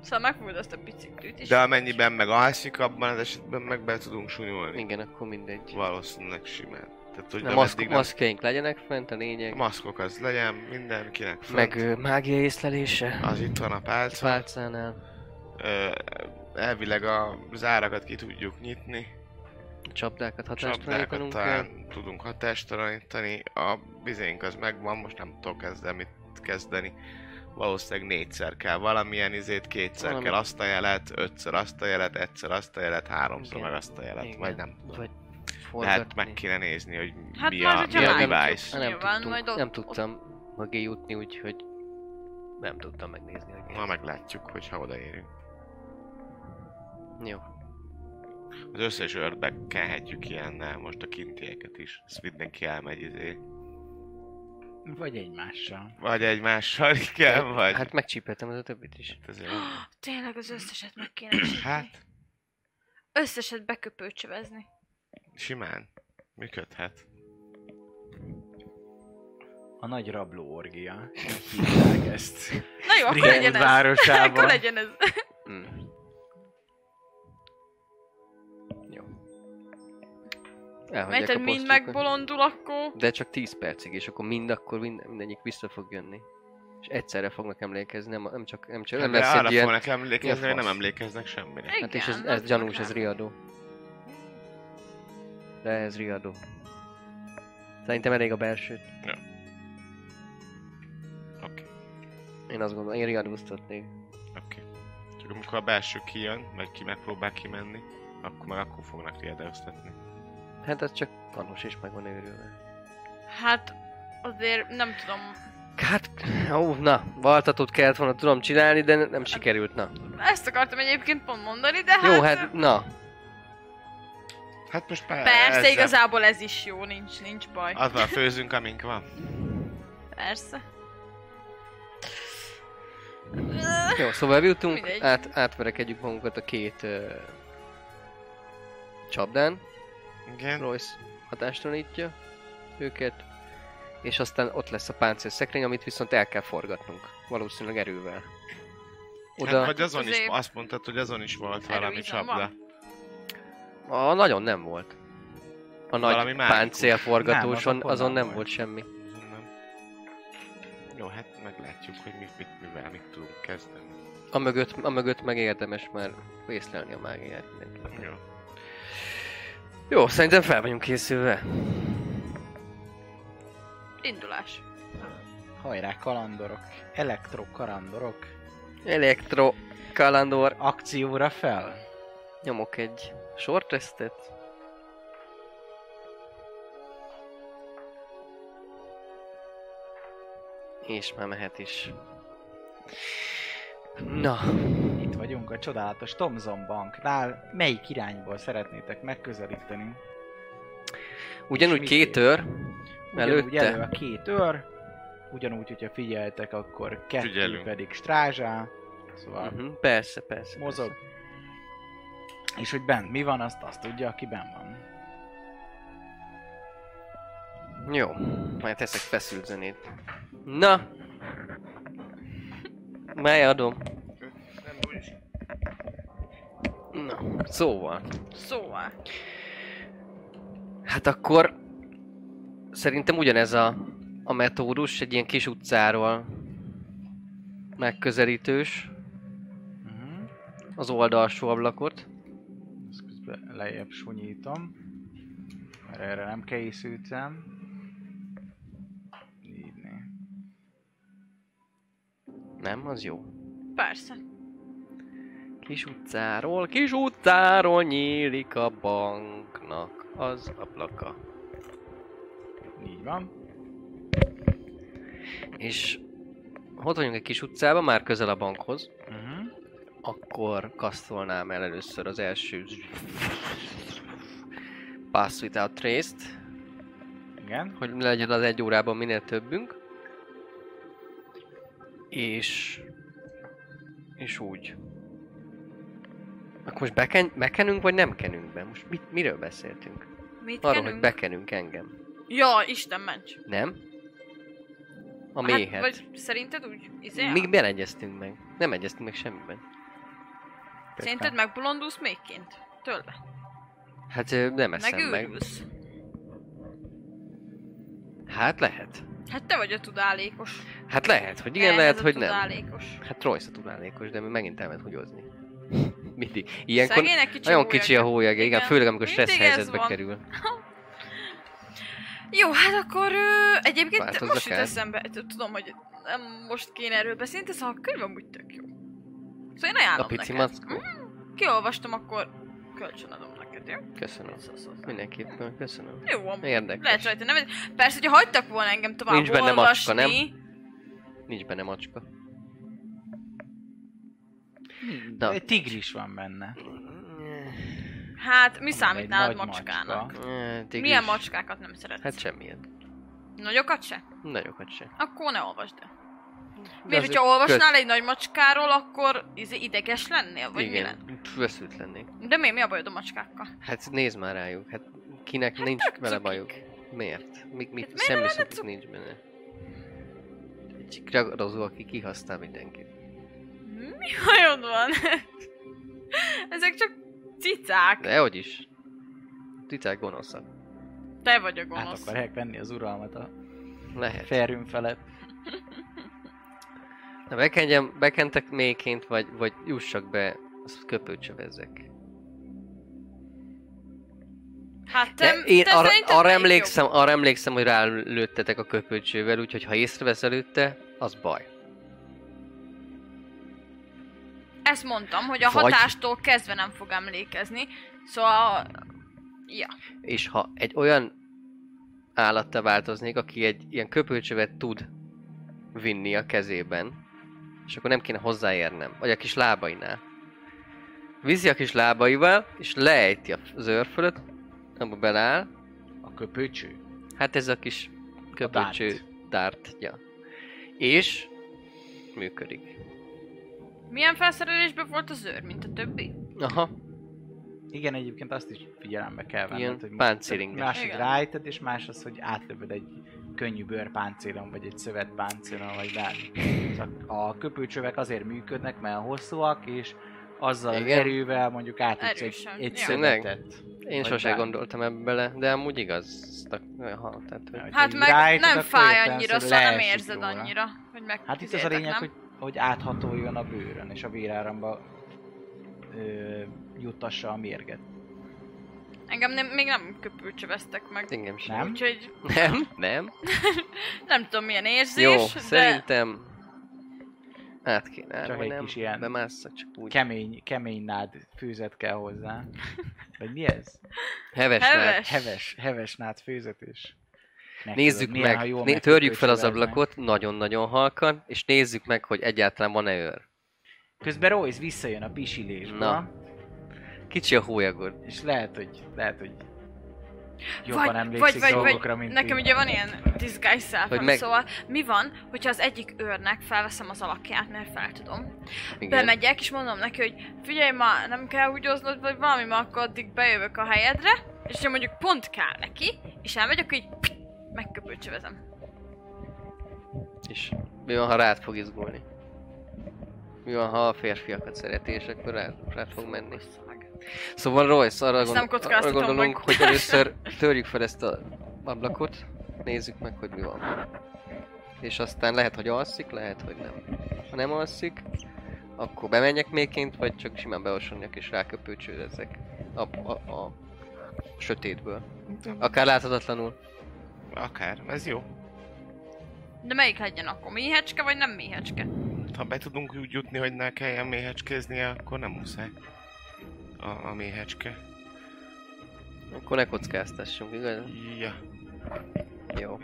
Szóval megfogod azt a biciklit is. De amennyiben meg alszik, abban az esetben meg be tudunk sunyulni. Igen, akkor mindegy. Valószínűleg simán. Tehát, hogy Na, nem maszk, eddig nem... maszkjaink legyenek fent, a lényeg. A maszkok az legyen, mindenkinek fönt. Meg ö, mágia észlelése. Az itt van a pálca. Pálcánál. Ö, elvileg a zárakat ki tudjuk nyitni. Csapdákat Csapdákat hatástalanítanunk kell. talán tudunk hatástalanítani. A bizénk az megvan, most nem tudok ezzel mit kezdeni. Valószínűleg négyszer kell valamilyen izét, kétszer Valami- kell azt a jelet, ötször azt a jelet, egyszer azt a jelet, háromszor Igen. meg azt a jelet, Igen. hát vagy nem tudom. Vagy Lehet Hát, meg forgatni. kéne nézni, hogy Hát mi majd, a, hogyha mi a már- device. Hát nem, Nyilván, tudtunk, majd ott- nem ott- tudtam mögé jutni, úgyhogy nem tudtam megnézni, hogy mi Ma ez. meglátjuk, hogyha odaérünk. Jó. Az összes ördbe kenhetjük ilyennel most a kintieket is. Ezt mindenki elmegy izé. Vagy egymással. Vagy egymással, igen, vagy... Hát megcsípeltem az a többit is. Hát azért... Tényleg az összeset meg kéne hát. Hát, Összeset beköpőcsövezni. simán. Működhet. A nagy rabló orgia. Így hívják ezt. Na jó, akkor Brienne legyen ez. Akkor városában. legyen ez. Mm. Jó. Mert Elhagyják a hogy mind posztjukat. megbolondul, akkor... De csak 10 percig, és akkor mind akkor minden, mindegyik vissza fog jönni. És egyszerre fognak emlékezni, nem, nem csak, nem csak, nem Hát, De lesz arra egy ilyen... fognak emlékezni, hogy nem fasz? emlékeznek semmire. Igen, Hát és ez, az ez gyanús, meg ez nem. riadó. De ez riadó. Szerintem elég a belsőt. Oké, Én azt gondolom, én riadóztatnék. oké. Csak amikor a belső kijön, vagy ki megpróbál kimenni, akkor meg akkor fognak riadóztatni. Hát az csak kanos is meg van őrülve. Hát azért nem tudom. Hát, ó, na, valtatót kellett volna tudom csinálni, de nem sikerült, na. Ezt akartam egyébként pont mondani, de hát... Jó, hát, na. Hát most pár... Persze, igazából ez is jó, nincs, nincs baj. Azzal főzünk, amink van. Persze. Jó, szóval eljutunk, Mindegy. át, átverekedjük magunkat a két ö, csapdán. Igen. Royce hatástalanítja őket, és aztán ott lesz a páncélszekrény, amit viszont el kell forgatnunk, valószínűleg erővel. Hát, Oda vagy azon is, Azért- azt mondtad, hogy azon is volt valami Erőizom csapda. van. a nagyon nem volt. A Valami nagy mágikus. páncélforgatóson Nem, az akkor azon nem nem volt. volt semmi. Nem. Jó, hát meglátjuk, hogy mit, mit, mivel mit tudunk kezdeni. A mögött, a mögött meg érdemes már észlelni a mágiát mindenképpen. Jó. Jó, szerintem fel vagyunk készülve. Indulás. Hajrá, kalandorok. Elektrokalandorok. Elektro kalandor. Akcióra fel. Nyomok egy sortesztet. És már mehet is. Na, Itt vagyunk a csodálatos Thomson Banknál. Melyik irányból szeretnétek megközelíteni? ugyanúgy mit két ér? őr Ugyanúgy Előtte? elő a két őr, ugyanúgy, hogyha figyeltek, akkor kettő Figyelünk. pedig strázsá, szóval Mhm. Uh-huh, persze, persze. mozog. Persze. És hogy bent mi van, azt azt tudja, aki bent van. Jó, majd teszek feszült zenét. Na! Mely adom? Na, szóval. Szóval. Hát akkor szerintem ugyanez a, a metódus, egy ilyen kis utcáról megközelítős Uh-huh. az oldalsó ablakot. Ezt közben lejjebb sunyítom. Mert erre nem készültem. Így né. Nem, az jó. Persze. Kis utcáról, kis utcáról nyílik a banknak az ablaka. Így van. És ha ott vagyunk egy kis utcában, már közel a bankhoz, Uh-huh. akkor kasztolnám el először az első Pass Without Trace-t. Igen. hogy legyen az egy órában minél többünk. És... És úgy. Akkor most beken, bekenünk, vagy nem kenünk be? Most mit, miről beszéltünk? Mit Arról, kenünk? hogy bekenünk engem. Ja, Isten ments. Nem? A méhet. Hát, vagy szerinted úgy? Izé? Mi beleegyeztünk meg. Nem egyeztünk meg semmiben. Tök Szerinted kár. megbolondulsz mégként? Tőle? Hát ö, nem eszem meg. Megőrülsz? Hát lehet. Hát te vagy a tudálékos. Hát lehet, hogy igen, Ez lehet, a hogy nem. tudálékos. nem. Hát Royce a tudálékos, de mi megint elment húgyozni. Mindig. Ilyenkor Ilyenkor Szegénynek kicsi nagyon kicsi a hólyagja. hólyagja, igen, Igen. főleg amikor Mindig stressz ez helyzetbe van. kerül. Jó, hát akkor ö, egyébként Változzak most jut el. eszembe, t- tudom, hogy nem most kéne erről beszélni, de szóval a könyv amúgy tök jó. Szóval én ajánlom A pici neked. mackó. Kiolvastam, akkor kölcsönadom neked, jó? Köszönöm. Szólsz hozzá. Mindenképpen köszönöm. Jó, amúgy. Érdekes. Lehet rajta nem... Persze, hogyha hagytak volna engem tovább Nincs benne macska, olvasni, nem? Nincs benne macska. Na. Egy tigris van benne. Hát, mi Egy számít nálad nagy macskának? macska. Eh, tigris. Milyen macskákat nem szeretsz? Hát semmilyen. Nagyokat se? Nagyokat se. Akkor ne olvasd el. De Miért, azért hogyha olvasnál egy nagy macskáról, akkor izé, ideges lennél? Vagy mi lenne? Igen, veszült lennék. De mi, mi a bajod a macskákkal? Hát nézd már rájuk, hát kinek hát nincs tök vele cukik. bajuk. Miért? Mi, mi, Hát miért semmi lenne szokik cuk- nincs benne. Egy ragadozó, aki kihasznál mindenkit. Mi hajod van? Ezek csak cicák. De hogy is. Titák gonoszak. Te vagy a Át gonosz. akarják venni Hát az uralmat a Lehet. ferrüm felett. Na bekendjem, bekentek mélyként, vagy, vagy jussak be, azt köpőcsövezzek. Hát te, De én te arra, szerinted arra, melyik emlékszem, arra emlékszem, hogy rálőttetek a köpőcsővel, úgyhogy ha észrevesz előtte, az baj. jobb? Ezt mondtam, hogy a Vagy- hatástól kezdve nem fog emlékezni. Szóval... Ja. És ha egy olyan állatta változnék, aki egy ilyen köpőcsövet tud vinni a kezében, és akkor nem kéne hozzáérnem, vagy a kis lábainál. Vizi a kis lábaival, és leejti az őr fölött, abba beláll, A köpőcső. hát ez a kis köpőcső dártja. És működik. Milyen felszerelésben volt az őr, mint a többi? Aha, Igen, egyébként azt is figyelembe kell venned, Ilyen hogy most páncélinges. Másik Igen. rájtad, és más az, hogy átlövöd egy könnyű bőrpáncélon, vagy egy szövetpáncélon, vagy bármi. Csak a köpőcsövek azért működnek, mert hosszúak, és azzal Igen. Igen. erővel mondjuk átütsz egy, Erősen. egy Ja. szövetet. én Vagy sose bár- gondoltam ebbe bele, de amúgy igaz. Ha, tehát, hogy... Hogy Hát így meg rájtad, nem akkor fáj értelemszerűen annyira, szóval nem leesik érzed róla. annyira, hogy meg Hát itt az a lényeg, nem? hogy, hogy áthatoljon a bőrön, és a véráramba ö, jutassa a mérget. Engem nem, még nem köpülcsöveztek meg. Engem sem. Nem? Úgyhogy Nem, nem. nem tudom milyen érzés, Jó, de... szerintem át kéne állni, Csak vagy egy nem? kis ilyen- Bemásszak csak úgy. Kemény, kemény nád főzet kell hozzá. Vagy mi ez? Heves, Heves. heves. Heves, heves nád főzet is. Nézzük Megtudod, milyen, meg, ha jól né- meg törjük tudod fel az csövezni. ablakot, nagyon-nagyon halkan, és nézzük meg, hogy egyáltalán van-e őr. Közben Royce visszajön a pisilésből, Na. Kicsi a hólyagod. és lehet, hogy, lehet, hogy jobban Vagy- emlékszik vagy- vagy- vagy dolgokra, mint Nekem én. ugye van ilyen disguise self Hogy meg... meg- szóval mi van, hogyha az egyik őrnek felveszem az alakját, mert fel tudom. Igen. Bemegyek és mondom neki, hogy figyelj ma, nem kell húgyoznod, vagy valami, ma akkor addig bejövök a helyedre, és ha mondjuk pont kell neki, és elmegy, akkor így megköpölcsövezem. És mi van, ha rád fog izgulni? Mi van, ha a férfiakat szereti, és akkor rád, rád fog menni? Szóval Royce, arra, Ezt nem gond, arra kockáztatom gondolunk, meg. hogy először törjük fel ezt az ablakot, nézzük meg, hogy mi van. És aztán lehet, hogy alszik, lehet, hogy nem. Ha nem alszik, akkor bemenjek mélyként, vagy csak simán beosonjak és ráköpőcsőrezzek a, a, a sötétből. Akár láthatatlanul. Akár, ez jó. De melyik legyen akkor? Méhecske vagy nem méhecske? Ha be tudunk úgy jutni, hogy ne kelljen méhecskéznie, akkor nem muszáj. A, a méhecske. Akkor ne kockáztassunk, igaz? Ja. Jó.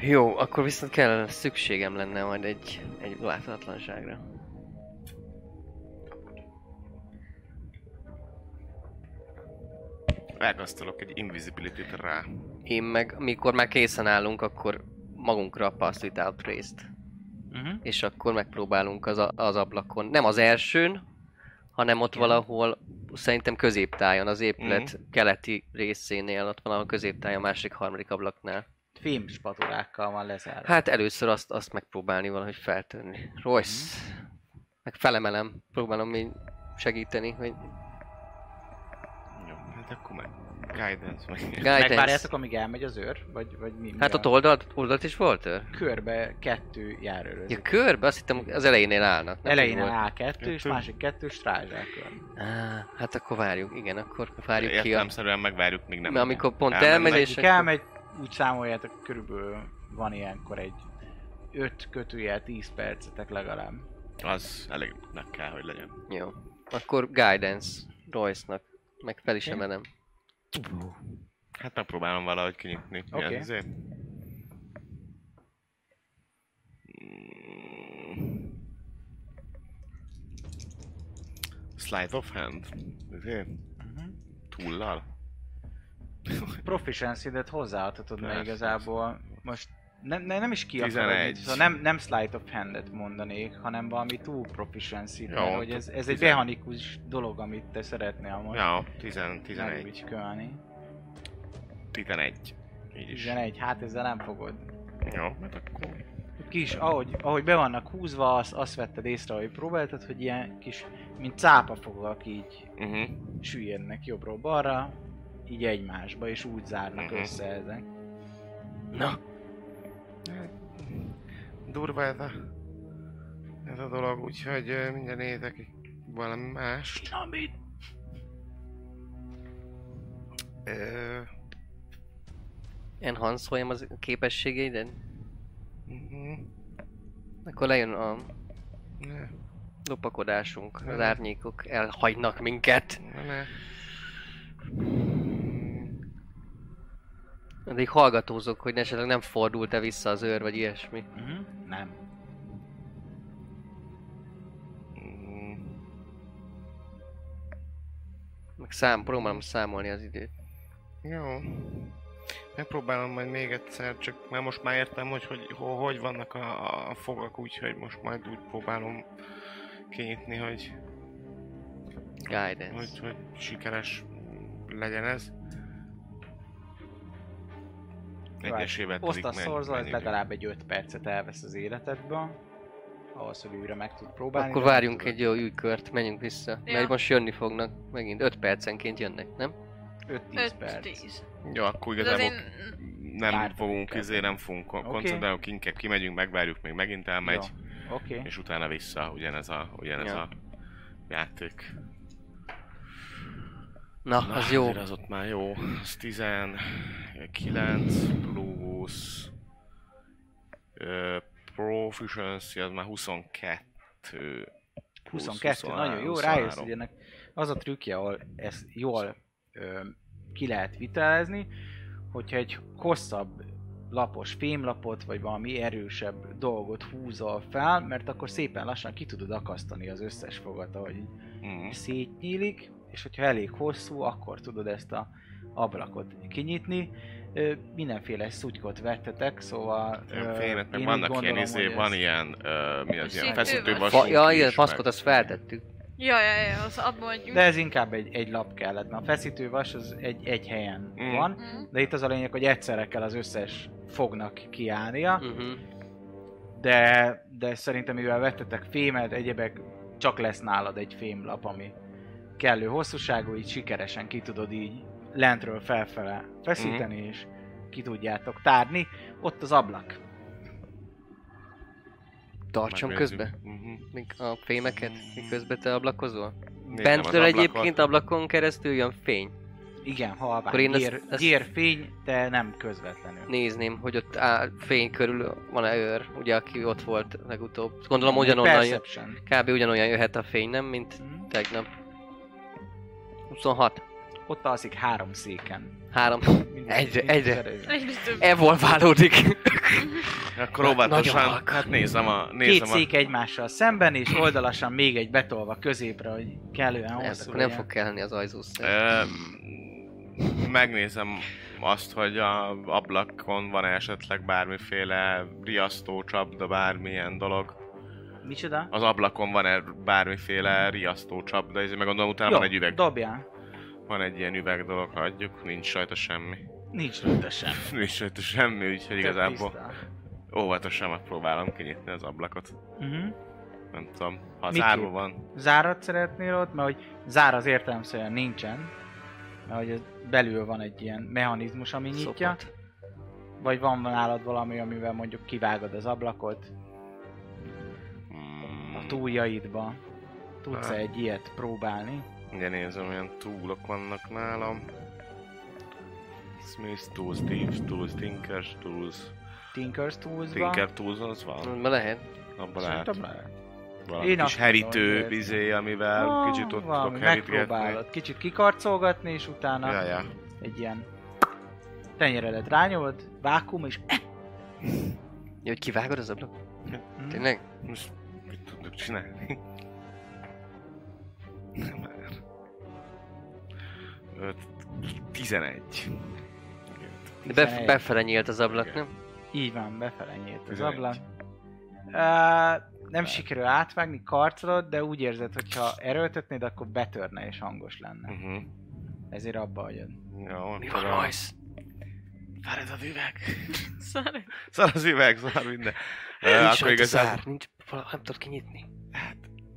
Jó, akkor viszont kell, szükségem lenne majd egy, egy láthatatlanságra. Elgasztalok egy invisibility-t rá. Én meg, amikor már készen állunk, akkor magunkra a Pass Without Trace-t. Mhm. Uh-huh. és akkor megpróbálunk az, a, az ablakon. Nem az elsőn, hanem ott valahol, szerintem középtájon, az épület Mhm. keleti részénél, ott valahol középtájon, a másik, harmadik ablaknál. Fém spatulákkal van lezárva. Hát először azt, azt megpróbálni valahogy feltörni. Royce, Mhm. meg felemelem, próbálom így segíteni, hogy Jó, hát akkor meg guidance meg. guidance. Megvárjátok, amíg elmegy az őr? Vagy, vagy mi? mi Hát a- ott oldalt, oldalt is volt ő? Körbe kettő járőrözik. Ja, körbe, azt hittem az elejénél állnak. nem? Elején Volt. áll kettő, és Kettő. másik kettő strázsákon. Á, hát akkor várjuk, igen, akkor várjuk ki a... Értelemszerűen megvárjuk, míg nem. Mert amikor pont elmennek. elmegy, és Egyik akkor... elmegy, úgy számoljátok, körülbelül van ilyenkor egy 5 kötőjel 10 percetek legalább. Az elégnek kell, hogy legyen. Jó. Akkor guidance Royce-nak. Meg fel is emelem. Hát megpróbálom valahogy kinyitni. Oké. Milyen izé? Slide of hand? Izé? Uh-huh. Túllal? Proficiency-det hozzáadhatod, mert Persze. igazából most ne, ne, nem is ki 11. akarod, szóval nem, nem sleight of handet mondanék, hanem valami túl proficiency, Jó, mert hogy t- ez, ez egy 11. mechanikus dolog, amit te szeretnél most Ja, 10, 11. megügykölni. 11. Így is. 11, hát ezzel nem fogod. Jó, hát akkor... Kis, ahogy, ahogy be vannak húzva, azt, azt vetted észre, ahogy próbáltad, hogy ilyen kis, mint cápafogak így Uh-huh. süllyednek jobbról balra, így egymásba, és úgy zárnak Mhm. össze ezek. Na, Durva ez a... Ez a dolog, úgyhogy ö, mindjárt nézek valami mást. Amit Ö, enhancoljam az képességeiden? mhm. Akkor lejön a Ne, lopakodásunk. Az Mhm. árnyékok elhagynak minket. ne. Addig hallgatózok, hogy esetleg nem fordult-e vissza az őr, vagy ilyesmi. Uh-huh. Nem. Mm, Meg szám, próbálom számolni az időt. Jó. Megpróbálom majd még egyszer, csak mert most már értem, hogy hogy, ho- hogy vannak a, a fogak, úgyhogy most majd úgy próbálom kinyitni, hogy, hogy, Guidance. hogy sikeres legyen ez. Egyesével Oszt a tudik meg, szorzol, ez menjünk. legalább egy 5 percet elvesz az életedből. Ahhoz, hogy újra meg tud próbálni. Akkor de nem várjunk tudod. egy jó ügykört, menjünk vissza. Ja. Mert most jönni fognak megint. 5 percenként jönnek, nem? 5-10 5 perc. 10 Jó, akkor Ez az igazából én... nem Vártunk fogunk, kell. izé, nem fogunk kon- Oké. koncentrálni, inkább kimegyünk, megvárjuk, még megint elmegy. Jó. Oké. Okay. és utána vissza ugyanez a, ugyanez Ja. a játék. Na, Na, az jó. azért Az ott már jó. Az 19 plusz ö, proficiency, az már 22. 22, nagyon jó, rájössz, hogy ennek az a trükkje, ahol ezt jól ö, ki lehet vitelezni, hogyha egy hosszabb lapos fémlapot, vagy valami erősebb dolgot húzol fel, mert akkor szépen lassan ki tudod akasztani az összes fogat, ahogy így Mm. szétnyílik, és hogyha elég hosszú, akkor tudod ezt a ablakot kinyitni. Ö, mindenféle szutykot vettetek, szóval... ö, Fémet, meg én úgy vannak ilyen gondolom, izé, hogy van ez- ilyen, ö, mi az ilyen Feszítő feszítő vas. vasunk Fa- ja, is, igen, meg- paszkot azt feltettük. Ja, ja, ja, az abból, hogy... De ez inkább egy, egy lap kellett. Na, a feszítővas az egy, egy helyen Mm. van, Mm. de itt az a lényeg, hogy egyszerre kell az összes fognak Mm. kiállnia, Uh-huh. de, de szerintem mivel vettetek fémet, egyebek, csak lesz nálad egy fémlap, ami kellő hosszúságú, így sikeresen ki tudod így lentről felfele feszíteni, Mhm. mm-hmm. és ki tudjátok tárni. Ott az ablak. Tartson megnézzük. közbe. Mhm. Még a fémeket, miközben te ablakozol? Nézem az Bentről ablakot. egyébként ablakon keresztül jön fény. Igen, halvány. Akkor én ezt- gyér, ezt- Gyérfény, de nem közvetlenül. Nézném, hogy ott á, fény körül van-e őr, ugye aki ott volt legutóbb. Gondolom ugyanonnan jön, Perception. kb. ugyanolyan jöhet a fény, nem? Mint Mhm. tegnap. 26. Ott alszik három széken. 3. Mindig- Egyre, mindig egyre. szerezem. Egy biztos. E- Evolválódik. Akkor Na- óvatosan, nagyon halk. hát nézem a... Két Nézem a... szék egymással szemben, és oldalasan még egy betolva középre, hogy kellően Nem, hosszú akkor nem legyen. fog kelleni az ajzószer. Ö, megnézem azt, hogy a ablakon van esetleg bármiféle riasztó, csapda, bármilyen dolog. Micsoda? Az ablakon van-e bármiféle riasztó, csapda, és meg gondolom utána Jó, van egy üveg. Dobjál. Van egy ilyen üveg dolog, ha adjuk, nincs rajta semmi. Nincs rajta sem. Nincs rajta semmi, úgyhogy igazából óvatosan megpróbálom kinyitni az ablakot. Uh-huh. Nem tudom, ha Miképp? zárva van, Zárat szeretnél ott, mert hogy zár az értelemszerűen nincsen, mert hogy ez- belül van egy ilyen mechanizmus, ami nyitja, Szopott. vagy van nálad valami, amivel mondjuk kivágod az ablakot Hmm. a túljaidba. Tudsz Hát. egy ilyet próbálni? ugye nézem, olyan túlok vannak nálam. Smith Tools, Thieves Tools, Tinker's Tools, Tinker's Tools-ba? Szóval Tinker Tools az van? Ma lehet. Abban lehet Szerintem lehet. valami Én kis azt herítő mondom, hogy- izé, amivel Ah, kicsit ott valami, tudok herítgetni. megpróbálod. Kicsit kikarcolgatni, és utána Ja, ja. egy ilyen tenyeredet rányomod, vákum, és Jó, hogy kivágod az Hmm. ablakot? Tényleg? Most mit tudok csinálni? Nem már. Öt- 11. De bef- 11. befele nyílt az ablak, nem? Így van, befele nyílt az 11. ablak. Uh, nem sikerül átvágni, karcolod, de úgy érzed, hogy ha erőltetnéd, akkor betörne és hangos lenne. Uh-huh. Ezért abba hagyod. Jó, Mi van, tudom. Royce? Várj az üveg! Sorry. Szar az üveg, szar minden. Ö, akkor Nincs rajta igazán zár, nincs, vala- nem tudod kinyitni.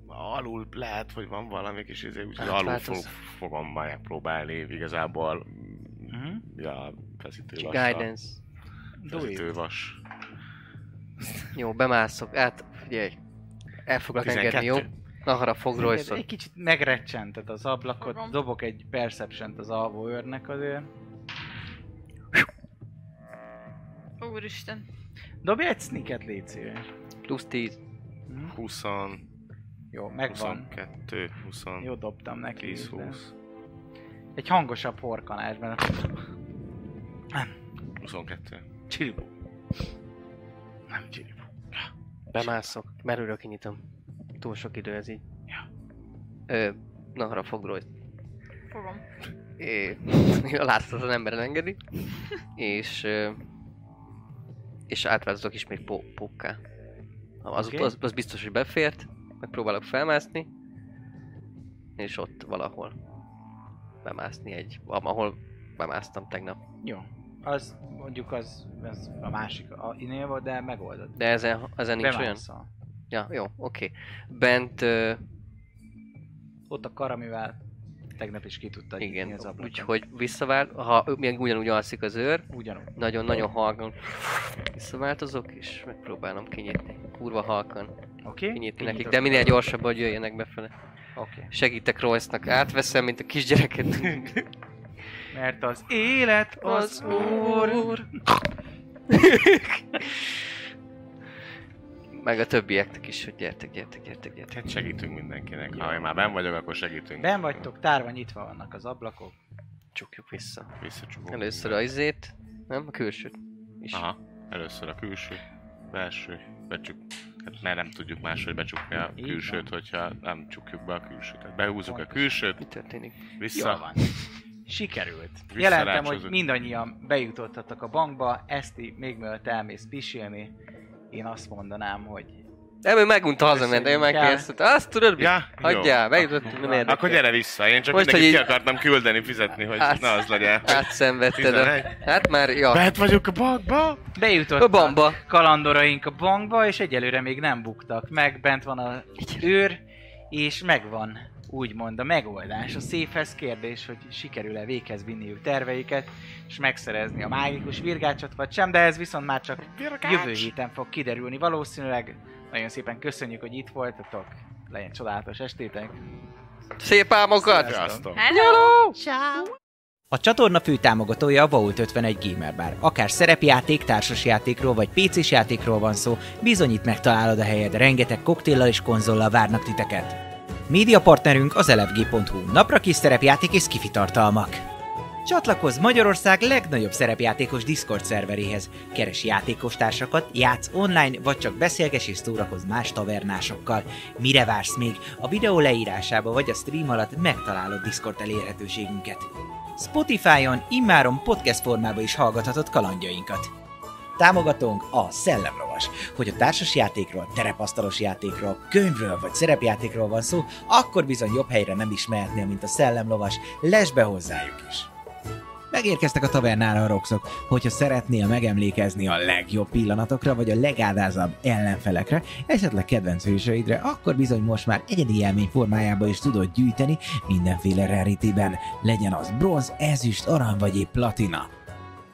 alul lehet, hogy van valami kis izé, úgyhogy Hát, alul fog, változ- fogom majd megpróbálni igazából. Mhm. Mm, Ja, feszítő Kicsi vas. guidance. Feszítő vas. Jó, bemászok. Hát, figyelj. El foglak engedni, jó? 12. Nahara fog Egy, Royce-ot. egy kicsit megrecsented az ablakot, Fogom. dobok egy perception az alvó őrnek azért. Úristen. Dobj egy sneaket, légy szíves. Plusz 10. Mhm. 20, Jó, megvan. 22, 20, Jó, dobtam neki. 10, is, de- 20, Egy hangosabb horkanásban. 22. Csilló. Nem csirip. Bemászok. Merülről kinyitom. Túl sok idő ez így. Ja. Ö, Nahara fog Royce. Fogom. É, a láthatatlan ember engedi. És... ö, És átváltozok ismét pó, pókká. Az, Oké. okay. az, az, biztos, hogy befért. Megpróbálok felmászni. És ott valahol bemászni egy, ahol bemásztam tegnap. Jó. Az mondjuk az, az a másik a, inél volt, de megoldod. De ezen, ezen nincs olyan? Bemászol. Ja, jó, oké. Bent, ö, Ott a kar, amivel tegnap is ki tudta nyitni az igen, ablakon. úgyhogy visszavál, ha ő még ugyanúgy alszik az őr, Ugyanúgy. nagyon-nagyon halkan visszaváltozok, és megpróbálom kinyitni. Kurva halkan Oké? kinyitni Kinyitod. nekik, de minél gyorsabban, hogy jöjjenek befele. Oké. Segítek Royce-nak, átveszem, mint a kisgyereket. Mert az élet az úr. Meg a többieknek is, hogy gyertek, gyertek, gyertek, gyertek. Tehát Hát segítünk mindenkinek. Ha én már ben vagyok, akkor segítünk. Ben vagytok, tárva nyitva vannak az ablakok. Csukjuk vissza. Visszacsukunk. Először a izét, nem? A külsőt. Is. Aha, először a külső, belső, becsuk. Hát mert nem tudjuk máshogy becsukni a Így külsőt, hogyha nem csukjuk be a külsőt. Tehát behúzzuk a külsőt, Mi történik? vissza. Jól van. Sikerült. Visszarácsozunk. Jelentem, hogy mindannyian bejutottatok a bankba, ezt í- még mielőtt elmész pisilni, én azt mondanám, hogy Nem, ő megunta hazamenni, de ő Beszéljünk már el. kérdezte. Azt tudod mi? Ja, jó. Hagyjál, bejutottunk, nem Akkor érdekel. Akkor gyere vissza, én csak Most Most, mindenkit hogy Hát- ki akartam küldeni, fizetni, hogy Át- ne az legyen. Átszenvedted a... 11. Hát már, ja. Bent vagyok a bankba? A bejutottak. bamba. kalandoraink a bankba, és egyelőre még nem buktak meg, bent van a őr, és megvan úgymond a megoldás. A széfhez kérdés, hogy sikerül-e véghez vinniük terveiket, és megszerezni a mágikus virgácsot, vagy sem, de ez viszont már csak jövő héten fog kiderülni valószínűleg. Nagyon szépen köszönjük, hogy itt voltatok. Legyen csodálatos estétek. Szép álmokat! Sziasztok. Hello! A csatorna fő támogatója a Vault 51 Gamer Bar. Akár szerepjáték, társasjátékról vagy pc játékról van szó, bizonyít megtalálod a helyed, rengeteg koktéllal és konzollal várnak titeket. Média partnerünk az elefg.hu, napra kis szerepjáték és kifi tartalmak. Csatlakozz Magyarország legnagyobb szerepjátékos Discord szerveréhez. Keres játékostársakat, játsz online, vagy csak beszélges és szórakozz más tavernásokkal. Mire vársz még? A videó leírásába vagy a stream alatt megtalálod Discord elérhetőségünket. Spotify-on immáron podcast formában is hallgathatod kalandjainkat. Támogatónk a Szellemlovas. Hogy a társas játékról, terepasztalos játékról, könyvről vagy szerepjátékról van szó, akkor bizony jobb helyre nem is mehetnél, mint a Szellemlovas. Lesz be hozzájuk is! Megérkeztek a tavernára a roxok. Hogyha szeretnél megemlékezni a legjobb pillanatokra, vagy a legádázabb ellenfelekre, esetleg kedvenc hősöidre, akkor bizony most már egyedi élmény formájába is tudod gyűjteni mindenféle rarityben. Legyen az bronz, ezüst, arany vagy épp platina.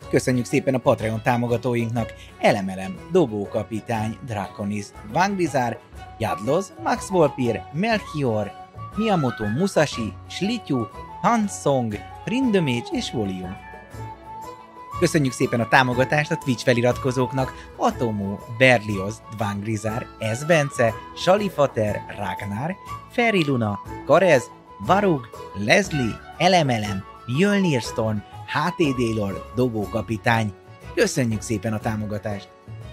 Köszönjük szépen a Patreon támogatóinknak! Elemelem, Dobókapitány, Draconis, Vanglizár, Jadloz, Max Volpir, Melchior, Miyamoto Musashi, Slityu, Hansong, Rindömécs és Volium. Köszönjük szépen a támogatást a Twitch feliratkozóknak, Atomó, Berlioz, Dvangrizár, Ez Bence, Salifater, Ragnar, Ferri Luna, Karez, Varug, Leslie, Elemelem, Jölnir Storm, HT Délor, Dobókapitány. Köszönjük szépen a támogatást!